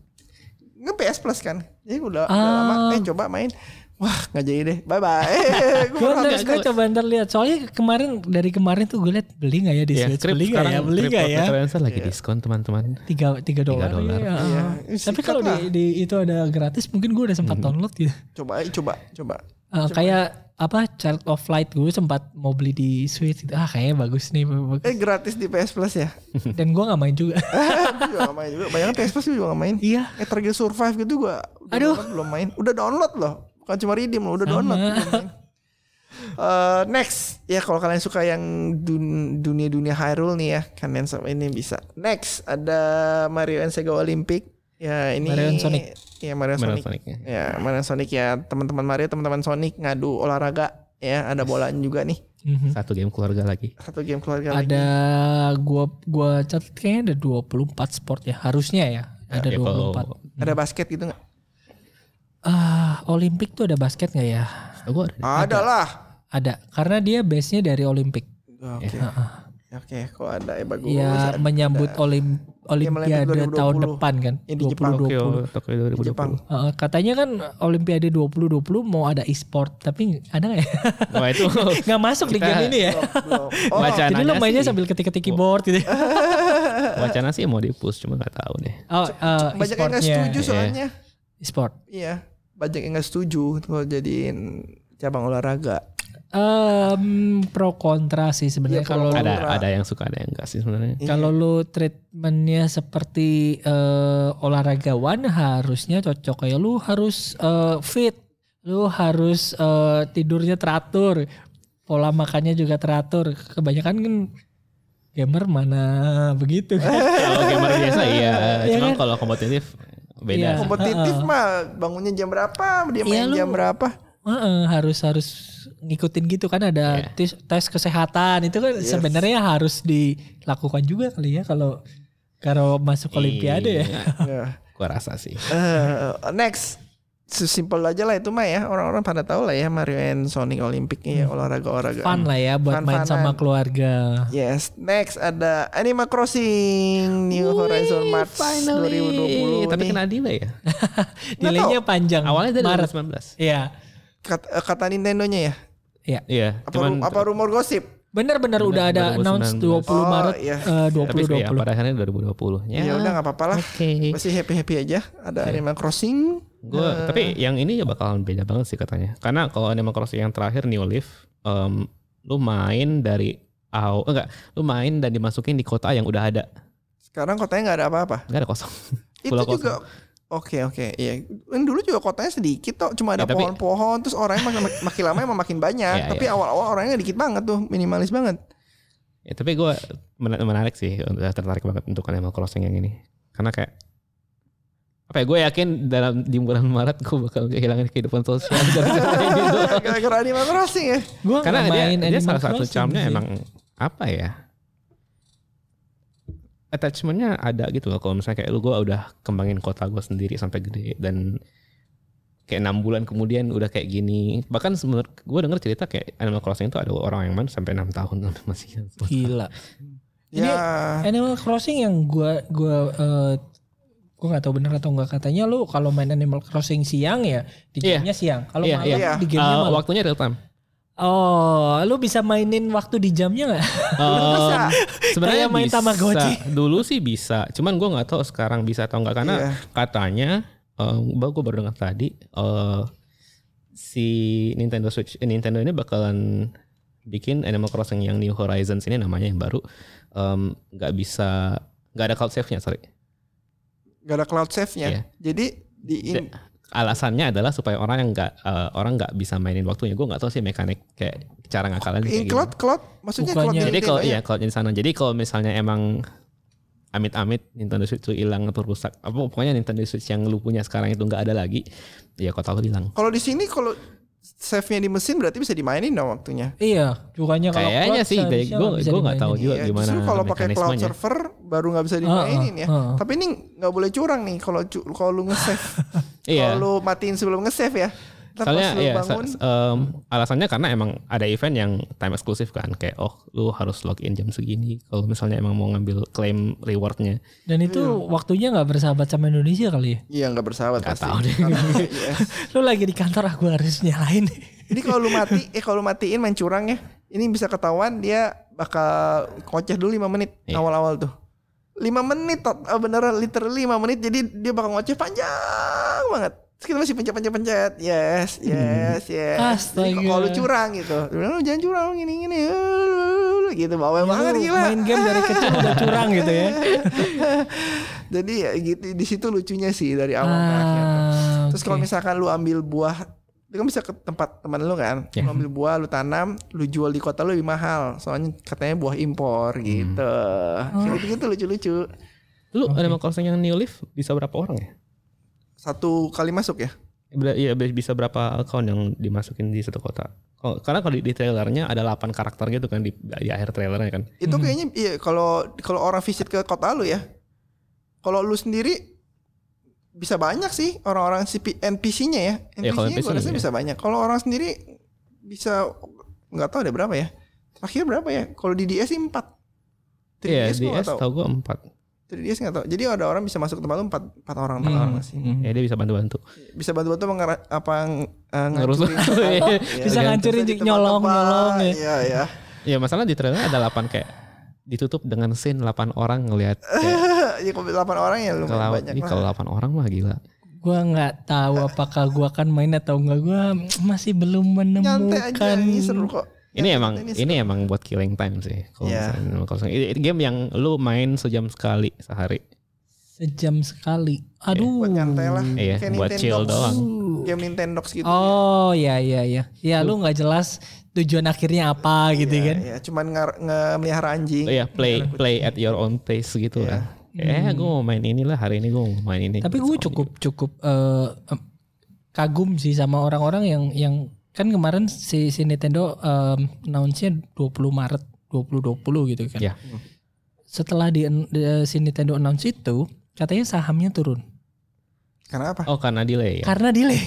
[SPEAKER 2] Nge PS Plus kan. Jadi udah, udah
[SPEAKER 4] Ah.
[SPEAKER 2] lama. Eh coba main. Wah nggak jadi deh. Bye
[SPEAKER 4] [laughs]
[SPEAKER 2] [laughs] bye.
[SPEAKER 4] Gue ntar gue coba ntar lihat. Soalnya kemarin dari kemarin tuh gue lihat beli nggak ya
[SPEAKER 2] Iya,
[SPEAKER 4] di
[SPEAKER 3] Ya,
[SPEAKER 4] Switch?
[SPEAKER 3] Crypt
[SPEAKER 4] Beli nggak
[SPEAKER 3] sekarang
[SPEAKER 4] ya? Beli
[SPEAKER 3] Crypt
[SPEAKER 4] nggak
[SPEAKER 3] of
[SPEAKER 4] ya?
[SPEAKER 3] Necrodancer lagi diskon teman-teman.
[SPEAKER 4] Tiga tiga dolar.
[SPEAKER 3] dolar.
[SPEAKER 4] Iya.
[SPEAKER 2] Iya,
[SPEAKER 4] Tapi
[SPEAKER 2] sikat
[SPEAKER 4] kalau
[SPEAKER 2] lah.
[SPEAKER 4] di, di itu ada gratis, mungkin gue udah
[SPEAKER 3] Hmm.
[SPEAKER 4] sempat download gitu.
[SPEAKER 2] coba aja, coba coba.
[SPEAKER 4] Eh, kayak apa Child of Light gue sempat mau beli di Switch gitu. Ah kayaknya bagus nih. bagus.
[SPEAKER 2] Eh gratis di PS Plus ya. [laughs]
[SPEAKER 4] Dan gue nggak main juga.
[SPEAKER 2] Gua juga gak main juga. Bayangin PS Plus juga gak main.
[SPEAKER 4] [laughs] Iya.
[SPEAKER 2] Eh Metal Gear Survive gitu gua udah
[SPEAKER 4] Aduh.
[SPEAKER 2] download belum main. Udah download loh. Bukan cuma redeem loh, udah
[SPEAKER 4] Sama.
[SPEAKER 2] download. belum main. Eh, next ya kalau kalian suka yang dun- dunia-dunia Hyrule nih ya kalian sama ini bisa next ada Mario and Sega Olympic ya ini
[SPEAKER 4] Mario and Sonic.
[SPEAKER 2] ya Mario,
[SPEAKER 3] Mario
[SPEAKER 2] Sonic.
[SPEAKER 3] Sonicnya.
[SPEAKER 2] ya Mario Sonic ya teman-teman Mario teman-teman Sonic ngadu olahraga ya ada bolanya juga nih
[SPEAKER 4] Mhm.
[SPEAKER 3] Satu game keluarga lagi.
[SPEAKER 2] satu game keluarga lagi.
[SPEAKER 4] Ada gue gue catat kayaknya ada 24 sport ya harusnya ya. Ada
[SPEAKER 3] Ya, kalau-
[SPEAKER 4] 24.
[SPEAKER 2] ada basket gitu nggak
[SPEAKER 4] Ah, Olimpik tuh ada basket nggak ya?
[SPEAKER 3] Oh, gua ada.
[SPEAKER 2] ada lah
[SPEAKER 4] Ada, karena dia base-nya dari Olimpik.
[SPEAKER 2] Oke. Oke, kok ada ya bagus.
[SPEAKER 4] ya menyambut olim Olimpiade
[SPEAKER 2] Olimpik
[SPEAKER 4] tahun
[SPEAKER 2] 2020.
[SPEAKER 4] depan kan
[SPEAKER 2] Ya, di Jepang.
[SPEAKER 3] Tokyo,
[SPEAKER 4] 2020.
[SPEAKER 3] Tokyo 2020.
[SPEAKER 2] Jepang.
[SPEAKER 4] Heeh, katanya kan Olimpiade 2020 mau ada e-sport, tapi ada nggak ya?
[SPEAKER 3] Wah,
[SPEAKER 2] [laughs]
[SPEAKER 3] itu
[SPEAKER 2] Oh,
[SPEAKER 4] [laughs] Nggak masuk di
[SPEAKER 3] Kita-
[SPEAKER 4] game ini ya. [laughs]
[SPEAKER 2] Belum. Oh,
[SPEAKER 3] Wacana
[SPEAKER 4] Jadi lo mainnya sambil ketik-ketik keyboard gitu. ya.
[SPEAKER 3] wacana sih mau dipus cuma nggak tahu deh.
[SPEAKER 4] Oh, eh,
[SPEAKER 2] [laughs] banyak yang nggak
[SPEAKER 4] e-sportnya.
[SPEAKER 2] setuju soalnya.
[SPEAKER 4] E-sport.
[SPEAKER 2] Iya, banyak yang nggak setuju kalau jadiin cabang olahraga.
[SPEAKER 4] Em, pro kontra sih sebenarnya
[SPEAKER 2] Iya, pro
[SPEAKER 4] kalau
[SPEAKER 3] Ada
[SPEAKER 2] Kontra.
[SPEAKER 3] ada yang suka ada yang enggak sih sebenarnya.
[SPEAKER 4] Kalau lu treatmentnya seperti eh, olahragawan harusnya cocok kayak lu harus eh, fit, lu harus eh, tidurnya teratur, pola makannya juga teratur. Kebanyakan kan gamer mana begitu
[SPEAKER 2] [laughs]
[SPEAKER 4] kan?
[SPEAKER 3] Kalau gamer biasa iya,
[SPEAKER 4] [laughs] Iya
[SPEAKER 3] cuma
[SPEAKER 4] kan?
[SPEAKER 3] kalau kompetitif
[SPEAKER 4] Iya.
[SPEAKER 3] beda.
[SPEAKER 2] Kompetitif mah bangunnya jam berapa, dia
[SPEAKER 4] Iya,
[SPEAKER 2] main
[SPEAKER 4] lu-
[SPEAKER 2] jam berapa.
[SPEAKER 4] Heeh, harus harus ngikutin gitu kan ada
[SPEAKER 3] Iya.
[SPEAKER 4] tes, tes kesehatan itu kan
[SPEAKER 2] Yes.
[SPEAKER 4] sebenarnya harus dilakukan juga kali ya kalau kalau masuk olimpiade ya.
[SPEAKER 3] Iya,
[SPEAKER 2] Ya.
[SPEAKER 3] [laughs] Gua rasa sih.
[SPEAKER 2] Eh, next, sesimpel aja lah itu mah ya. Orang-orang pada tahu lah ya Mario and Sonic Olympic nih ya, olahraga-olahraga.
[SPEAKER 4] Hmm. Fun lah ya buat
[SPEAKER 2] Fun-funan.
[SPEAKER 4] main sama keluarga.
[SPEAKER 2] Yes, next ada Animal Crossing New Horizon March 2020
[SPEAKER 3] Tapi
[SPEAKER 2] nih.
[SPEAKER 3] kena delay ya.
[SPEAKER 4] Delaynya panjang.
[SPEAKER 3] Awalnya dari
[SPEAKER 4] Maret.
[SPEAKER 3] 2019.
[SPEAKER 4] Iya.
[SPEAKER 2] Kat- eh, kata Nintendo-nya ya.
[SPEAKER 4] Iya.
[SPEAKER 3] Iya,
[SPEAKER 2] Apa,
[SPEAKER 3] cuman
[SPEAKER 2] ru- apa rumor gosip?
[SPEAKER 4] Benar-benar
[SPEAKER 3] Benar,
[SPEAKER 4] udah ada
[SPEAKER 3] 2019.
[SPEAKER 4] announce 20
[SPEAKER 2] Oh,
[SPEAKER 4] Maret
[SPEAKER 2] iya.
[SPEAKER 4] eh,
[SPEAKER 3] tapi sih ya,
[SPEAKER 4] 2020.
[SPEAKER 3] pada akhirnya 2020.
[SPEAKER 2] Ya, udah nggak apa-apa lah.
[SPEAKER 3] Oke.
[SPEAKER 2] Masih happy-happy aja. Ada
[SPEAKER 3] Iya.
[SPEAKER 2] Animal Crossing.
[SPEAKER 3] Gua tapi yang ini ya bakalan beda banget sih katanya. Karena kalau Animal Crossing yang terakhir New Leaf, em, lu main dari aw enggak, lu main dan dimasukin di kota yang udah ada.
[SPEAKER 2] Sekarang kotanya nggak ada apa-apa.
[SPEAKER 3] Enggak ada kosong.
[SPEAKER 2] Itu
[SPEAKER 3] Pulau
[SPEAKER 2] juga Oke oke iya. Kan dulu juga kotanya sedikit toh, cuma ada
[SPEAKER 3] Ya, tapi-
[SPEAKER 2] pohon-pohon terus orangnya makin
[SPEAKER 3] [laughs]
[SPEAKER 2] makin lama emang makin banyak.
[SPEAKER 3] Ya,
[SPEAKER 2] tapi
[SPEAKER 3] ya.
[SPEAKER 2] awal-awal orangnya dikit banget tuh, minimalis banget.
[SPEAKER 3] [laughs] Ya, tapi gue menarik sih, udah tertarik banget untuk Animal Crossing yang ini. Karena kayak apa ya, gue yakin dalam di bulan Maret gue bakal kehilangan kehidupan
[SPEAKER 4] [laughs]
[SPEAKER 3] sosial gara-gara ini doang.
[SPEAKER 2] Gara-gara Animal Crossing ya.
[SPEAKER 4] Gua
[SPEAKER 3] Karena
[SPEAKER 4] nggak
[SPEAKER 3] dia,
[SPEAKER 4] main
[SPEAKER 3] dia
[SPEAKER 4] Animal
[SPEAKER 3] salah satu
[SPEAKER 4] Crossing
[SPEAKER 3] charmnya
[SPEAKER 4] sih.
[SPEAKER 3] emang apa ya? Attachmentnya ada gitu loh. Kalau misalnya kayak lu gue udah kembangin kota gue sendiri sampai gede dan kayak enam bulan kemudian udah kayak gini. Bahkan menurut gue denger cerita kayak Animal Crossing itu ada orang yang main sampai enam tahun masih.
[SPEAKER 4] gila. Ini-
[SPEAKER 2] Ya.
[SPEAKER 4] Animal Crossing yang gua gua eh, gua nggak tahu bener atau enggak katanya lu kalau main Animal Crossing siang ya di
[SPEAKER 3] Iya.
[SPEAKER 4] gamenya siang. Kalau
[SPEAKER 3] Iya,
[SPEAKER 4] malam
[SPEAKER 2] iya.
[SPEAKER 4] di gamenya
[SPEAKER 3] Eh,
[SPEAKER 4] malam.
[SPEAKER 3] waktunya real time.
[SPEAKER 4] Oh, lu bisa mainin waktu di jamnya nggak?
[SPEAKER 2] Bisa.
[SPEAKER 3] Um, sebenarnya
[SPEAKER 4] Kayak main
[SPEAKER 3] bisa.
[SPEAKER 4] Tamagotchi.
[SPEAKER 3] Dulu sih bisa, cuman gue nggak tahu sekarang bisa atau nggak karena
[SPEAKER 2] Iya.
[SPEAKER 3] katanya, gue baru dengar tadi eh, si Nintendo Switch, eh, Nintendo ini bakalan bikin Animal Crossing yang New Horizons ini namanya yang baru em, nggak bisa nggak ada cloud save-nya sorry.
[SPEAKER 2] Gak ada cloud save-nya.
[SPEAKER 3] Iya.
[SPEAKER 2] Jadi di in-
[SPEAKER 3] Alasannya adalah supaya orang yang nggak eh, orang nggak bisa mainin waktunya. Gue nggak tahu sih mekanik kayak cara
[SPEAKER 2] in
[SPEAKER 3] ngakalan kayak gimana.
[SPEAKER 2] cloud cloud maksudnya
[SPEAKER 4] Bukannya-
[SPEAKER 2] cloud
[SPEAKER 3] Jadi
[SPEAKER 2] gede
[SPEAKER 3] ya. kalau
[SPEAKER 2] banyak.
[SPEAKER 3] ya kalau di sana. Jadi kalau misalnya emang amit-amit Nintendo Switch itu hilang atau rusak, apa pokoknya Nintendo Switch yang lu punya sekarang itu nggak ada lagi, ya kota lu hilang.
[SPEAKER 2] Kalau di sini kalau save-nya di mesin berarti bisa dimainin dong waktunya.
[SPEAKER 4] Iya, bukannya kalau
[SPEAKER 3] Kayaknya
[SPEAKER 4] cloud
[SPEAKER 3] sih,
[SPEAKER 4] seharusnya
[SPEAKER 3] gua-
[SPEAKER 4] nggak bisa
[SPEAKER 3] gua nggak
[SPEAKER 4] dimainin. ya.
[SPEAKER 3] tahu juga.
[SPEAKER 2] Iya,
[SPEAKER 3] gimana
[SPEAKER 2] justru kalau pakai cloud
[SPEAKER 3] mekanismenya.
[SPEAKER 2] server baru nggak bisa
[SPEAKER 4] Ah, ah,
[SPEAKER 2] dimainin ya.
[SPEAKER 4] ah.
[SPEAKER 2] Tapi ini nggak boleh curang nih kalau cu- kalau lu nge-save.
[SPEAKER 3] [laughs] Iya.
[SPEAKER 2] Kalau lu matiin sebelum nge-save ya. Ntar pas
[SPEAKER 3] Soalnya
[SPEAKER 2] lu
[SPEAKER 3] ya
[SPEAKER 2] bangun
[SPEAKER 3] sa- em, alasannya karena emang ada event yang time eksklusif kan, kayak oh lu harus login jam segini. Kalau misalnya emang mau ngambil claim rewardnya,
[SPEAKER 4] Dan itu waktunya nggak bersahabat sama Indonesia kali ya.
[SPEAKER 2] Iya nggak bersahabat
[SPEAKER 3] Nggak
[SPEAKER 2] pasti.
[SPEAKER 3] tahu deh. [laughs]
[SPEAKER 2] Karena- iya.
[SPEAKER 4] Lu lagi di kantor ah gua harus nyalain.
[SPEAKER 2] Ini kalau lu mati, eh kalau lu matiin main curang ya. Ini bisa ketahuan dia bakal koceh dulu 5 menit
[SPEAKER 3] Iya.
[SPEAKER 2] awal-awal tuh. 5 menit tot- eh, beneran literally 5 menit jadi dia bakal ngoceh panjang banget. Terus kita masih pencet-pencet-pencet. Yes, yes, yes. Jadi
[SPEAKER 4] Astaga.
[SPEAKER 2] kalau lu curang gitu. Dia bilang, lu jangan curang lu gini gini. gitu bawel banget
[SPEAKER 4] Iya, Lu
[SPEAKER 2] gila.
[SPEAKER 4] main game dari kecil udah curang gitu ya.
[SPEAKER 2] [laughs] Jadi ya gitu di situ lucunya sih dari awal ke akhir.
[SPEAKER 4] Ah,
[SPEAKER 2] ya Terus kalau
[SPEAKER 4] oke.
[SPEAKER 2] misalkan lu ambil buah, lu kan bisa ke tempat teman lu kan,
[SPEAKER 3] Ya.
[SPEAKER 2] lu ambil buah, lu tanam, lu jual di kota lu lebih mahal, soalnya katanya buah impor
[SPEAKER 3] Hmm.
[SPEAKER 2] gitu.
[SPEAKER 3] Oh.
[SPEAKER 2] Gitu gitu lucu-lucu.
[SPEAKER 3] lu Animal Crossing yang New Leaf bisa berapa orang ya?
[SPEAKER 2] Satu kali masuk ya?
[SPEAKER 3] Ber- Iya be- bisa berapa account yang dimasukin di satu kota? Oh, karena kalau di, di trailernya ada 8 karakter gitu kan di, di akhir trailernya kan.
[SPEAKER 2] Itu kayaknya iya kalau kalau orang visit ke kota lu ya. Kalau lu sendiri bisa banyak sih orang-orang CP NPC-nya ya.
[SPEAKER 3] Ya, kalau
[SPEAKER 2] NPC-nya gue
[SPEAKER 3] NPC,
[SPEAKER 2] rasa
[SPEAKER 3] ya.
[SPEAKER 2] bisa banyak. Kalau orang sendiri bisa nggak tahu ada berapa ya. Terakhir berapa ya? Kalau di DS sih 4. 3DS
[SPEAKER 3] Iya,
[SPEAKER 2] gua nggak
[SPEAKER 3] DS
[SPEAKER 2] tahu.
[SPEAKER 3] tau gue 4.
[SPEAKER 2] 3DS nggak tahu. Jadi ada orang bisa masuk ke tempat lu empat empat orang empat orang
[SPEAKER 4] Hmm,
[SPEAKER 2] sih.
[SPEAKER 4] hmm.
[SPEAKER 3] Ya dia bisa bantu-bantu.
[SPEAKER 2] Bisa bantu-bantu mengera- apa ng- eh,
[SPEAKER 3] Ngurus
[SPEAKER 2] ngancurin.
[SPEAKER 3] lu. [laughs] Iya.
[SPEAKER 2] Iya,
[SPEAKER 4] Bisa
[SPEAKER 2] kan?
[SPEAKER 4] ngancurin,
[SPEAKER 2] Bisa
[SPEAKER 4] nyolong-
[SPEAKER 2] ditebak-tebak.
[SPEAKER 4] nyolong ya.
[SPEAKER 2] Iya ya.
[SPEAKER 3] Ya masalah di trailer ada 8 kayak ditutup dengan scene 8 orang
[SPEAKER 2] [laughs]
[SPEAKER 3] ngelihat kayak
[SPEAKER 2] Ya kalau delapan orang ya
[SPEAKER 3] ke
[SPEAKER 2] lumayan
[SPEAKER 3] laut.
[SPEAKER 2] banyak
[SPEAKER 3] Ini
[SPEAKER 2] lah.
[SPEAKER 3] kalau 8 orang mah gila.
[SPEAKER 4] Gua nggak tahu apakah gua akan main atau enggak. Gua masih belum
[SPEAKER 2] Nyantai aja
[SPEAKER 4] menemukan.
[SPEAKER 2] ini seru kok.
[SPEAKER 3] Ini
[SPEAKER 2] Nyantai
[SPEAKER 3] emang
[SPEAKER 2] Ya, ini
[SPEAKER 3] ini emang buat killing time sih. Kalau
[SPEAKER 2] Iya.
[SPEAKER 3] misalnya Animal Crossing. Ini- ini game yang lu main sejam sekali sehari.
[SPEAKER 4] Sejam sekali. Aduh.
[SPEAKER 2] buat nyantai lah.
[SPEAKER 3] Iya,
[SPEAKER 2] Kayak
[SPEAKER 3] buat
[SPEAKER 2] Nintendox.
[SPEAKER 3] chill doang.
[SPEAKER 2] Game Nintendo gitu.
[SPEAKER 4] Oh ya ya ya. Ya lu nggak jelas tujuan akhirnya apa gitu
[SPEAKER 2] Iya,
[SPEAKER 4] kan.
[SPEAKER 2] iya, cuman nge- nge-melihara anjing.
[SPEAKER 3] Oh, Iya, play play at your own pace gitu
[SPEAKER 2] Iya.
[SPEAKER 3] lah.
[SPEAKER 2] Hmm.
[SPEAKER 3] Eh, gue mau main inilah hari ini gue mau main ini.
[SPEAKER 4] Tapi gue cukup cukup eh, em, kagum sih sama orang-orang yang yang kan kemarin si, si Nintendo em, announce-nya 20 Maret 2020 gitu kan.
[SPEAKER 3] Ya.
[SPEAKER 4] Setelah di, di- si Nintendo announce itu katanya sahamnya turun
[SPEAKER 2] Kenapa?
[SPEAKER 3] Oh karena delay ya.
[SPEAKER 4] karena delay.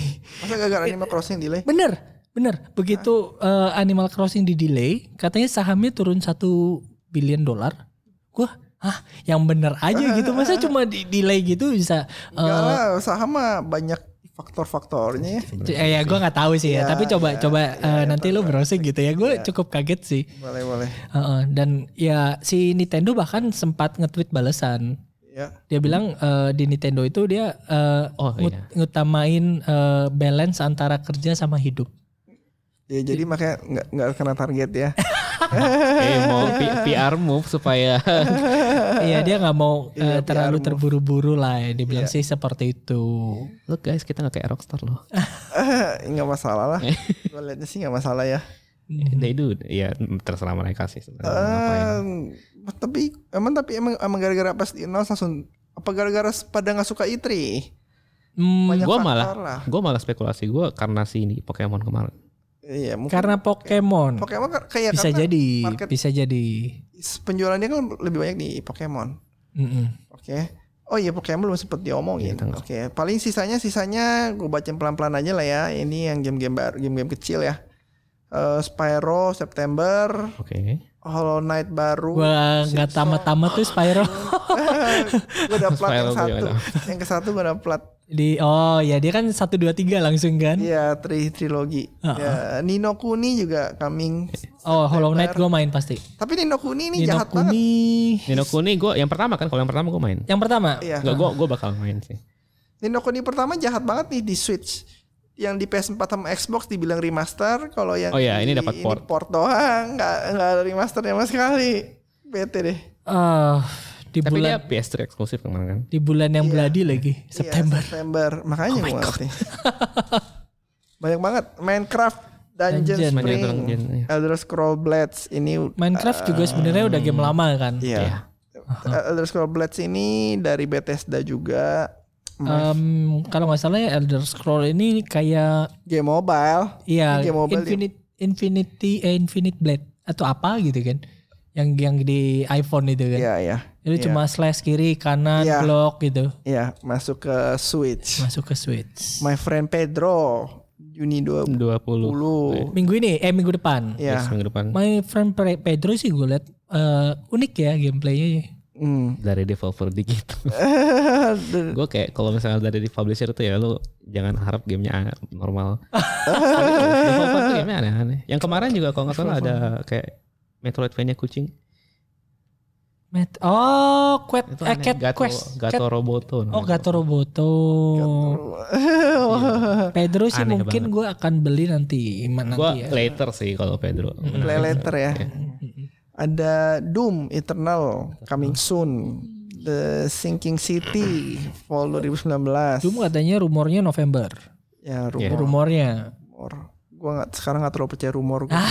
[SPEAKER 2] Masa gara-gara Animal Crossing
[SPEAKER 3] Eh.
[SPEAKER 2] delay?
[SPEAKER 4] Bener, bener. Begitu eh, Animal Crossing di delay, katanya sahamnya turun satu billion dolar. Gua, hah, yang bener aja gitu. Masa cuma di delay gitu bisa?
[SPEAKER 2] Enggak
[SPEAKER 4] eh,
[SPEAKER 2] lah, saham mah banyak faktor-faktornya ya.
[SPEAKER 4] c- eh, ya gue nggak tahu sih ya.
[SPEAKER 2] Iya,
[SPEAKER 4] Tapi coba,
[SPEAKER 2] iya,
[SPEAKER 4] coba
[SPEAKER 2] iya,
[SPEAKER 4] eh,
[SPEAKER 2] iya,
[SPEAKER 4] nanti lu browsing gitu ya. Gue
[SPEAKER 2] Iya.
[SPEAKER 4] cukup kaget sih.
[SPEAKER 2] Boleh, boleh.
[SPEAKER 4] Heeh, dan ya si Nintendo bahkan sempat nge-tweet balasan.
[SPEAKER 2] Ya.
[SPEAKER 4] Dia bilang eh, di Nintendo itu dia eh,
[SPEAKER 3] Oh,
[SPEAKER 4] ngut-
[SPEAKER 3] iya.
[SPEAKER 4] ngutamain eh, balance antara kerja sama hidup.
[SPEAKER 2] Ya jadi makanya nggak nggak kena target ya.
[SPEAKER 4] [laughs]
[SPEAKER 3] Eh, mau P- PR move supaya [laughs]
[SPEAKER 4] Iya dia nggak mau
[SPEAKER 2] Iya,
[SPEAKER 4] eh,
[SPEAKER 2] PR
[SPEAKER 4] terlalu
[SPEAKER 2] move.
[SPEAKER 4] terburu-buru lah. Ya. Dia bilang
[SPEAKER 2] Iya.
[SPEAKER 4] sih seperti itu.
[SPEAKER 3] Look guys, kita nggak kayak rockstar loh.
[SPEAKER 2] Eh, [laughs] nggak masalah
[SPEAKER 4] [laughs]
[SPEAKER 2] lah gue liatnya sih nggak masalah ya
[SPEAKER 4] Hmm.
[SPEAKER 3] They do. Ya terserah mereka sih sebenarnya. mau ngapain.
[SPEAKER 4] Ah.
[SPEAKER 2] Eh, tapi emang tapi emang, emang gara-gara pas di announce langsung apa gara-gara pada nggak suka itri
[SPEAKER 4] Hmm,
[SPEAKER 2] banyak
[SPEAKER 3] gua
[SPEAKER 2] faktor
[SPEAKER 3] malah-
[SPEAKER 2] lah
[SPEAKER 3] Gue malah spekulasi gue karena si ini Pokemon kemarin.
[SPEAKER 2] iya mungkin
[SPEAKER 4] karena Pokemon
[SPEAKER 2] Pokemon kan kayak
[SPEAKER 4] bisa
[SPEAKER 2] karena
[SPEAKER 4] jadi,
[SPEAKER 2] market-
[SPEAKER 4] bisa jadi.
[SPEAKER 2] penjualannya kan lebih banyak di Pokemon
[SPEAKER 4] Mm-mm.
[SPEAKER 2] oke oh iya Pokemon belum sempet diomongin
[SPEAKER 3] Iya, tanggal.
[SPEAKER 2] oke paling sisanya sisanya gue bacain pelan-pelan aja lah ya ini yang game-game baru game-game kecil ya Eh Spyro September
[SPEAKER 3] Oke.
[SPEAKER 2] Hollow Knight baru
[SPEAKER 4] Gua nggak
[SPEAKER 2] Simpsons.
[SPEAKER 4] tamat-tamat tuh
[SPEAKER 2] [laughs]
[SPEAKER 4] Spyro.
[SPEAKER 2] gue udah plat yang
[SPEAKER 3] Spyro gua
[SPEAKER 2] satu
[SPEAKER 3] juga
[SPEAKER 2] yang ke satu gue udah plat
[SPEAKER 4] Di oh ya dia kan satu dua tiga langsung kan.
[SPEAKER 2] Iya, tri trilogi.
[SPEAKER 4] Ah,
[SPEAKER 2] Ya, Nino Kuni juga coming.
[SPEAKER 4] Oh Hollow Knight gue main pasti.
[SPEAKER 2] Tapi Nino Kuni ini
[SPEAKER 4] Ni no
[SPEAKER 2] jahat banget.
[SPEAKER 4] Kuni.
[SPEAKER 3] Nino Kuni gue yang pertama kan kalau yang pertama gue main.
[SPEAKER 4] Yang pertama.
[SPEAKER 2] Iya.
[SPEAKER 3] Enggak gue gue bakal main sih.
[SPEAKER 2] Nino Kuni pertama jahat banget nih di Switch. Yang di PS4 sama Xbox dibilang remaster, kalau yang
[SPEAKER 3] Oh
[SPEAKER 2] di-
[SPEAKER 3] iya, ini dapat port.
[SPEAKER 2] doang, nggak nggak ada remaster sama sekali. Bete deh.
[SPEAKER 4] Ah, di
[SPEAKER 3] Tapi
[SPEAKER 4] bulan
[SPEAKER 3] dia PS3 eksklusif kemarin kan.
[SPEAKER 4] di bulan yang
[SPEAKER 2] Iya.
[SPEAKER 4] beladi lagi
[SPEAKER 2] Iya,
[SPEAKER 4] September. Oh
[SPEAKER 2] September. Makanya gue ngerti. Banyak banget Minecraft Dungeon,
[SPEAKER 4] Dungeon.
[SPEAKER 3] Sebenarnya
[SPEAKER 2] Spring,
[SPEAKER 3] itu orang gen- iya.
[SPEAKER 2] Elder Scroll Blades ini
[SPEAKER 4] Minecraft juga sebenarnya udah game lama kan.
[SPEAKER 2] Iya.
[SPEAKER 3] Iya.
[SPEAKER 2] Elder Scroll Uh, Blades ini dari Bethesda juga. My-
[SPEAKER 4] Em, kalau nggak salah ya Elder Scroll ini kayak
[SPEAKER 2] game mobile. Ini
[SPEAKER 4] ya
[SPEAKER 2] game mobile
[SPEAKER 4] Infinite Infinity eh, Infinite Blade atau apa gitu kan. Yang yang di iPhone itu kan.
[SPEAKER 2] Iya, iya.
[SPEAKER 4] Itu
[SPEAKER 2] Iya.
[SPEAKER 4] cuma slash kiri kanan
[SPEAKER 2] Iya.
[SPEAKER 4] blok gitu
[SPEAKER 2] Iya, masuk ke Switch.
[SPEAKER 4] masuk ke Switch.
[SPEAKER 2] My friend Pedro Juni 2020.
[SPEAKER 3] 20
[SPEAKER 4] Minggu ini eh minggu depan.
[SPEAKER 3] Yes,
[SPEAKER 2] Iya.
[SPEAKER 3] minggu depan
[SPEAKER 4] My friend Pre- Pedro sih gue liat eh, unik ya gameplaynya. ya.
[SPEAKER 3] [laughs]
[SPEAKER 2] Hmm.
[SPEAKER 3] dari developer dikit. gue kayak kalau misalnya dari di publisher tuh ya lu jangan harap gamenya normal.
[SPEAKER 4] [laughs]
[SPEAKER 3] developer tuh gamenya aneh-aneh. Yang kemarin juga kalau nggak salah ada kayak Metroidvania kucing.
[SPEAKER 4] Met- oh, Quest,
[SPEAKER 3] Itu
[SPEAKER 4] eh,
[SPEAKER 3] aneh.
[SPEAKER 4] Cat
[SPEAKER 3] Gato,
[SPEAKER 4] Quest.
[SPEAKER 3] Gato
[SPEAKER 4] Cat-
[SPEAKER 3] Roboto.
[SPEAKER 4] oh, Gato Roboto.
[SPEAKER 3] Oh.
[SPEAKER 4] Oh. Pedro sih
[SPEAKER 3] Aneh
[SPEAKER 4] mungkin gue akan beli nanti nanti
[SPEAKER 3] Gue
[SPEAKER 4] ya.
[SPEAKER 3] later sih kalau Pedro.
[SPEAKER 2] [laughs] Play later ya. Ada Doom Eternal coming soon. The Sinking City Fall 2019.
[SPEAKER 4] Doom katanya rumornya November.
[SPEAKER 2] Ya
[SPEAKER 3] Iya.
[SPEAKER 2] rumor.
[SPEAKER 4] Rumornya.
[SPEAKER 2] rumor. Gua nggak sekarang nggak terlalu percaya rumor gua.
[SPEAKER 3] [laughs]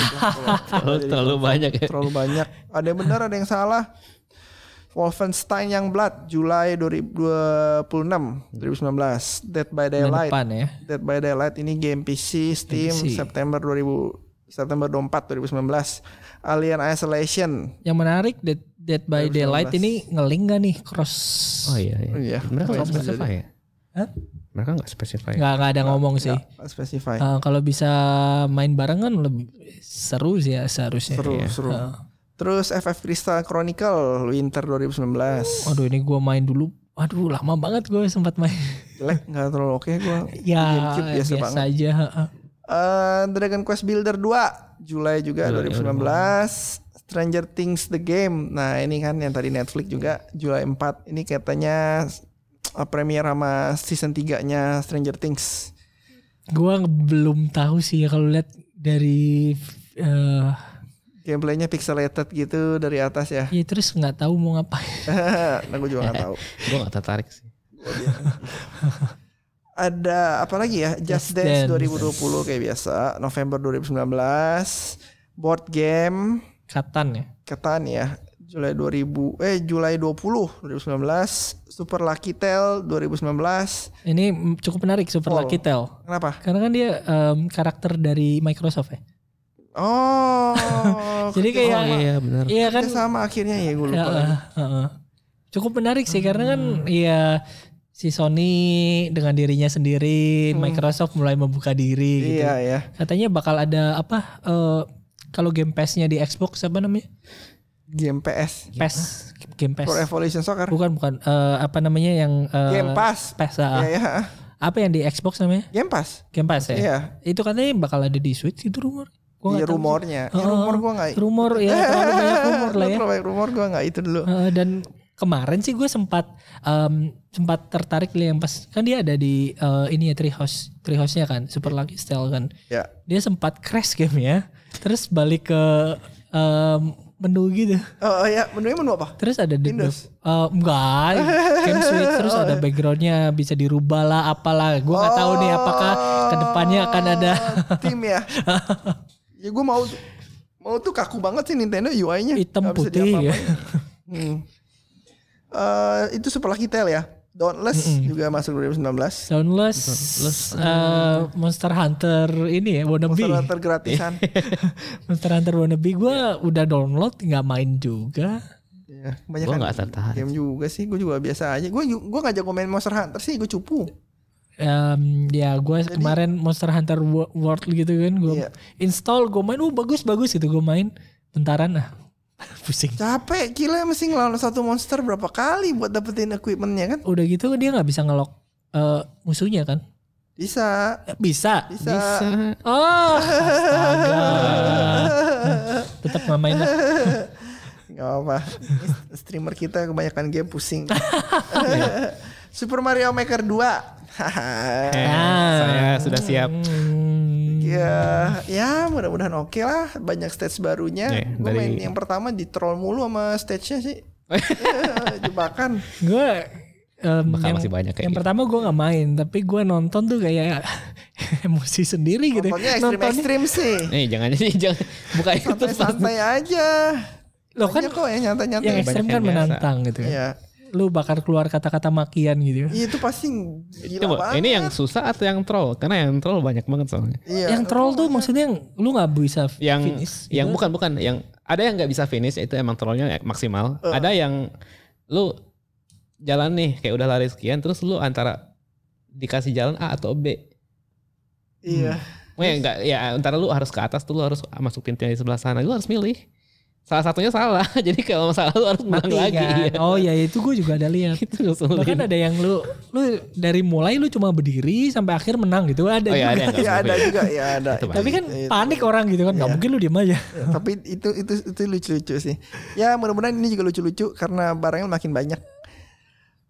[SPEAKER 3] Terlalu, terlalu banyak ya.
[SPEAKER 2] terlalu banyak. Ada yang benar, ada yang salah. Wolfenstein yang Blood Julai 2026 2019 Dead by
[SPEAKER 4] Bulan
[SPEAKER 2] Daylight
[SPEAKER 4] depan ya.
[SPEAKER 2] Dead by Daylight ini game PC Steam
[SPEAKER 4] PC.
[SPEAKER 2] September 2000 September 24 2019 Alien Isolation
[SPEAKER 4] Yang menarik Dead, Dead by
[SPEAKER 2] 2019.
[SPEAKER 4] Daylight ini ngeling gak nih cross?
[SPEAKER 3] Oh iya. iya.
[SPEAKER 2] Iya.
[SPEAKER 3] Mereka nggak
[SPEAKER 2] Bisa
[SPEAKER 3] specify ya.
[SPEAKER 4] Hah?
[SPEAKER 3] Mereka nggak specify. ya?
[SPEAKER 4] Nggak nggak ada ngomong sih.
[SPEAKER 2] Nggak specify
[SPEAKER 3] Ah,
[SPEAKER 4] Eh, kalau bisa main bareng kan lebih seru sih ya seharusnya.
[SPEAKER 2] seru
[SPEAKER 3] iya.
[SPEAKER 2] seru terus FF Crystal Chronicle Winter 2019
[SPEAKER 4] Aduh ini gue main dulu. Aduh lama banget gue sempat
[SPEAKER 2] [laughs]
[SPEAKER 4] main.
[SPEAKER 2] jelek nggak terlalu oke gua
[SPEAKER 4] ya
[SPEAKER 2] GameCube Iya, biasa
[SPEAKER 4] biasa,
[SPEAKER 2] banget.
[SPEAKER 4] aja. heeh.
[SPEAKER 2] Eh, Dragon Quest Builder 2 Julai juga
[SPEAKER 3] Julai,
[SPEAKER 2] 2019
[SPEAKER 4] oh,
[SPEAKER 2] Stranger Things The Game Nah ini kan yang tadi Netflix juga Julai 4 Ini katanya eh, Premier sama season 3 nya Stranger Things
[SPEAKER 4] Gue belum tahu sih ya kalau lihat dari eh,
[SPEAKER 2] Gameplaynya pixelated gitu dari atas ya [laughs]
[SPEAKER 4] ya terus nggak tahu mau ngapain. [laughs]
[SPEAKER 2] Nah gue juga gak tau
[SPEAKER 3] Gue nggak tertarik sih.
[SPEAKER 2] Ada apa lagi ya Just,
[SPEAKER 4] Just
[SPEAKER 2] Dance,
[SPEAKER 4] Dance.
[SPEAKER 2] 2020 kayak biasa November 2019 Board Game
[SPEAKER 4] Katan ya.
[SPEAKER 2] Ketan ya Julai 2000 eh Julai 20 2019 Super Lucky Tail 2019
[SPEAKER 4] Ini mm, cukup menarik Super
[SPEAKER 2] Pol.
[SPEAKER 4] Lucky Tail.
[SPEAKER 2] kenapa
[SPEAKER 4] Karena kan dia em, karakter dari Microsoft ya.
[SPEAKER 2] oh
[SPEAKER 4] [laughs] Jadi kayak-
[SPEAKER 3] Oh iya benar.
[SPEAKER 4] Iya
[SPEAKER 2] kan
[SPEAKER 4] kan.
[SPEAKER 2] sama akhirnya ya gue lupa Hmm.
[SPEAKER 4] Ya, eh, eh, eh. Cukup menarik sih karena kan ya si Sony dengan dirinya sendiri, Microsoft mulai membuka diri
[SPEAKER 2] Hmm.
[SPEAKER 4] gitu.
[SPEAKER 2] iya ya
[SPEAKER 4] Katanya bakal ada apa? eh, kalau Game Pass-nya di Xbox apa namanya?
[SPEAKER 2] game PS
[SPEAKER 4] PES, Game Pass.
[SPEAKER 2] Pro Evolution Soccer
[SPEAKER 4] Bukan bukan eh, apa namanya yang eh,
[SPEAKER 2] Game Pass
[SPEAKER 4] PES, ah.
[SPEAKER 2] ya ya
[SPEAKER 4] Apa yang di Xbox namanya?
[SPEAKER 2] Game Pass
[SPEAKER 4] Game Pass ya.
[SPEAKER 2] iya
[SPEAKER 4] Itu katanya bakal ada di Switch itu rumor. Gua
[SPEAKER 2] iya
[SPEAKER 4] nggak tahu sih.
[SPEAKER 2] rumornya ya,
[SPEAKER 4] Oh,
[SPEAKER 2] rumor gue nggak
[SPEAKER 4] Rumor ya, terlalu banyak
[SPEAKER 2] [laughs]
[SPEAKER 4] rumor lah ya.
[SPEAKER 2] Terlalu banyak rumor gue nggak itu dulu
[SPEAKER 4] Eh, dan kemarin sih gue sempat em, sempat tertarik nih yang pas kan dia ada di eh, ini ya Treehouse Treehouse-nya kan Super Lucky Style kan
[SPEAKER 2] ya
[SPEAKER 4] dia sempat crash game ya terus balik ke em, menu gitu.
[SPEAKER 2] Oh ya, menunya menu apa?
[SPEAKER 4] Terus ada the
[SPEAKER 2] Windows.
[SPEAKER 4] Eh, enggak, game switch terus ada backgroundnya bisa dirubah lah apalah. Gue nggak tahu nih apakah kedepannya akan ada.
[SPEAKER 2] [laughs] tim
[SPEAKER 4] [laughs]
[SPEAKER 2] ya. ya gue mau mau tuh kaku banget sih Nintendo UI-nya.
[SPEAKER 4] Hitam putih ya.
[SPEAKER 2] [laughs] Hmm. Eh, itu setelah kita ya. Dauntless juga masuk 2019.
[SPEAKER 4] Soundless, eh, Monster Hunter ini ya wannabe.
[SPEAKER 2] Monster Hunter
[SPEAKER 4] [laughs]
[SPEAKER 2] gratisan.
[SPEAKER 4] Iya. Monster Hunter wannabe gue udah download nggak main juga.
[SPEAKER 2] ya,
[SPEAKER 3] Gue
[SPEAKER 2] kebanyakan
[SPEAKER 3] nggak tertarik.
[SPEAKER 2] game juga sih. Gue juga biasa aja. Gue gue ngajak komen Monster Hunter sih. Gue cupu.
[SPEAKER 4] Em, ya gue
[SPEAKER 2] Jadi-
[SPEAKER 4] kemarin Monster Hunter Wo- World gitu kan gue
[SPEAKER 2] Iya.
[SPEAKER 4] install gue main uh bagus bagus gitu gue main bentaran ah [laughs] pusing
[SPEAKER 2] Capek. Gila mesti ngelawan satu monster berapa kali buat dapetin equipmentnya kan?
[SPEAKER 4] udah gitu dia nggak bisa ngelok eh, musuhnya kan
[SPEAKER 2] Bisa.
[SPEAKER 4] Eh, bisa
[SPEAKER 2] Bisa.
[SPEAKER 3] Eh,
[SPEAKER 2] [laughs]
[SPEAKER 4] oh astaga. tetap nggak main lah
[SPEAKER 2] Gak apa.
[SPEAKER 3] [laughs]
[SPEAKER 2] Streamer kita kebanyakan game pusing.
[SPEAKER 3] Iya.
[SPEAKER 2] [laughs] Super Mario Maker [laughs] 2. Haha.
[SPEAKER 3] Eh,
[SPEAKER 4] Ah.
[SPEAKER 3] Saya sudah siap.
[SPEAKER 4] Hmm,
[SPEAKER 2] ya, ya mudah-mudahan oke lah. Banyak stage barunya.
[SPEAKER 3] Eh,
[SPEAKER 2] Gue
[SPEAKER 3] dari-
[SPEAKER 2] main yang pertama di troll mulu sama stage-nya
[SPEAKER 3] [laughs]
[SPEAKER 2] sih. Eh,
[SPEAKER 3] Iya,
[SPEAKER 2] Jebakan.
[SPEAKER 4] gue em,
[SPEAKER 3] Bakal
[SPEAKER 4] yang,
[SPEAKER 3] masih banyak kayak
[SPEAKER 4] yang
[SPEAKER 3] gitu.
[SPEAKER 4] pertama gue nggak main tapi gue nonton tuh kayak [laughs] emosi sendiri gitu
[SPEAKER 2] Nontonnya ekstrim-ekstrim sih.
[SPEAKER 3] Eh jangan ini [laughs] jangan buka itu.
[SPEAKER 2] Santai-santai aja.
[SPEAKER 4] Loh, kan
[SPEAKER 2] Banyak kok yang nyantai-nyantai.
[SPEAKER 4] yang
[SPEAKER 3] Iya, Banyak
[SPEAKER 4] ekstrim
[SPEAKER 3] yang
[SPEAKER 4] kan
[SPEAKER 3] biasa.
[SPEAKER 4] menantang gitu kan.
[SPEAKER 2] Iya.
[SPEAKER 4] lu bakal keluar kata-kata makian gitu
[SPEAKER 2] Iya, Itu pasti gila
[SPEAKER 3] Coba
[SPEAKER 2] banget.
[SPEAKER 3] ini yang susah atau yang troll? Karena yang troll banyak banget soalnya.
[SPEAKER 2] Iya.
[SPEAKER 4] yang troll tuh maksudnya yang lu nggak bisa
[SPEAKER 3] yang
[SPEAKER 4] finish
[SPEAKER 3] yang
[SPEAKER 4] gitu.
[SPEAKER 3] bukan bukan yang ada yang nggak bisa finish itu emang trollnya ya, maksimal ada yang lu jalan nih kayak udah lari sekian terus lu antara dikasih jalan A atau B
[SPEAKER 2] Iya.
[SPEAKER 3] Wah, ya enggak ya antara lu harus ke atas tuh lu harus masuk pintu yang di sebelah sana lu harus milih salah satunya salah [laughs] jadi kalau salah lu harus
[SPEAKER 4] mati
[SPEAKER 3] menang lagi
[SPEAKER 4] kan
[SPEAKER 3] Iya.
[SPEAKER 4] oh ya itu gue juga ada lihat
[SPEAKER 3] [laughs] itu ngeselin.
[SPEAKER 4] bahkan ada yang lu lu dari mulai lu cuma berdiri sampai akhir menang gitu ada
[SPEAKER 3] oh ya ada yang
[SPEAKER 4] juga.
[SPEAKER 2] [laughs]
[SPEAKER 3] nggak
[SPEAKER 2] Ya ada
[SPEAKER 3] move ya.
[SPEAKER 2] juga, ya ada.
[SPEAKER 3] Itu
[SPEAKER 4] tapi kan
[SPEAKER 2] Itu-
[SPEAKER 4] panik orang gitu kan nggak
[SPEAKER 2] Iya.
[SPEAKER 4] mungkin lu diem aja
[SPEAKER 2] Ya, tapi itu itu itu lucu-lucu sih. Ya mudah-mudahan ini juga lucu-lucu karena barangnya makin banyak.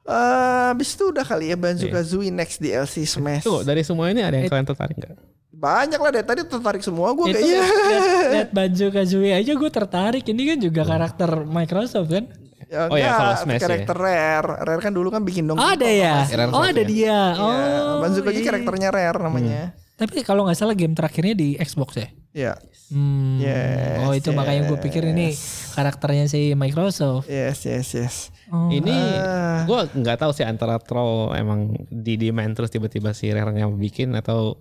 [SPEAKER 2] Eh, habis itu udah kali ya Banzuka Zooey next DLC Smash.
[SPEAKER 3] Tuh, dari semua ini ada yang kalian tertarik nggak
[SPEAKER 2] Banyak lah deh tadi tertarik semua gue
[SPEAKER 4] itu
[SPEAKER 2] kayaknya.
[SPEAKER 4] lihat baju Kazui aja gue tertarik ini kan juga karakter Microsoft kan
[SPEAKER 2] [laughs] Ya,
[SPEAKER 3] Oh ya,
[SPEAKER 2] enggak,
[SPEAKER 3] kalau Smash ya.
[SPEAKER 2] karakter Rare. Rare kan dulu kan bikin dong.
[SPEAKER 4] ada ya
[SPEAKER 3] Rare
[SPEAKER 4] oh ada
[SPEAKER 3] Soft-nya.
[SPEAKER 4] dia oh
[SPEAKER 2] Banzuka
[SPEAKER 4] iya.
[SPEAKER 2] Zooey karakternya Rare namanya.
[SPEAKER 4] tapi kalau nggak salah game terakhirnya di Xbox ya
[SPEAKER 2] Ya.
[SPEAKER 4] Hmm.
[SPEAKER 2] Yes,
[SPEAKER 4] oh itu makanya gue pikir ini karakternya si Microsoft.
[SPEAKER 2] Yes, yes, yes.
[SPEAKER 4] Oh.
[SPEAKER 3] ini
[SPEAKER 2] Ah.
[SPEAKER 3] gua nggak tahu sih antara troll emang di demand terus tiba-tiba si Rare yang bikin atau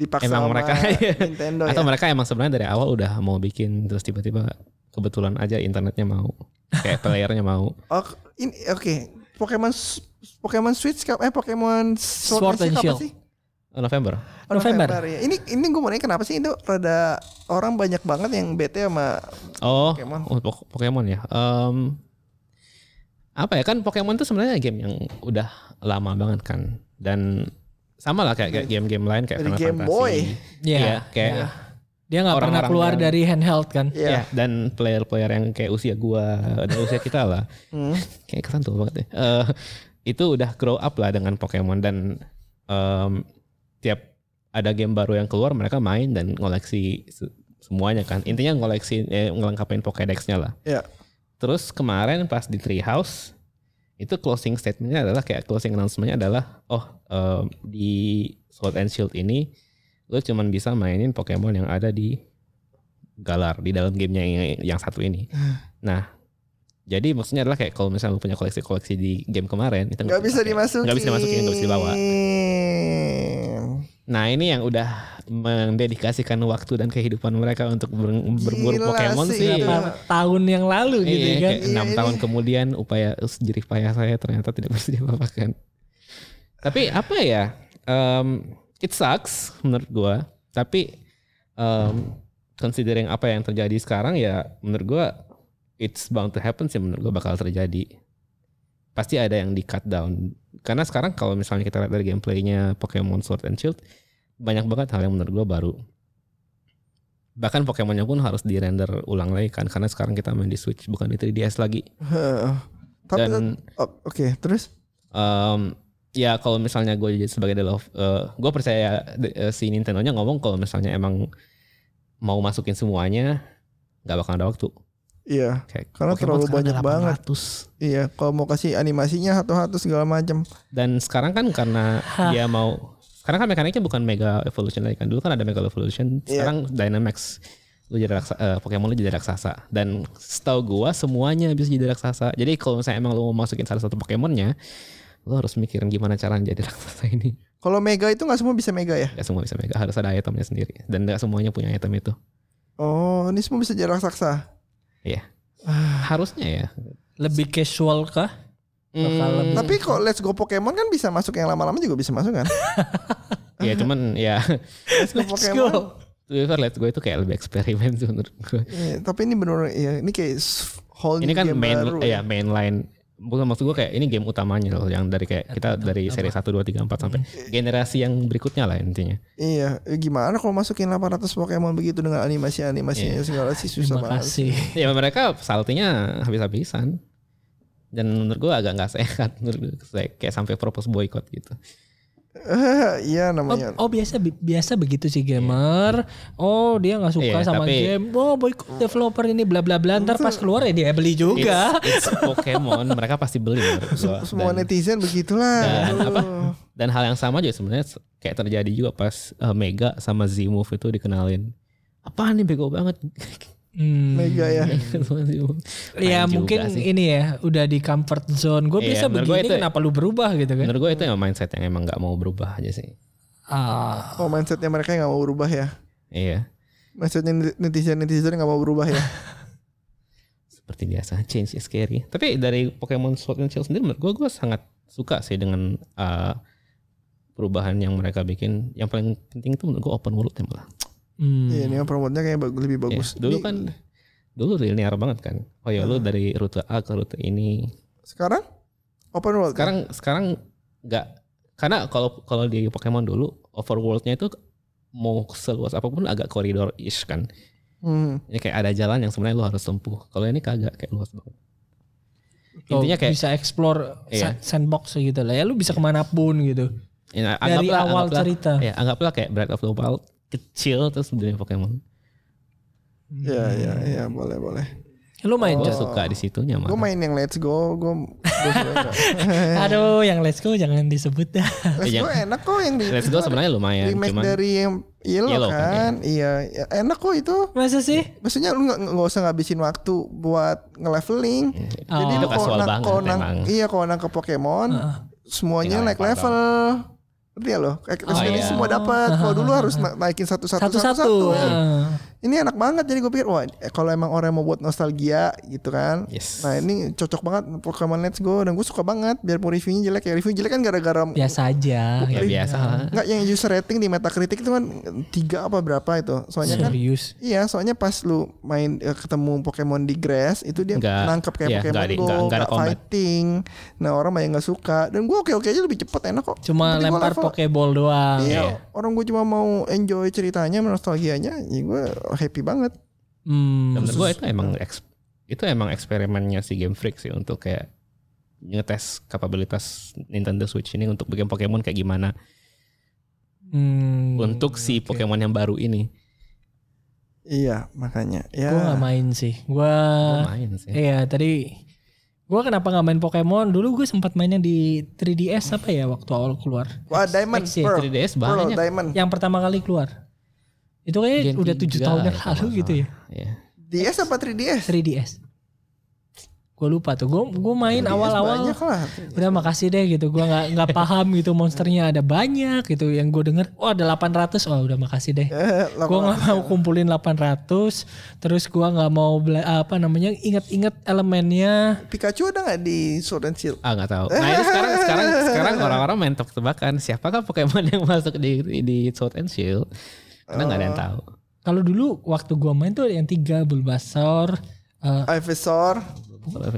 [SPEAKER 2] Dipaksa
[SPEAKER 3] Emang
[SPEAKER 2] sama
[SPEAKER 3] mereka-
[SPEAKER 4] Oh,
[SPEAKER 2] Nintendo
[SPEAKER 3] [laughs]
[SPEAKER 4] iya.
[SPEAKER 3] Atau
[SPEAKER 2] ya.
[SPEAKER 3] mereka emang sebenarnya dari awal udah mau bikin terus tiba-tiba kebetulan aja internetnya mau
[SPEAKER 4] [laughs]
[SPEAKER 3] kayak playernya mau.
[SPEAKER 2] Oh, ini oke. Pokemon S- Pokemon Switch kap- eh Pokemon
[SPEAKER 4] Sword
[SPEAKER 2] Sword,
[SPEAKER 4] and
[SPEAKER 2] and Shield
[SPEAKER 4] Shield.
[SPEAKER 2] apa sih?
[SPEAKER 3] Oh, November.
[SPEAKER 2] Oh,
[SPEAKER 4] November.
[SPEAKER 2] ya. Ini ini gue mau nanya kenapa sih itu rada orang banyak banget yang bete sama
[SPEAKER 3] Oh,
[SPEAKER 2] Pokemon.
[SPEAKER 3] oh, Pok- Pokemon ya. Em, apa ya kan Pokemon itu sebenarnya game yang udah lama banget kan dan sama lah kayak kayak game-game lain kayak
[SPEAKER 2] Dari
[SPEAKER 3] Final
[SPEAKER 2] Game
[SPEAKER 3] Fantasy.
[SPEAKER 2] Boy.
[SPEAKER 4] Iya.
[SPEAKER 3] Iya, kayak
[SPEAKER 4] Iya. Dia nggak pernah
[SPEAKER 3] orang-orang
[SPEAKER 4] keluar
[SPEAKER 3] yang-
[SPEAKER 4] dari handheld kan?
[SPEAKER 3] ya,
[SPEAKER 2] ya.
[SPEAKER 3] dan player-player yang kayak usia gua, dan usia kita lah.
[SPEAKER 2] Hmm.
[SPEAKER 3] kayak kesan tua banget ya. Eh, itu udah grow up lah dengan Pokemon dan em, tiap ada game baru yang keluar mereka main dan ngoleksi se- semuanya kan. Intinya ngoleksi eh, ngelengkapin Pokédex-nya lah.
[SPEAKER 2] Ya.
[SPEAKER 3] Terus kemarin pas di Treehouse itu closing statementnya adalah kayak closing announcement-nya adalah oh em, di Sword and Shield ini lu cuman bisa mainin Pokemon yang ada di Galar di dalam gamenya yang, yang satu ini.
[SPEAKER 2] Hmm.
[SPEAKER 3] Nah, jadi maksudnya adalah kayak kalau misalnya lu punya koleksi-koleksi di game kemarin itu
[SPEAKER 2] Nggak bisa
[SPEAKER 3] dipakai.
[SPEAKER 2] dimasukin.
[SPEAKER 3] Nggak bisa dimasukin, nggak bisa dibawa. Nah, ini yang udah mendedikasikan waktu dan kehidupan mereka untuk ber- berburu
[SPEAKER 2] Gila
[SPEAKER 3] Pokemon
[SPEAKER 2] sih
[SPEAKER 3] sih.
[SPEAKER 2] itu.
[SPEAKER 4] Berapa tahun yang lalu
[SPEAKER 3] Iya,
[SPEAKER 4] gitu kan?
[SPEAKER 3] kayak enam
[SPEAKER 2] Iya,
[SPEAKER 3] tahun kemudian upaya jerih payah saya ternyata tidak bisa diapa-apakan. Tapi apa ya? em, it sucks menurut gua. Tapi em, considering apa yang terjadi sekarang ya menurut gua it's bound to happen sih menurut gua bakal terjadi. Pasti ada yang di cut down. Karena sekarang kalau misalnya kita lihat dari gameplaynya Pokemon Sword and Shield banyak banget hal yang menurut gua baru. Bahkan Pokemonnya pun harus di render ulang lagi kan karena sekarang kita main di Switch bukan di 3DS lagi.
[SPEAKER 2] Heeh. Tapi
[SPEAKER 3] Dan
[SPEAKER 2] oh, oke, terus
[SPEAKER 3] Em, ya kalau misalnya gue jadi sebagai develop, gue percaya de- eh, si Nintendo-nya ngomong kalau misalnya emang mau masukin semuanya, nggak bakal ada waktu.
[SPEAKER 2] Iya.
[SPEAKER 3] Kayak
[SPEAKER 2] Karena
[SPEAKER 3] Pokemon
[SPEAKER 2] terlalu
[SPEAKER 3] sekarang
[SPEAKER 2] banyak
[SPEAKER 3] ada
[SPEAKER 2] banget.
[SPEAKER 3] 800.
[SPEAKER 2] Iya, kalau mau kasih animasinya satu-satu segala macam.
[SPEAKER 3] Dan sekarang kan karena dia mau sekarang kan mekaniknya bukan Mega Evolution lagi kan. Dulu kan ada Mega
[SPEAKER 2] Iya.
[SPEAKER 3] Evolution, sekarang Dynamax. Lu jadi raksa, eh, Pokemon lu jadi raksasa dan setahu gua semuanya bisa jadi raksasa. Jadi kalau misalnya emang lu mau masukin salah satu Pokemonnya, lu harus mikirin gimana cara jadi [laughs] raksasa ini.
[SPEAKER 2] Kalau mega itu nggak semua bisa mega ya?
[SPEAKER 3] Gak semua bisa Mega, harus ada itemnya sendiri dan gak semuanya punya item itu.
[SPEAKER 2] Oh, ini semua bisa jadi raksasa. Ah.
[SPEAKER 3] Harusnya ya.
[SPEAKER 4] Lebih casual kah? Bakalan.
[SPEAKER 3] Hmm,
[SPEAKER 4] [laughs]
[SPEAKER 2] Tapi kok Let's Go Pokemon kan bisa masuk yang lama-lama juga bisa masuk
[SPEAKER 3] [laughs]
[SPEAKER 2] kan? Ah.
[SPEAKER 3] ya cuman ya [laughs]
[SPEAKER 2] Let's Go Pokemon.
[SPEAKER 3] Twitter lihat gue itu kayak lebih eksperimen sih menurut gue.
[SPEAKER 2] Iya, tapi ini bener ya ini kayak s- whole new
[SPEAKER 3] Ini kan
[SPEAKER 2] Oh, game
[SPEAKER 3] main
[SPEAKER 2] baru.
[SPEAKER 3] ya main line bukan maksud gue kayak ini game utamanya loh yang dari kayak kita dari seri 1 2 3 4 sampai
[SPEAKER 2] [laughs]
[SPEAKER 3] generasi yang berikutnya lah intinya.
[SPEAKER 2] Iya, eh, gimana kalau masukin 800 Pokemon begitu dengan
[SPEAKER 3] Iya.
[SPEAKER 2] animasi-animasinya segala sih susah
[SPEAKER 4] Terima
[SPEAKER 2] banget.
[SPEAKER 4] kasih.
[SPEAKER 3] Ya mereka saltinya habis-habisan. Dan menurut gue agak nggak sehat [laughs] menurut gue Kayak- kayak sampai propose boycott gitu.
[SPEAKER 2] [laughs] Iya
[SPEAKER 4] Oh,
[SPEAKER 2] namanya.
[SPEAKER 4] oh, biasa biasa begitu sih gamer. Oh dia nggak suka
[SPEAKER 3] Iya,
[SPEAKER 4] sama
[SPEAKER 3] tapi-
[SPEAKER 4] game. Oh boycott developer ini bla bla bla. Ntar pas keluar ya dia beli juga.
[SPEAKER 3] It's, it's Pokemon, mereka pasti beli
[SPEAKER 2] [laughs]
[SPEAKER 3] menurut gue.
[SPEAKER 2] Sem- Semua
[SPEAKER 3] Oh, Dan-
[SPEAKER 2] netizen begitulah.
[SPEAKER 3] dan
[SPEAKER 2] Aduh.
[SPEAKER 3] apa dan hal yang sama juga sebenarnya se- kayak terjadi juga pas eh, Mega sama Z Move itu dikenalin apa nih bego banget
[SPEAKER 4] Hmm.
[SPEAKER 2] Mega ya.
[SPEAKER 3] [laughs] Sama Z-Move. Keren
[SPEAKER 4] Ya
[SPEAKER 3] juga
[SPEAKER 4] mungkin
[SPEAKER 3] sih.
[SPEAKER 4] ini ya udah di comfort zone. Gue
[SPEAKER 3] Iya,
[SPEAKER 4] biasa
[SPEAKER 3] menurut gua
[SPEAKER 4] begini
[SPEAKER 3] itu-
[SPEAKER 4] kenapa lu berubah gitu kan?
[SPEAKER 3] menurut gue itu emang mindset yang emang nggak mau berubah aja sih
[SPEAKER 4] Ah,
[SPEAKER 2] Oh mindsetnya mereka nggak mau berubah ya.
[SPEAKER 3] iya
[SPEAKER 2] Maksudnya netizen netizen nggak mau berubah ya.
[SPEAKER 3] Hmm. seperti biasa change is scary tapi dari Pokemon Sword and Shield sendiri menurut gue gue sangat suka sih dengan eh, perubahan yang mereka bikin yang paling penting itu menurut gue open world ya malah
[SPEAKER 4] hmm.
[SPEAKER 2] Iya,
[SPEAKER 3] ya.
[SPEAKER 2] ini promotnya kayak bag- lebih
[SPEAKER 3] Iya,
[SPEAKER 2] bagus. Ah.
[SPEAKER 3] dulu
[SPEAKER 2] Ini-
[SPEAKER 3] kan dulu linear banget kan oh ya lu dari rute A ke rute ini
[SPEAKER 2] sekarang open world. kan?
[SPEAKER 3] sekarang
[SPEAKER 4] Nah.
[SPEAKER 3] sekarang nggak karena kalau kalau di Pokemon dulu overworldnya itu mau seluas apapun agak koridor ish kan
[SPEAKER 2] Hmm.
[SPEAKER 3] ini kayak ada jalan yang sebenarnya lu harus tempuh kalau ini kagak kayak luas banget intinya
[SPEAKER 4] Tuh,
[SPEAKER 3] kayak
[SPEAKER 4] Oh, bisa explore sa-
[SPEAKER 3] Iya.
[SPEAKER 4] sandbox gitu lah. Ya lu bisa kemanapun gitu.
[SPEAKER 3] ya,
[SPEAKER 4] Dari
[SPEAKER 3] anggaplah-
[SPEAKER 4] awal
[SPEAKER 3] anggaplah-
[SPEAKER 4] cerita.
[SPEAKER 3] ya anggaplah kayak Breath of the Wild kecil terus dunia Pokemon
[SPEAKER 2] Iya iya iya boleh boleh.
[SPEAKER 4] Ya, Lumayan
[SPEAKER 3] gue
[SPEAKER 4] Jos.
[SPEAKER 3] suka di situnya
[SPEAKER 2] Gue
[SPEAKER 3] malah
[SPEAKER 2] main yang Let's Go. Gue
[SPEAKER 3] [laughs] Eh.
[SPEAKER 4] Aduh, yang let's go jangan disebut dah. [laughs]
[SPEAKER 2] Let's Go
[SPEAKER 3] Yang-
[SPEAKER 2] enak kok yang di.
[SPEAKER 3] Iya. Let's Go sebenarnya lumayan
[SPEAKER 2] remake
[SPEAKER 3] cuman
[SPEAKER 2] dari yang Yellow,
[SPEAKER 3] Yellow kan,
[SPEAKER 2] kan, iya. Ya, enak kok itu.
[SPEAKER 4] Masa sih?
[SPEAKER 2] Maksudnya lu nggak nggak usah ngabisin waktu buat ngeleveling.
[SPEAKER 3] Iya.
[SPEAKER 2] Jadi
[SPEAKER 4] Oh.
[SPEAKER 2] lu
[SPEAKER 3] Itu
[SPEAKER 2] kalau
[SPEAKER 3] kasual
[SPEAKER 2] nang-
[SPEAKER 3] banget
[SPEAKER 2] kalau nang-
[SPEAKER 3] emang.
[SPEAKER 2] iya kalau nang ke Pokemon,
[SPEAKER 4] Heeh.
[SPEAKER 2] semuanya
[SPEAKER 3] Tinggal
[SPEAKER 2] naik
[SPEAKER 3] lempar
[SPEAKER 2] level. Ngerti ya loh, kayak
[SPEAKER 4] Oh,
[SPEAKER 2] experience
[SPEAKER 3] iya.
[SPEAKER 2] semua dapat. Kalau dulu harus na- naikin satu-satu
[SPEAKER 4] Satu-satu. Ah. Heeh.
[SPEAKER 2] Ini enak banget jadi gue pikir wah eh, kalau emang orang mau buat nostalgia gitu kan.
[SPEAKER 3] Yes.
[SPEAKER 2] Nah ini cocok banget Pokemon Let's Go dan gue suka banget biarpun reviewnya jelek ya review jelek kan gara-gara
[SPEAKER 4] Biasa aja.
[SPEAKER 3] ya biasa lah
[SPEAKER 2] Enggak yang user rating di Metacritic itu kan tiga apa berapa itu. Soalnya kan
[SPEAKER 4] Serius.
[SPEAKER 2] Iya, soalnya pas lu main eh, ketemu Pokemon di grass itu dia
[SPEAKER 3] Nggak,
[SPEAKER 2] nangkep kayak
[SPEAKER 3] iya,
[SPEAKER 2] Pokemon
[SPEAKER 3] nggak di-
[SPEAKER 2] Go,
[SPEAKER 3] nggak- nggak ada
[SPEAKER 2] nggak
[SPEAKER 3] combat.
[SPEAKER 2] fighting. Nah orang banyak nggak suka. Dan gua oke oke aja lebih cepet enak kok.
[SPEAKER 4] Cuma
[SPEAKER 2] Yang penting gua
[SPEAKER 4] lempar
[SPEAKER 2] level.
[SPEAKER 4] pokeball doang.
[SPEAKER 2] Iya,
[SPEAKER 3] Iya.
[SPEAKER 2] orang gue cuma mau enjoy ceritanya, nostalgianya, ya gue happy banget.
[SPEAKER 4] Hmm.
[SPEAKER 3] Dan menurut gue itu emang eks- itu emang eksperimennya si Game Freak sih untuk kayak ngetes kapabilitas Nintendo Switch ini untuk bikin Pokemon kayak gimana
[SPEAKER 4] Hmm.
[SPEAKER 3] untuk si
[SPEAKER 4] oke.
[SPEAKER 3] Pokemon yang baru ini.
[SPEAKER 2] Iya, makanya. Ya.
[SPEAKER 4] Gue gak main sih. Gue
[SPEAKER 3] Gua main sih.
[SPEAKER 4] iya tadi gue kenapa gak main Pokemon? Dulu gue sempat mainnya di 3DS apa ya waktu awal keluar.
[SPEAKER 2] Wah, Diamond,
[SPEAKER 4] X ya,
[SPEAKER 2] Pearl,
[SPEAKER 3] 3DS
[SPEAKER 2] Pearl,
[SPEAKER 3] banyak.
[SPEAKER 2] Diamond.
[SPEAKER 4] Yang pertama kali keluar. Itu kayaknya
[SPEAKER 3] Gen
[SPEAKER 4] udah
[SPEAKER 3] tiga
[SPEAKER 4] tujuh tahun yang
[SPEAKER 3] ya,
[SPEAKER 4] lalu
[SPEAKER 3] kalau
[SPEAKER 4] gitu ya.
[SPEAKER 3] Iya.
[SPEAKER 2] DS apa 3DS?
[SPEAKER 4] 3DS. Gue lupa tuh. Gue gue main
[SPEAKER 2] 3DS
[SPEAKER 4] awal-awal
[SPEAKER 2] banyak lah.
[SPEAKER 4] udah makasih deh gitu gue nggak nggak paham gitu monsternya ada banyak gitu yang gue denger oh ada 800 oh udah makasih deh
[SPEAKER 2] Eh,
[SPEAKER 4] gue
[SPEAKER 2] lama-
[SPEAKER 4] nggak mau kumpulin 800 terus gue nggak mau bela- apa namanya inget-inget elemennya
[SPEAKER 2] Pikachu ada nggak di Sword and Shield?
[SPEAKER 3] Ah nggak tahu. Nah itu sekarang sekarang sekarang orang-orang main tebak-tebakan siapakah Pokemon yang masuk di di Sword and Shield karena nggak ada yang tahu.
[SPEAKER 4] kalau dulu waktu gue main tuh ada yang tiga Bulbasaur eh,
[SPEAKER 2] Ivysaur,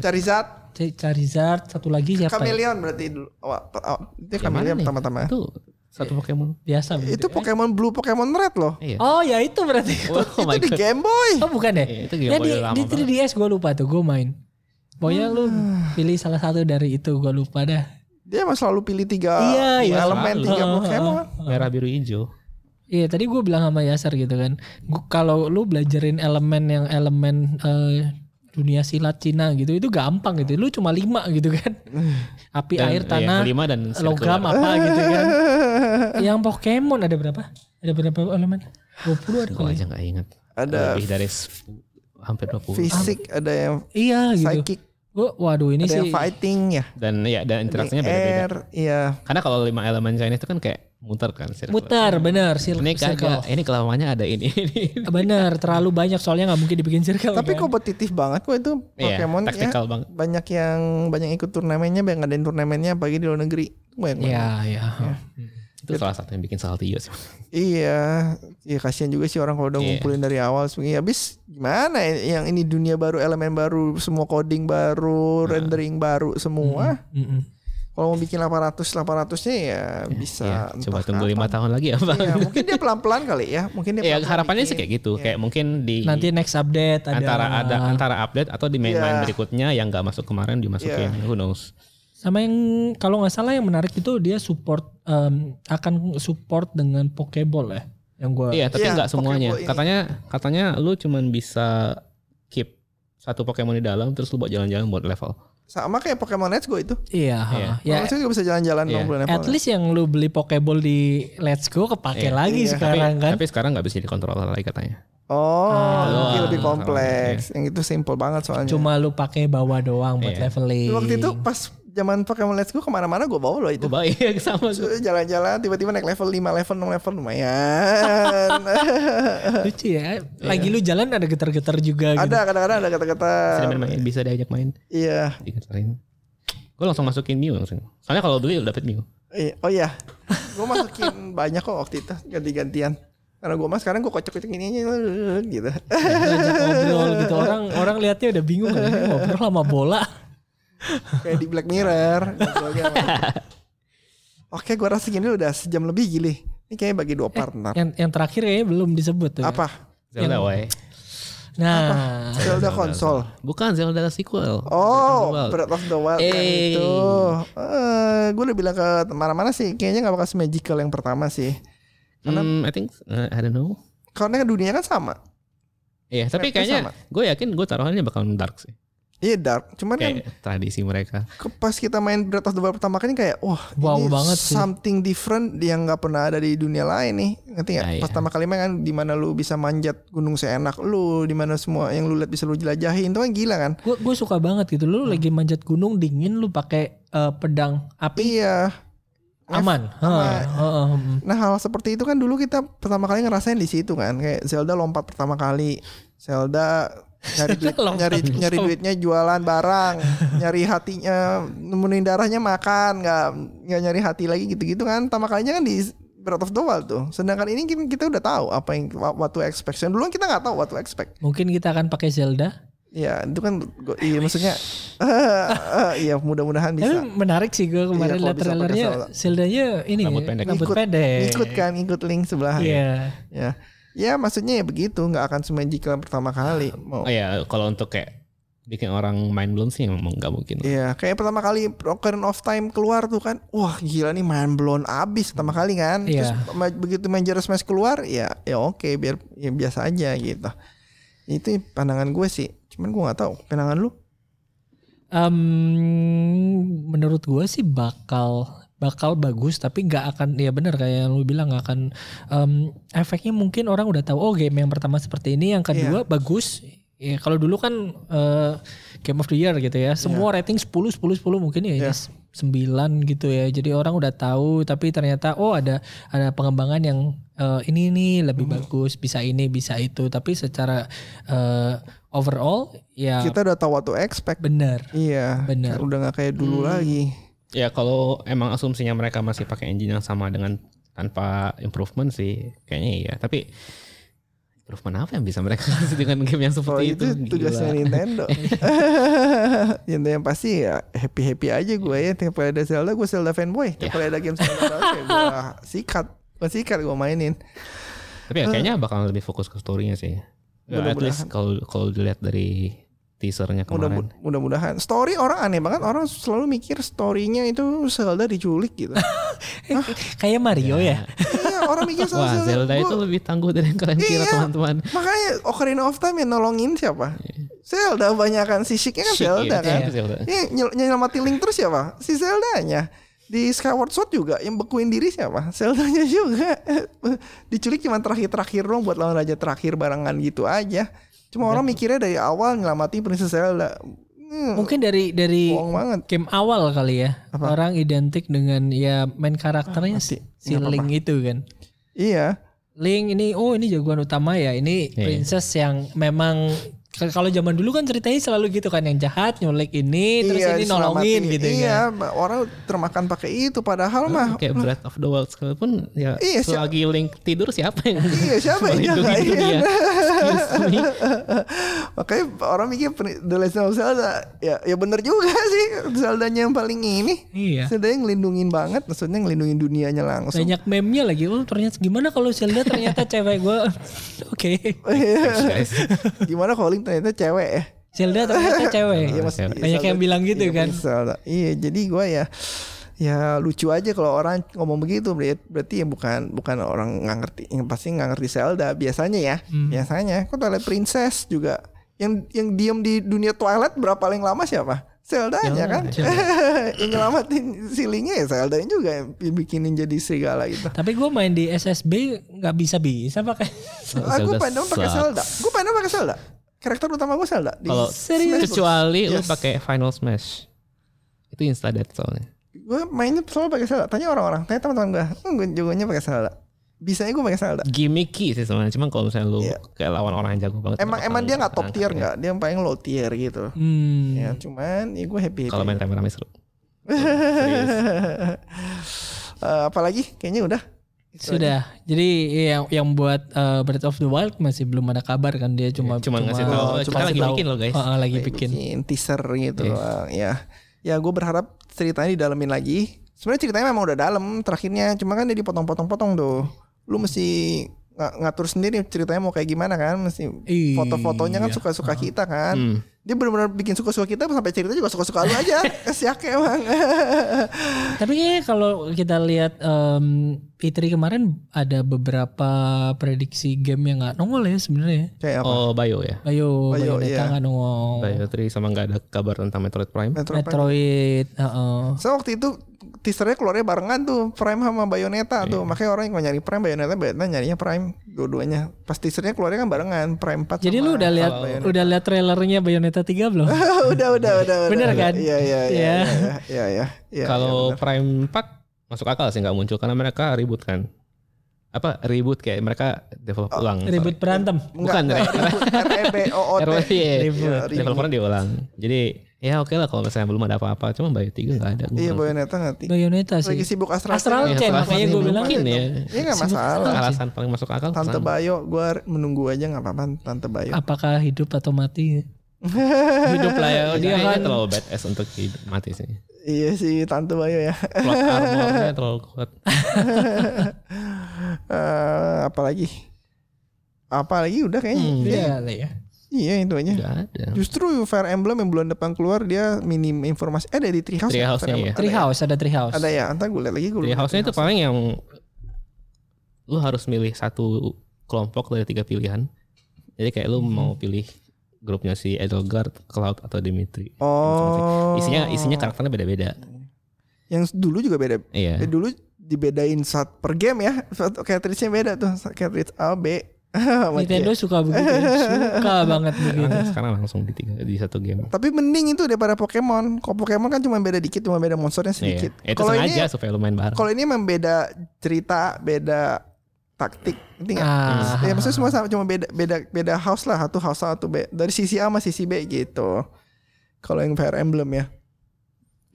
[SPEAKER 2] Charizard,
[SPEAKER 4] C- Charizard satu lagi siapa ya?
[SPEAKER 2] Chameleon berarti dulu. Awal- awal- Dia
[SPEAKER 3] Yang mana
[SPEAKER 2] Chameleon
[SPEAKER 3] nih?
[SPEAKER 2] pertama-tama.
[SPEAKER 3] Itu satu Pokemon.
[SPEAKER 4] biasa begitu.
[SPEAKER 2] Itu Pokemon Blue, Pokemon Red loh.
[SPEAKER 3] Iya.
[SPEAKER 4] oh ya itu berarti
[SPEAKER 3] [laughs] Oh, my
[SPEAKER 2] Itu di
[SPEAKER 3] god.
[SPEAKER 2] Game Boy.
[SPEAKER 4] oh bukan ya,
[SPEAKER 3] Iya, itu Game
[SPEAKER 4] ya
[SPEAKER 3] Boy
[SPEAKER 4] di,
[SPEAKER 3] lama
[SPEAKER 4] di 3DS gue lupa tuh gue main pokoknya lu pilih salah satu dari itu gue lupa dah
[SPEAKER 2] Dia emang selalu pilih tiga
[SPEAKER 4] Iya, iya,
[SPEAKER 2] elemen,
[SPEAKER 3] selalu.
[SPEAKER 2] tiga
[SPEAKER 3] [laughs]
[SPEAKER 4] Heeh,
[SPEAKER 2] Pokemon. [laughs]
[SPEAKER 3] Merah biru hijau.
[SPEAKER 4] Iya tadi gue bilang sama Yasar gitu kan, Gu- kalau lu belajarin elemen yang elemen eh, dunia silat Cina gitu itu gampang gitu lu cuma lima gitu
[SPEAKER 3] [laughs]
[SPEAKER 4] kan api
[SPEAKER 3] Dan,
[SPEAKER 4] air
[SPEAKER 3] iya,
[SPEAKER 4] tanah
[SPEAKER 3] kelima dan
[SPEAKER 4] logam
[SPEAKER 3] circular.
[SPEAKER 4] apa gitu
[SPEAKER 3] [laughs]
[SPEAKER 4] kan yang Pokemon ada berapa ada berapa elemen 20 ada
[SPEAKER 3] Aduh, gua
[SPEAKER 4] kali
[SPEAKER 3] aja nggak ingat. Eh,
[SPEAKER 2] Ada
[SPEAKER 3] lebih dari 10, hampir 20
[SPEAKER 2] fisik, ada yang
[SPEAKER 4] iya gitu
[SPEAKER 2] psychic,
[SPEAKER 4] gua waduh ini
[SPEAKER 2] ada yang
[SPEAKER 4] sih
[SPEAKER 2] fighting ya,
[SPEAKER 3] dan ya
[SPEAKER 2] ada
[SPEAKER 3] dan interaksinya
[SPEAKER 2] yang
[SPEAKER 3] beda-beda.
[SPEAKER 2] air, iya.
[SPEAKER 3] Karena kalau lima elemen Chinese itu kan kayak muter kan circular.
[SPEAKER 4] muter bener sir
[SPEAKER 3] Ini kagak ini kelamannya ada ini [laughs] ini.
[SPEAKER 4] [laughs] bener terlalu banyak soalnya nggak mungkin dibikin circle
[SPEAKER 2] Tapi
[SPEAKER 4] kan?
[SPEAKER 2] kompetitif banget kok itu
[SPEAKER 3] Oh, Iya,
[SPEAKER 2] Pokemon ya.
[SPEAKER 3] taktikal banget.
[SPEAKER 2] Banyak yang banyak ikut turnamennya, banyak ngadain turnamennya apalagi di luar negeri. Banyak banget.
[SPEAKER 3] Iya.
[SPEAKER 4] ya ya
[SPEAKER 3] Itu salah satu yang bikin Saltillo sih.
[SPEAKER 2] Iya, ya kasihan juga sih orang kalau udah
[SPEAKER 3] Iya.
[SPEAKER 2] ngumpulin dari awal sebenarnya habis gimana ya, yang ini dunia baru, elemen baru, semua coding
[SPEAKER 3] Nah.
[SPEAKER 2] baru, rendering baru
[SPEAKER 3] Hmm.
[SPEAKER 2] semua.
[SPEAKER 4] Mm-mm.
[SPEAKER 2] Kalau mau bikin 800 800-nya ya bisa
[SPEAKER 3] Iya,
[SPEAKER 2] entah
[SPEAKER 3] coba tunggu
[SPEAKER 2] kapan.
[SPEAKER 3] lima tahun lagi apa.
[SPEAKER 2] Iya, mungkin dia pelan-pelan kali ya. Mungkin dia
[SPEAKER 3] Ya
[SPEAKER 2] pelan-pelan
[SPEAKER 3] harapannya sih
[SPEAKER 2] bikin. Iya.
[SPEAKER 3] kayak gitu, kayak mungkin di
[SPEAKER 4] nanti next update ada
[SPEAKER 3] antara ada antara update atau di main-main
[SPEAKER 2] Iya.
[SPEAKER 3] berikutnya yang nggak masuk kemarin dimasukin who knows
[SPEAKER 4] sama yang kalau nggak salah yang menarik itu dia support em, akan support dengan pokeball ya yang gua
[SPEAKER 3] iya tapi
[SPEAKER 2] Iya,
[SPEAKER 3] nggak semuanya
[SPEAKER 2] Pokeball ini.
[SPEAKER 3] katanya katanya lu cuman bisa keep satu Pokemon di dalam terus lu buat jalan-jalan buat level
[SPEAKER 2] Sama kayak Pokemon Let's Go itu.
[SPEAKER 4] iya ha.
[SPEAKER 3] Iya.
[SPEAKER 4] ya
[SPEAKER 2] Maksudnya juga bisa jalan-jalan
[SPEAKER 3] Iya.
[SPEAKER 2] dong bulan
[SPEAKER 4] at least yang lu beli pokeball di Let's Go kepake
[SPEAKER 3] Iya.
[SPEAKER 4] lagi
[SPEAKER 2] Iya.
[SPEAKER 3] tapi,
[SPEAKER 4] sekarang kan
[SPEAKER 3] tapi sekarang nggak bisa dikontrol lagi katanya
[SPEAKER 2] Oh,
[SPEAKER 4] Ah.
[SPEAKER 2] mungkin
[SPEAKER 3] Ah.
[SPEAKER 2] lebih kompleks.
[SPEAKER 3] gitu.
[SPEAKER 2] Yang itu simple banget soalnya.
[SPEAKER 4] cuma lu pakai bawa doang buat
[SPEAKER 3] Iya.
[SPEAKER 4] leveling
[SPEAKER 2] waktu itu pas zaman Pokemon Let's Go kemana-mana gue bawa loh itu.
[SPEAKER 3] gue Oh, baik [laughs] sama gua.
[SPEAKER 2] Terus Jalan-jalan tiba-tiba naik level 5 level 6 level lumayan.
[SPEAKER 3] [laughs]
[SPEAKER 4] lucu
[SPEAKER 3] iya.
[SPEAKER 4] ya lagi lu jalan ada getar-getar juga
[SPEAKER 2] eh, ada
[SPEAKER 4] gitu
[SPEAKER 2] kadang-kadang ada kata-kata.
[SPEAKER 3] Bisa main-main, bisa diajak main
[SPEAKER 2] Iya.
[SPEAKER 3] dikesarin gue langsung masukin Mew langsung soalnya kalau beli udah dapet Mew
[SPEAKER 2] Iya. Oh iya. Gue masukin banyak kok waktu itu ganti-gantian. Karena gue mas sekarang gue kocok-kocok ini aja gitu.
[SPEAKER 4] Diajak ngobrol gitu orang orang lihatnya udah bingung kan ini ngobrol sama
[SPEAKER 2] [laughs]
[SPEAKER 4] bola
[SPEAKER 2] Kayak di Black Mirror. ngobrolnya sama- Oke, gue rasa gini udah sejam lebih gili. Ini kayaknya bagi dua part
[SPEAKER 3] Eh,
[SPEAKER 2] ntar.
[SPEAKER 4] yang yang terakhir kayaknya belum disebut tuh ya.
[SPEAKER 3] iya.
[SPEAKER 2] Apa?
[SPEAKER 3] Zelda
[SPEAKER 4] Yang-
[SPEAKER 3] why
[SPEAKER 4] nah
[SPEAKER 2] Zelda konsol.
[SPEAKER 3] bukan Zelda sequel
[SPEAKER 2] Oh,
[SPEAKER 3] Breath
[SPEAKER 2] Breath
[SPEAKER 3] of the Wild.
[SPEAKER 2] of the Wild yang
[SPEAKER 3] Eh.
[SPEAKER 2] itu. Eh, gue udah bilang ke mana-mana sih, kayaknya nggak bakal magical yang pertama sih. Karena-
[SPEAKER 3] Hmm, I think uh, I don't know
[SPEAKER 2] Karena dunianya kan sama.
[SPEAKER 3] Iya, tapi
[SPEAKER 2] Mapnya sama.
[SPEAKER 3] kayaknya gue yakin gue taruhannya bakalan dark sih.
[SPEAKER 2] Iya dark, cuman
[SPEAKER 3] Kayak
[SPEAKER 2] kan
[SPEAKER 3] tradisi mereka.
[SPEAKER 2] ke- pas kita main Breath of the Wild pertama kali kayak wah
[SPEAKER 4] Wow
[SPEAKER 2] ini
[SPEAKER 4] banget sih.
[SPEAKER 2] something different yang nggak pernah ada di dunia lain nih. Ngerti nggak?
[SPEAKER 4] Ah,
[SPEAKER 3] Nah, iya.
[SPEAKER 2] Pertama kali main kan di mana lu bisa manjat gunung seenak lu, di mana semua yang lu lihat bisa lu jelajahin itu kan gila kan?
[SPEAKER 4] gue gue suka banget gitu
[SPEAKER 2] Hmm.
[SPEAKER 4] lu lagi manjat gunung dingin lu pakai eh, pedang api
[SPEAKER 2] Iya.
[SPEAKER 4] aman
[SPEAKER 2] aman.
[SPEAKER 4] Heeh, heeh, hmm. heeh.
[SPEAKER 2] Nah hal seperti itu kan dulu kita pertama kali ngerasain di situ kan kayak Zelda lompat pertama kali, Zelda nyari duit,
[SPEAKER 4] Lompat.
[SPEAKER 2] nyari nyari duitnya jualan barang, nyari hatinya nemuin darahnya makan, nggak nggak nyari hati lagi gitu-gitu kan. Pertama kalinya kan di Breath of the Wild tuh. Sedangkan ini kita, kita udah tahu apa yang what to expect. Yang dulu kan kita nggak tahu what to expect.
[SPEAKER 4] mungkin kita akan pakai Zelda
[SPEAKER 2] Ya itu kan gua- iya maksudnya [laughs] eh, iya mudah-mudahan
[SPEAKER 4] tapi
[SPEAKER 2] bisa.
[SPEAKER 4] menarik sih gue kemarin
[SPEAKER 2] Iya, kalau
[SPEAKER 4] liat
[SPEAKER 2] bisa pakai
[SPEAKER 4] trailernya
[SPEAKER 2] Zelda.
[SPEAKER 4] Zeldanya ini
[SPEAKER 3] Rambut pendek.
[SPEAKER 4] rambut
[SPEAKER 2] Ikut-
[SPEAKER 4] pendek
[SPEAKER 2] Ikut kan ikut link sebelah.
[SPEAKER 4] iya
[SPEAKER 2] Ya. Ya maksudnya ya begitu nggak akan semagical yang pertama kali. Mau
[SPEAKER 3] Oh
[SPEAKER 4] Iya.
[SPEAKER 3] ya, kalau untuk kayak bikin orang mind blown sih emang nggak mungkin.
[SPEAKER 2] Iya, kayak pertama kali Ocarina of Time keluar tuh kan, wah gila nih main blown abis pertama kali kan. Terus
[SPEAKER 4] Iya.
[SPEAKER 2] ma- begitu Major Smash keluar, ya ya oke biar ya biasa aja gitu. Itu pandangan gue sih. Cuman gue nggak tahu pandangan lu.
[SPEAKER 4] Em, menurut gue sih bakal bakal bagus tapi nggak akan ya benar kayak yang lu bilang nggak akan em, efeknya mungkin orang udah tahu oh game yang pertama seperti ini yang
[SPEAKER 2] Iya.
[SPEAKER 4] kedua bagus ya kalau dulu kan eh, game of the year gitu ya semua rating 10 10 10 mungkin ya ini
[SPEAKER 2] Iya.
[SPEAKER 4] 9 gitu ya jadi orang udah tahu tapi ternyata oh ada ada pengembangan yang eh, ini nih lebih
[SPEAKER 2] Hmm.
[SPEAKER 4] bagus bisa ini bisa itu tapi secara eh, overall ya
[SPEAKER 2] Kita udah tahu what to expect.
[SPEAKER 4] benar
[SPEAKER 2] Iya.
[SPEAKER 4] Benar.
[SPEAKER 2] Udah nggak kayak dulu lagi.
[SPEAKER 3] Ya kalau emang asumsinya mereka masih pakai engine yang sama dengan tanpa improvement sih, kayaknya iya. Tapi improvement apa yang bisa mereka [laughs] kasih dengan game yang
[SPEAKER 2] Kalau Oh,
[SPEAKER 3] seperti
[SPEAKER 2] itu,
[SPEAKER 3] itu? Gila. [laughs]
[SPEAKER 2] tugasnya Nintendo. Yang yang pasti ya happy happy aja gue ya. Tiap kali ada Zelda, gue Zelda fanboy. Tiap
[SPEAKER 3] Ya.
[SPEAKER 2] kali ada game Zelda, baru ya gue sikat. Gue sikat gue mainin.
[SPEAKER 3] Tapi ya, kayaknya bakalan lebih fokus ke story-nya sih. Ya,
[SPEAKER 2] Eh.
[SPEAKER 3] at
[SPEAKER 2] Mudah-mudahan.
[SPEAKER 3] least kalau kalau dilihat dari teasernya
[SPEAKER 2] Mudah-
[SPEAKER 3] kemarin.
[SPEAKER 2] Mudah-mudahan story orang aneh banget orang selalu mikir storynya itu Zelda diculik
[SPEAKER 3] [laughs]
[SPEAKER 2] gitu.
[SPEAKER 4] kayak Mario ya
[SPEAKER 2] iya orang mikir selalu
[SPEAKER 3] Wah, Zelda
[SPEAKER 2] Gua-
[SPEAKER 3] itu lebih tangguh dari yang kalian
[SPEAKER 2] Iya.
[SPEAKER 3] kira teman-teman.
[SPEAKER 2] Makanya Ocarina of Time yang nolongin siapa? Zelda banyakan si Sheiknya kan
[SPEAKER 3] Shit,
[SPEAKER 2] Zelda
[SPEAKER 3] iya,
[SPEAKER 2] kan.
[SPEAKER 3] itu Zelda.
[SPEAKER 2] Ini nyel- nyelamatin Link terus siapa? Si Zelda-nya. Di Skyward Sword juga yang bekuin diri siapa? Zelda-nya [laughs] juga. Diculik cuma terakhir-terakhir doang buat lawan raja terakhir barengan gitu aja. Cuma
[SPEAKER 3] Iya.
[SPEAKER 2] orang mikirnya dari awal nyelamatin Princess Zelda. Hmm,
[SPEAKER 4] Mungkin
[SPEAKER 3] Iya.
[SPEAKER 4] dari dari
[SPEAKER 2] bohong banget.
[SPEAKER 4] game awal kali ya.
[SPEAKER 2] Apa?
[SPEAKER 4] Orang identik dengan ya main karakternya
[SPEAKER 2] Ah, mati.
[SPEAKER 4] si si
[SPEAKER 2] Nggak
[SPEAKER 4] Link itu kan.
[SPEAKER 2] Iya.
[SPEAKER 4] Link ini oh ini jagoan utama ya.
[SPEAKER 3] Iya.
[SPEAKER 4] Ini princess yang memang k- kalau zaman dulu kan ceritanya selalu gitu kan yang jahat nyulik ini terus ini nolongin
[SPEAKER 2] Iya, diselamatin.
[SPEAKER 4] gitu
[SPEAKER 2] Iya,
[SPEAKER 4] kan.
[SPEAKER 2] orang termakan pakai itu padahal mah
[SPEAKER 3] kayak Breath of the Wild sekalipun ya
[SPEAKER 2] Iya, si-
[SPEAKER 3] selagi Link tidur siapa yang
[SPEAKER 2] Iya, siapa yang
[SPEAKER 4] gitu
[SPEAKER 3] melindungi
[SPEAKER 2] jagain?
[SPEAKER 3] dunia?
[SPEAKER 4] Iya
[SPEAKER 3] Excuse me.
[SPEAKER 2] [laughs] Makanya orang mikir Pri- The Legend of Zelda ya ya bener juga [laughs] sih Zeldanya yang paling ini.
[SPEAKER 4] Iya.
[SPEAKER 2] Zelda yang ngelindungin banget, maksudnya ngelindungin dunianya langsung. [laughs]
[SPEAKER 4] Banyak meme-nya lagi. Oh ternyata gimana kalau Zelda ternyata cewek gua. [laughs] Oke.
[SPEAKER 3] Thanks, guys.
[SPEAKER 2] Iya. Gimana kalau Link ternyata cewek ya?
[SPEAKER 4] Zelda ternyata cewek.
[SPEAKER 3] Iya, Mas.
[SPEAKER 4] Banyak yang bilang gitu
[SPEAKER 2] Iya,
[SPEAKER 4] kan.
[SPEAKER 2] Princess Zelda. Iya, jadi gua ya ya lucu aja kalau orang ngomong begitu Bre. berarti ya bukan bukan orang nggak ngerti yang pasti nggak ngerti Zelda biasanya ya
[SPEAKER 4] Hmm.
[SPEAKER 2] biasanya kok Twilight Princess juga yang yang diem di dunia Twilight berapa paling lama siapa
[SPEAKER 4] Iya,
[SPEAKER 2] Zelda-nya kan [laughs] yang nyelamatin silingnya ya Zelda juga yang bikinin jadi serigala gitu
[SPEAKER 4] Tapi gue main di SSB nggak bisa bisa pakai.
[SPEAKER 2] ah, gue
[SPEAKER 3] Zelda
[SPEAKER 2] pandang pakai
[SPEAKER 3] sucks.
[SPEAKER 2] Zelda gue pandang pakai Zelda karakter utama gue Zelda di
[SPEAKER 3] Kalau
[SPEAKER 2] Smash Bros.
[SPEAKER 3] Iya, kecuali lu
[SPEAKER 2] Yes.
[SPEAKER 3] pakai Final Smash. Itu insta death soalnya.
[SPEAKER 2] gue mainnya selalu pakai salad tanya orang-orang tanya teman-teman gue hmm, gue jagonya pakai salad bisanya gue pakai salad
[SPEAKER 3] Gimmicky sih sebenarnya. Cuman kalau misalnya lu
[SPEAKER 2] Iya.
[SPEAKER 3] kayak lawan orang yang jago banget.
[SPEAKER 2] emang
[SPEAKER 3] bakal
[SPEAKER 2] emang dia nggak top
[SPEAKER 3] angkat
[SPEAKER 2] tier
[SPEAKER 3] ya.
[SPEAKER 2] nggak dia yang paling low tier gitu
[SPEAKER 4] Hmm.
[SPEAKER 2] ya cuman ya gue happy,
[SPEAKER 3] Kalau main
[SPEAKER 2] happy.
[SPEAKER 3] rame-rame seru.
[SPEAKER 2] [laughs] Eh, apalagi kayaknya udah Itu aja.
[SPEAKER 4] Sudah. Jadi iya, yang yang buat eh, Breath of the Wild masih belum ada kabar kan dia cuma
[SPEAKER 3] Cuma ngasih
[SPEAKER 2] tahu, eh,
[SPEAKER 3] tahu.
[SPEAKER 2] Iya, cuma
[SPEAKER 3] Kita lagi
[SPEAKER 4] kasih tahu.
[SPEAKER 3] bikin loh guys.
[SPEAKER 4] Oh, oh, lagi
[SPEAKER 2] Kayak
[SPEAKER 4] bikin.
[SPEAKER 2] bikin teaser gitu
[SPEAKER 3] Yes.
[SPEAKER 2] doang, ya ya gue berharap ceritanya didalemin lagi sebenarnya ceritanya memang udah dalam terakhirnya cuma kan dia dipotong-potong-potong tuh lu mesti nga- ngatur sendiri ceritanya mau kayak gimana kan mesti
[SPEAKER 4] Iya.
[SPEAKER 2] foto-fotonya kan suka-suka kita kan
[SPEAKER 3] Hmm.
[SPEAKER 2] dia benar-benar bikin suka-suka kita sampai cerita juga suka-suka lu aja siak emang
[SPEAKER 4] Tapi kayaknya kalau kita lihat em Fitri kemarin ada beberapa prediksi game yang nggak nongol ya sebenarnya.
[SPEAKER 2] kayak apa
[SPEAKER 3] Oh, Bio ya.
[SPEAKER 4] Bayo,
[SPEAKER 2] Bayo,
[SPEAKER 4] Bayo
[SPEAKER 2] iya.
[SPEAKER 4] Data nggak nongol.
[SPEAKER 3] Bio 3 sama nggak ada kabar tentang Metroid Prime.
[SPEAKER 2] Metroid Prime.
[SPEAKER 4] Metroid, heeh.
[SPEAKER 2] So waktu itu teasernya keluarnya barengan tuh Prime sama Bayonetta
[SPEAKER 3] Iya.
[SPEAKER 2] tuh makanya orang yang mau nyari Prime Bayonetta Bayonetta nyarinya Prime dua-duanya pas teasernya keluarnya kan barengan Prime 4
[SPEAKER 4] Jadi
[SPEAKER 2] sama
[SPEAKER 4] lu udah lihat
[SPEAKER 2] Bayonetta.
[SPEAKER 4] udah lihat trailernya Bayonetta 3 belum?
[SPEAKER 2] [laughs] udah udah udah udah.
[SPEAKER 4] Bener kan?
[SPEAKER 2] iya iya iya
[SPEAKER 4] Iya.
[SPEAKER 2] iya, iya iya iya
[SPEAKER 3] Kalau
[SPEAKER 2] iya, bener.
[SPEAKER 3] Prime 4 masuk akal sih nggak muncul karena mereka ribut kan. Apa ribut kayak mereka develop
[SPEAKER 2] Oh,
[SPEAKER 3] ulang. sorry.
[SPEAKER 4] Ribut berantem.
[SPEAKER 3] Bukan,
[SPEAKER 2] Enggak, E
[SPEAKER 3] Re. [laughs]
[SPEAKER 2] enggak, REBOOT.
[SPEAKER 3] RW ya,
[SPEAKER 4] Ribut.
[SPEAKER 3] developernya diulang. Jadi ya oke lah kalau misalnya belum ada apa-apa, cuma Bio 3 nggak ada.
[SPEAKER 2] iya
[SPEAKER 3] Gua-
[SPEAKER 2] Bayonetta ngerti
[SPEAKER 4] Bayonetta sih.
[SPEAKER 2] lagi sibuk Astral
[SPEAKER 4] Astral
[SPEAKER 2] Chain.
[SPEAKER 4] Chain,
[SPEAKER 2] Astral
[SPEAKER 4] makanya
[SPEAKER 2] Chain
[SPEAKER 4] gua bilang. gitu.
[SPEAKER 2] lupa
[SPEAKER 3] Mungkin
[SPEAKER 2] itu.
[SPEAKER 3] ya.
[SPEAKER 2] iya nggak
[SPEAKER 4] Sibuk
[SPEAKER 2] masalah
[SPEAKER 4] Astral Chain.
[SPEAKER 3] alasan paling masuk akal.
[SPEAKER 2] Tante
[SPEAKER 3] kesana.
[SPEAKER 2] Bayo, gue menunggu aja nggak apa-apa Tante Bayo.
[SPEAKER 4] Apakah hidup atau mati?
[SPEAKER 3] hidup lah ya. Dia
[SPEAKER 4] Iya
[SPEAKER 3] kan
[SPEAKER 4] kan.
[SPEAKER 3] terlalu badass untuk hidup mati sih.
[SPEAKER 2] [laughs] Iya sih Tante Bayo ya.
[SPEAKER 3] Plot armornya terlalu kuat.
[SPEAKER 2] [laughs] Eh, apalagi, apalagi udah kayaknya.
[SPEAKER 3] Hmm,
[SPEAKER 2] Iya,
[SPEAKER 4] Iya kali ya.
[SPEAKER 2] iya itu aja.
[SPEAKER 3] Gak ada.
[SPEAKER 2] Justru Fire Emblem yang bulan depan keluar dia minim informasi. Eh, ada di Treehouse. ya?
[SPEAKER 3] Treehouse-nya,
[SPEAKER 2] Fire Emblem. Ada
[SPEAKER 3] iya.
[SPEAKER 2] ya?
[SPEAKER 4] Treehouse ada Treehouse.
[SPEAKER 2] Ada ya, entar gue lihat lagi gue.
[SPEAKER 3] Jadi house-nya itu paling yang lu harus milih satu kelompok dari tiga pilihan. Jadi kayak lu mau
[SPEAKER 2] Hmm.
[SPEAKER 3] pilih grupnya si Edelgard, Cloud atau Dimitri.
[SPEAKER 2] Oh.
[SPEAKER 3] Isinya isinya karakternya beda-beda.
[SPEAKER 2] Yang dulu juga beda. Eh,
[SPEAKER 3] Iya.
[SPEAKER 2] dulu dibedain saat per game ya. Saat cartridge-nya beda tuh. Cartridge A, B. [laughs] Mati ya.
[SPEAKER 4] Nintendo suka begitu,
[SPEAKER 2] [laughs]
[SPEAKER 4] suka banget begitu.
[SPEAKER 3] Gitu. Sekarang langsung di tiga di satu game.
[SPEAKER 2] Tapi mending itu daripada Pokemon. Kalau Pokemon kan cuma beda dikit, cuma beda monsternya
[SPEAKER 3] Iya.
[SPEAKER 2] sedikit.
[SPEAKER 3] Itu
[SPEAKER 2] Kalau ini ya,
[SPEAKER 3] sengaja supaya lu main bareng.
[SPEAKER 2] kalau ini emang beda cerita, beda taktik, ngerti nggak?
[SPEAKER 4] Ah.
[SPEAKER 2] Ya maksudnya semua sama, cuma beda beda beda house lah, satu house satu B dari sisi A sama sisi B gitu. Kalau yang Fire Emblem ya.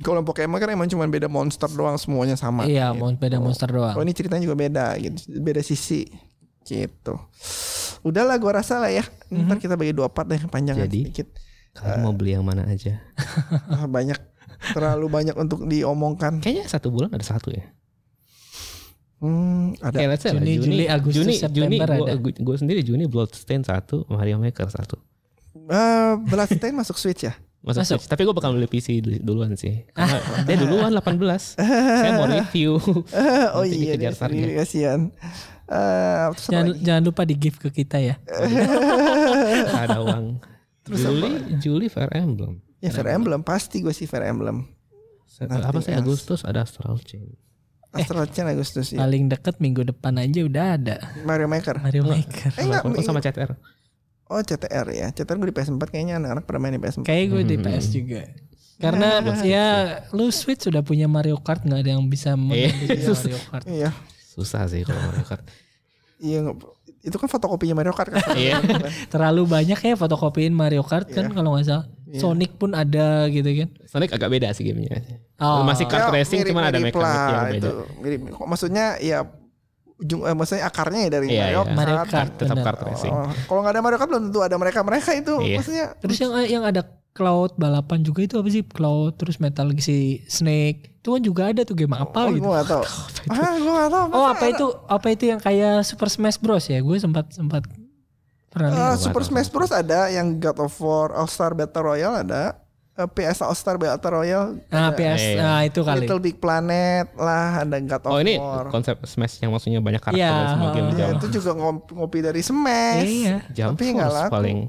[SPEAKER 2] Kalau yang Pokemon kan emang cuma beda monster doang semuanya sama.
[SPEAKER 4] Iya,
[SPEAKER 2] gitu.
[SPEAKER 4] mau beda monster
[SPEAKER 2] Kalau
[SPEAKER 4] doang.
[SPEAKER 2] ini ceritanya juga beda gitu, beda sisi gitu. Udahlah gua rasa lah ya.
[SPEAKER 4] Mhm.
[SPEAKER 2] Ntar kita bagi dua part deh panjangan
[SPEAKER 3] Jadi?
[SPEAKER 2] sedikit.
[SPEAKER 3] Kalian mau beli yang mana aja?
[SPEAKER 2] Ah, banyak terlalu banyak untuk diomongkan.
[SPEAKER 3] Kayaknya satu bulan ada satu ya.
[SPEAKER 2] Hmm,
[SPEAKER 4] Iya.
[SPEAKER 2] ada
[SPEAKER 3] Kayak let's say lah,
[SPEAKER 4] Juni, Juli, Agustus,
[SPEAKER 3] Juni, Juni,
[SPEAKER 4] September
[SPEAKER 3] gua,
[SPEAKER 4] ada.
[SPEAKER 3] gua- gua sendiri Juni Bloodstained satu, Mario Maker satu.
[SPEAKER 2] Eh, Bloodstained masuk Switch ya?
[SPEAKER 3] Masuk,
[SPEAKER 4] Masuk.
[SPEAKER 3] Switch. Tapi gue bakal beli PC dulu- duluan sih. Karena dia duluan 18. Saya mau review.
[SPEAKER 2] Eh, oh
[SPEAKER 3] Nanti
[SPEAKER 2] iya, dia
[SPEAKER 3] dikejar
[SPEAKER 2] sendiri,
[SPEAKER 3] target.
[SPEAKER 2] kasihan. Eh, terus apa
[SPEAKER 4] Jangan,
[SPEAKER 3] [laughs]
[SPEAKER 2] lagi?
[SPEAKER 4] jangan lupa di give ke kita ya.
[SPEAKER 3] Nggak ada uang.
[SPEAKER 2] Terus
[SPEAKER 3] Juli,
[SPEAKER 2] apa?
[SPEAKER 3] Juli Fire Emblem.
[SPEAKER 2] Ya Fire Emblem pasti gue sih Fire Emblem.
[SPEAKER 3] Se- Apa
[SPEAKER 2] Nothing
[SPEAKER 3] sih
[SPEAKER 2] else.
[SPEAKER 3] Agustus ada Astral Chain. Eh.
[SPEAKER 2] Astral Chain Agustus ya.
[SPEAKER 4] Paling deket minggu depan aja udah ada
[SPEAKER 2] Mario Maker.
[SPEAKER 4] Mario Maker.
[SPEAKER 2] Eh enggak,
[SPEAKER 3] Walaupun sama CTR.
[SPEAKER 2] oh CTR ya. CTR gue di PS4 kayaknya anak-anak pernah main di PS4.
[SPEAKER 4] Kayak gue DPS juga. Karena
[SPEAKER 2] Iya,
[SPEAKER 4] ya lu Switch sudah punya Mario Kart nggak ada yang bisa menandingi Mario Kart.
[SPEAKER 2] Iya.
[SPEAKER 3] Susah sih kalau Mario Kart.
[SPEAKER 2] Iya, nggak- itu kan fotokopinya Mario Kart kan.
[SPEAKER 3] Iya.
[SPEAKER 4] Terlalu banyak ya fotokopiin Mario Kart
[SPEAKER 2] Iya.
[SPEAKER 4] kan kalau nggak salah. Sonic pun ada gitu kan.
[SPEAKER 3] Sonic agak beda sih gamenya.
[SPEAKER 4] Oh.
[SPEAKER 3] Masih kart
[SPEAKER 2] Ya,
[SPEAKER 3] racing cuman ada
[SPEAKER 2] mirip-mirip
[SPEAKER 3] mekanik
[SPEAKER 2] lah
[SPEAKER 3] yang beda.
[SPEAKER 2] itu. Mirip. Kok Maksudnya ya ujung eh, maksudnya akarnya ya dari
[SPEAKER 3] Iya,
[SPEAKER 2] Mario,
[SPEAKER 3] iya.
[SPEAKER 4] Mario
[SPEAKER 2] sangat-
[SPEAKER 4] Kart
[SPEAKER 3] Tetap
[SPEAKER 4] bener.
[SPEAKER 3] kart racing.
[SPEAKER 2] Oh, kalau nggak ada Mario Kart belum tentu ada mereka-mereka itu.
[SPEAKER 3] Iya.
[SPEAKER 2] Maksudnya
[SPEAKER 4] Terus yang eh, yang ada Cloud balapan juga itu apa sih? Cloud terus Metal si Snake. Itu kan juga ada tuh game
[SPEAKER 2] oh,
[SPEAKER 4] apa gitu.
[SPEAKER 2] gue nggak
[SPEAKER 4] [laughs]
[SPEAKER 2] tahu. Ah, gue nggak tahu.
[SPEAKER 4] Oh,
[SPEAKER 2] masa
[SPEAKER 4] apa
[SPEAKER 2] ada-
[SPEAKER 4] itu apa itu yang kayak Super Smash Bros ya? Gue sempat sempat pernah
[SPEAKER 2] Eh,
[SPEAKER 4] lihat.
[SPEAKER 2] Super Smash Bros ada yang God of War All Star Battle Royale ada. Eh, PS All Star Battle Royale
[SPEAKER 4] Nah, PS
[SPEAKER 3] Eh.
[SPEAKER 4] nah, itu kali.
[SPEAKER 2] Little Big Planet lah ada God of
[SPEAKER 3] Oh ini
[SPEAKER 2] War.
[SPEAKER 3] konsep Smash yang maksudnya banyak karakter
[SPEAKER 4] Iya.
[SPEAKER 3] dan semua game
[SPEAKER 2] [laughs]
[SPEAKER 4] Iya,
[SPEAKER 2] Ya,
[SPEAKER 3] jam.
[SPEAKER 2] itu juga ngop- ngopi dari Smash.
[SPEAKER 4] Iya.
[SPEAKER 3] Jump
[SPEAKER 2] Tapi nggak
[SPEAKER 3] Force
[SPEAKER 2] laku.
[SPEAKER 3] paling.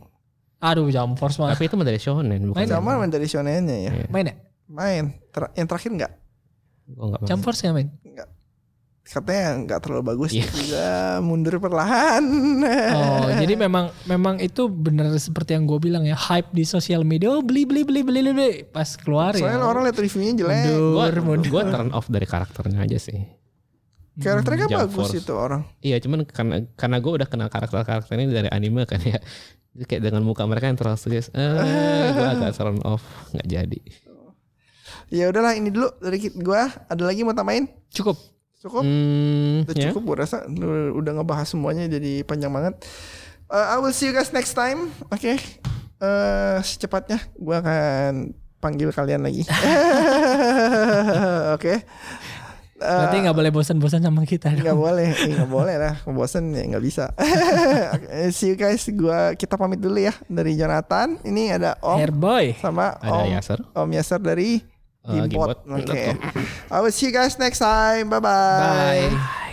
[SPEAKER 4] Aduh, Jump Force mah.
[SPEAKER 3] Tapi itu mah dari shonen bukan.
[SPEAKER 4] Main
[SPEAKER 2] Sama main dari shonennya ya.
[SPEAKER 3] Iya.
[SPEAKER 4] Main ya?
[SPEAKER 2] Main. Ter- yang terakhir nggak?
[SPEAKER 3] Gua nggak main.
[SPEAKER 4] Jump Force nggak
[SPEAKER 2] Eh,
[SPEAKER 4] main?
[SPEAKER 2] Katanya nggak terlalu bagus.
[SPEAKER 3] Iya.
[SPEAKER 2] Juga mundur perlahan. eh,
[SPEAKER 4] Oh, jadi memang memang itu bener seperti yang gue bilang ya, hype di sosial media, oh beli beli beli beli beli, pas keluar
[SPEAKER 2] Soalnya
[SPEAKER 4] ya.
[SPEAKER 2] orang lihat reviewnya jelek.
[SPEAKER 4] mundur,
[SPEAKER 3] Gua,
[SPEAKER 4] mundur.
[SPEAKER 3] gua turn off dari karakternya aja sih.
[SPEAKER 4] Hmm.
[SPEAKER 2] Karakternya kan
[SPEAKER 3] Jump
[SPEAKER 2] bagus
[SPEAKER 3] Force.
[SPEAKER 2] itu orang.
[SPEAKER 3] Iya, cuman karena karena gue udah kenal karakter-karakter ini dari anime kan ya. Jadi kayak dengan muka mereka yang terlalu serius, eh, gue agak turn off, nggak jadi.
[SPEAKER 2] Ya udahlah ini dulu dari kit gua. Ada lagi mau tambahin?
[SPEAKER 4] Cukup.
[SPEAKER 2] Cukup.
[SPEAKER 3] Hmm,
[SPEAKER 2] Oh, Udah
[SPEAKER 3] ya.
[SPEAKER 2] cukup gue rasa Lu udah ngebahas semuanya jadi panjang banget. Uh, I will see you guys next time. Oke. Eh, secepatnya gue akan panggil kalian lagi. [laughs] Oke.
[SPEAKER 4] Berarti
[SPEAKER 2] Eh,
[SPEAKER 4] nggak boleh bosan-bosan sama kita.
[SPEAKER 2] nggak
[SPEAKER 4] dong.
[SPEAKER 2] boleh, eh, nggak boleh lah. Bosen ya nggak bisa. [laughs] Oke, see you guys. Gua kita pamit dulu ya dari Jonathan. Ini ada Om
[SPEAKER 4] Hairboy.
[SPEAKER 2] sama
[SPEAKER 3] Ada
[SPEAKER 2] Om
[SPEAKER 3] Yasser.
[SPEAKER 2] Om Yasser dari
[SPEAKER 3] Eh,
[SPEAKER 2] Gimbot.
[SPEAKER 3] Gimbot.
[SPEAKER 2] Oke. I will see you guys next time. Bye-bye.
[SPEAKER 4] Bye.
[SPEAKER 1] Iya.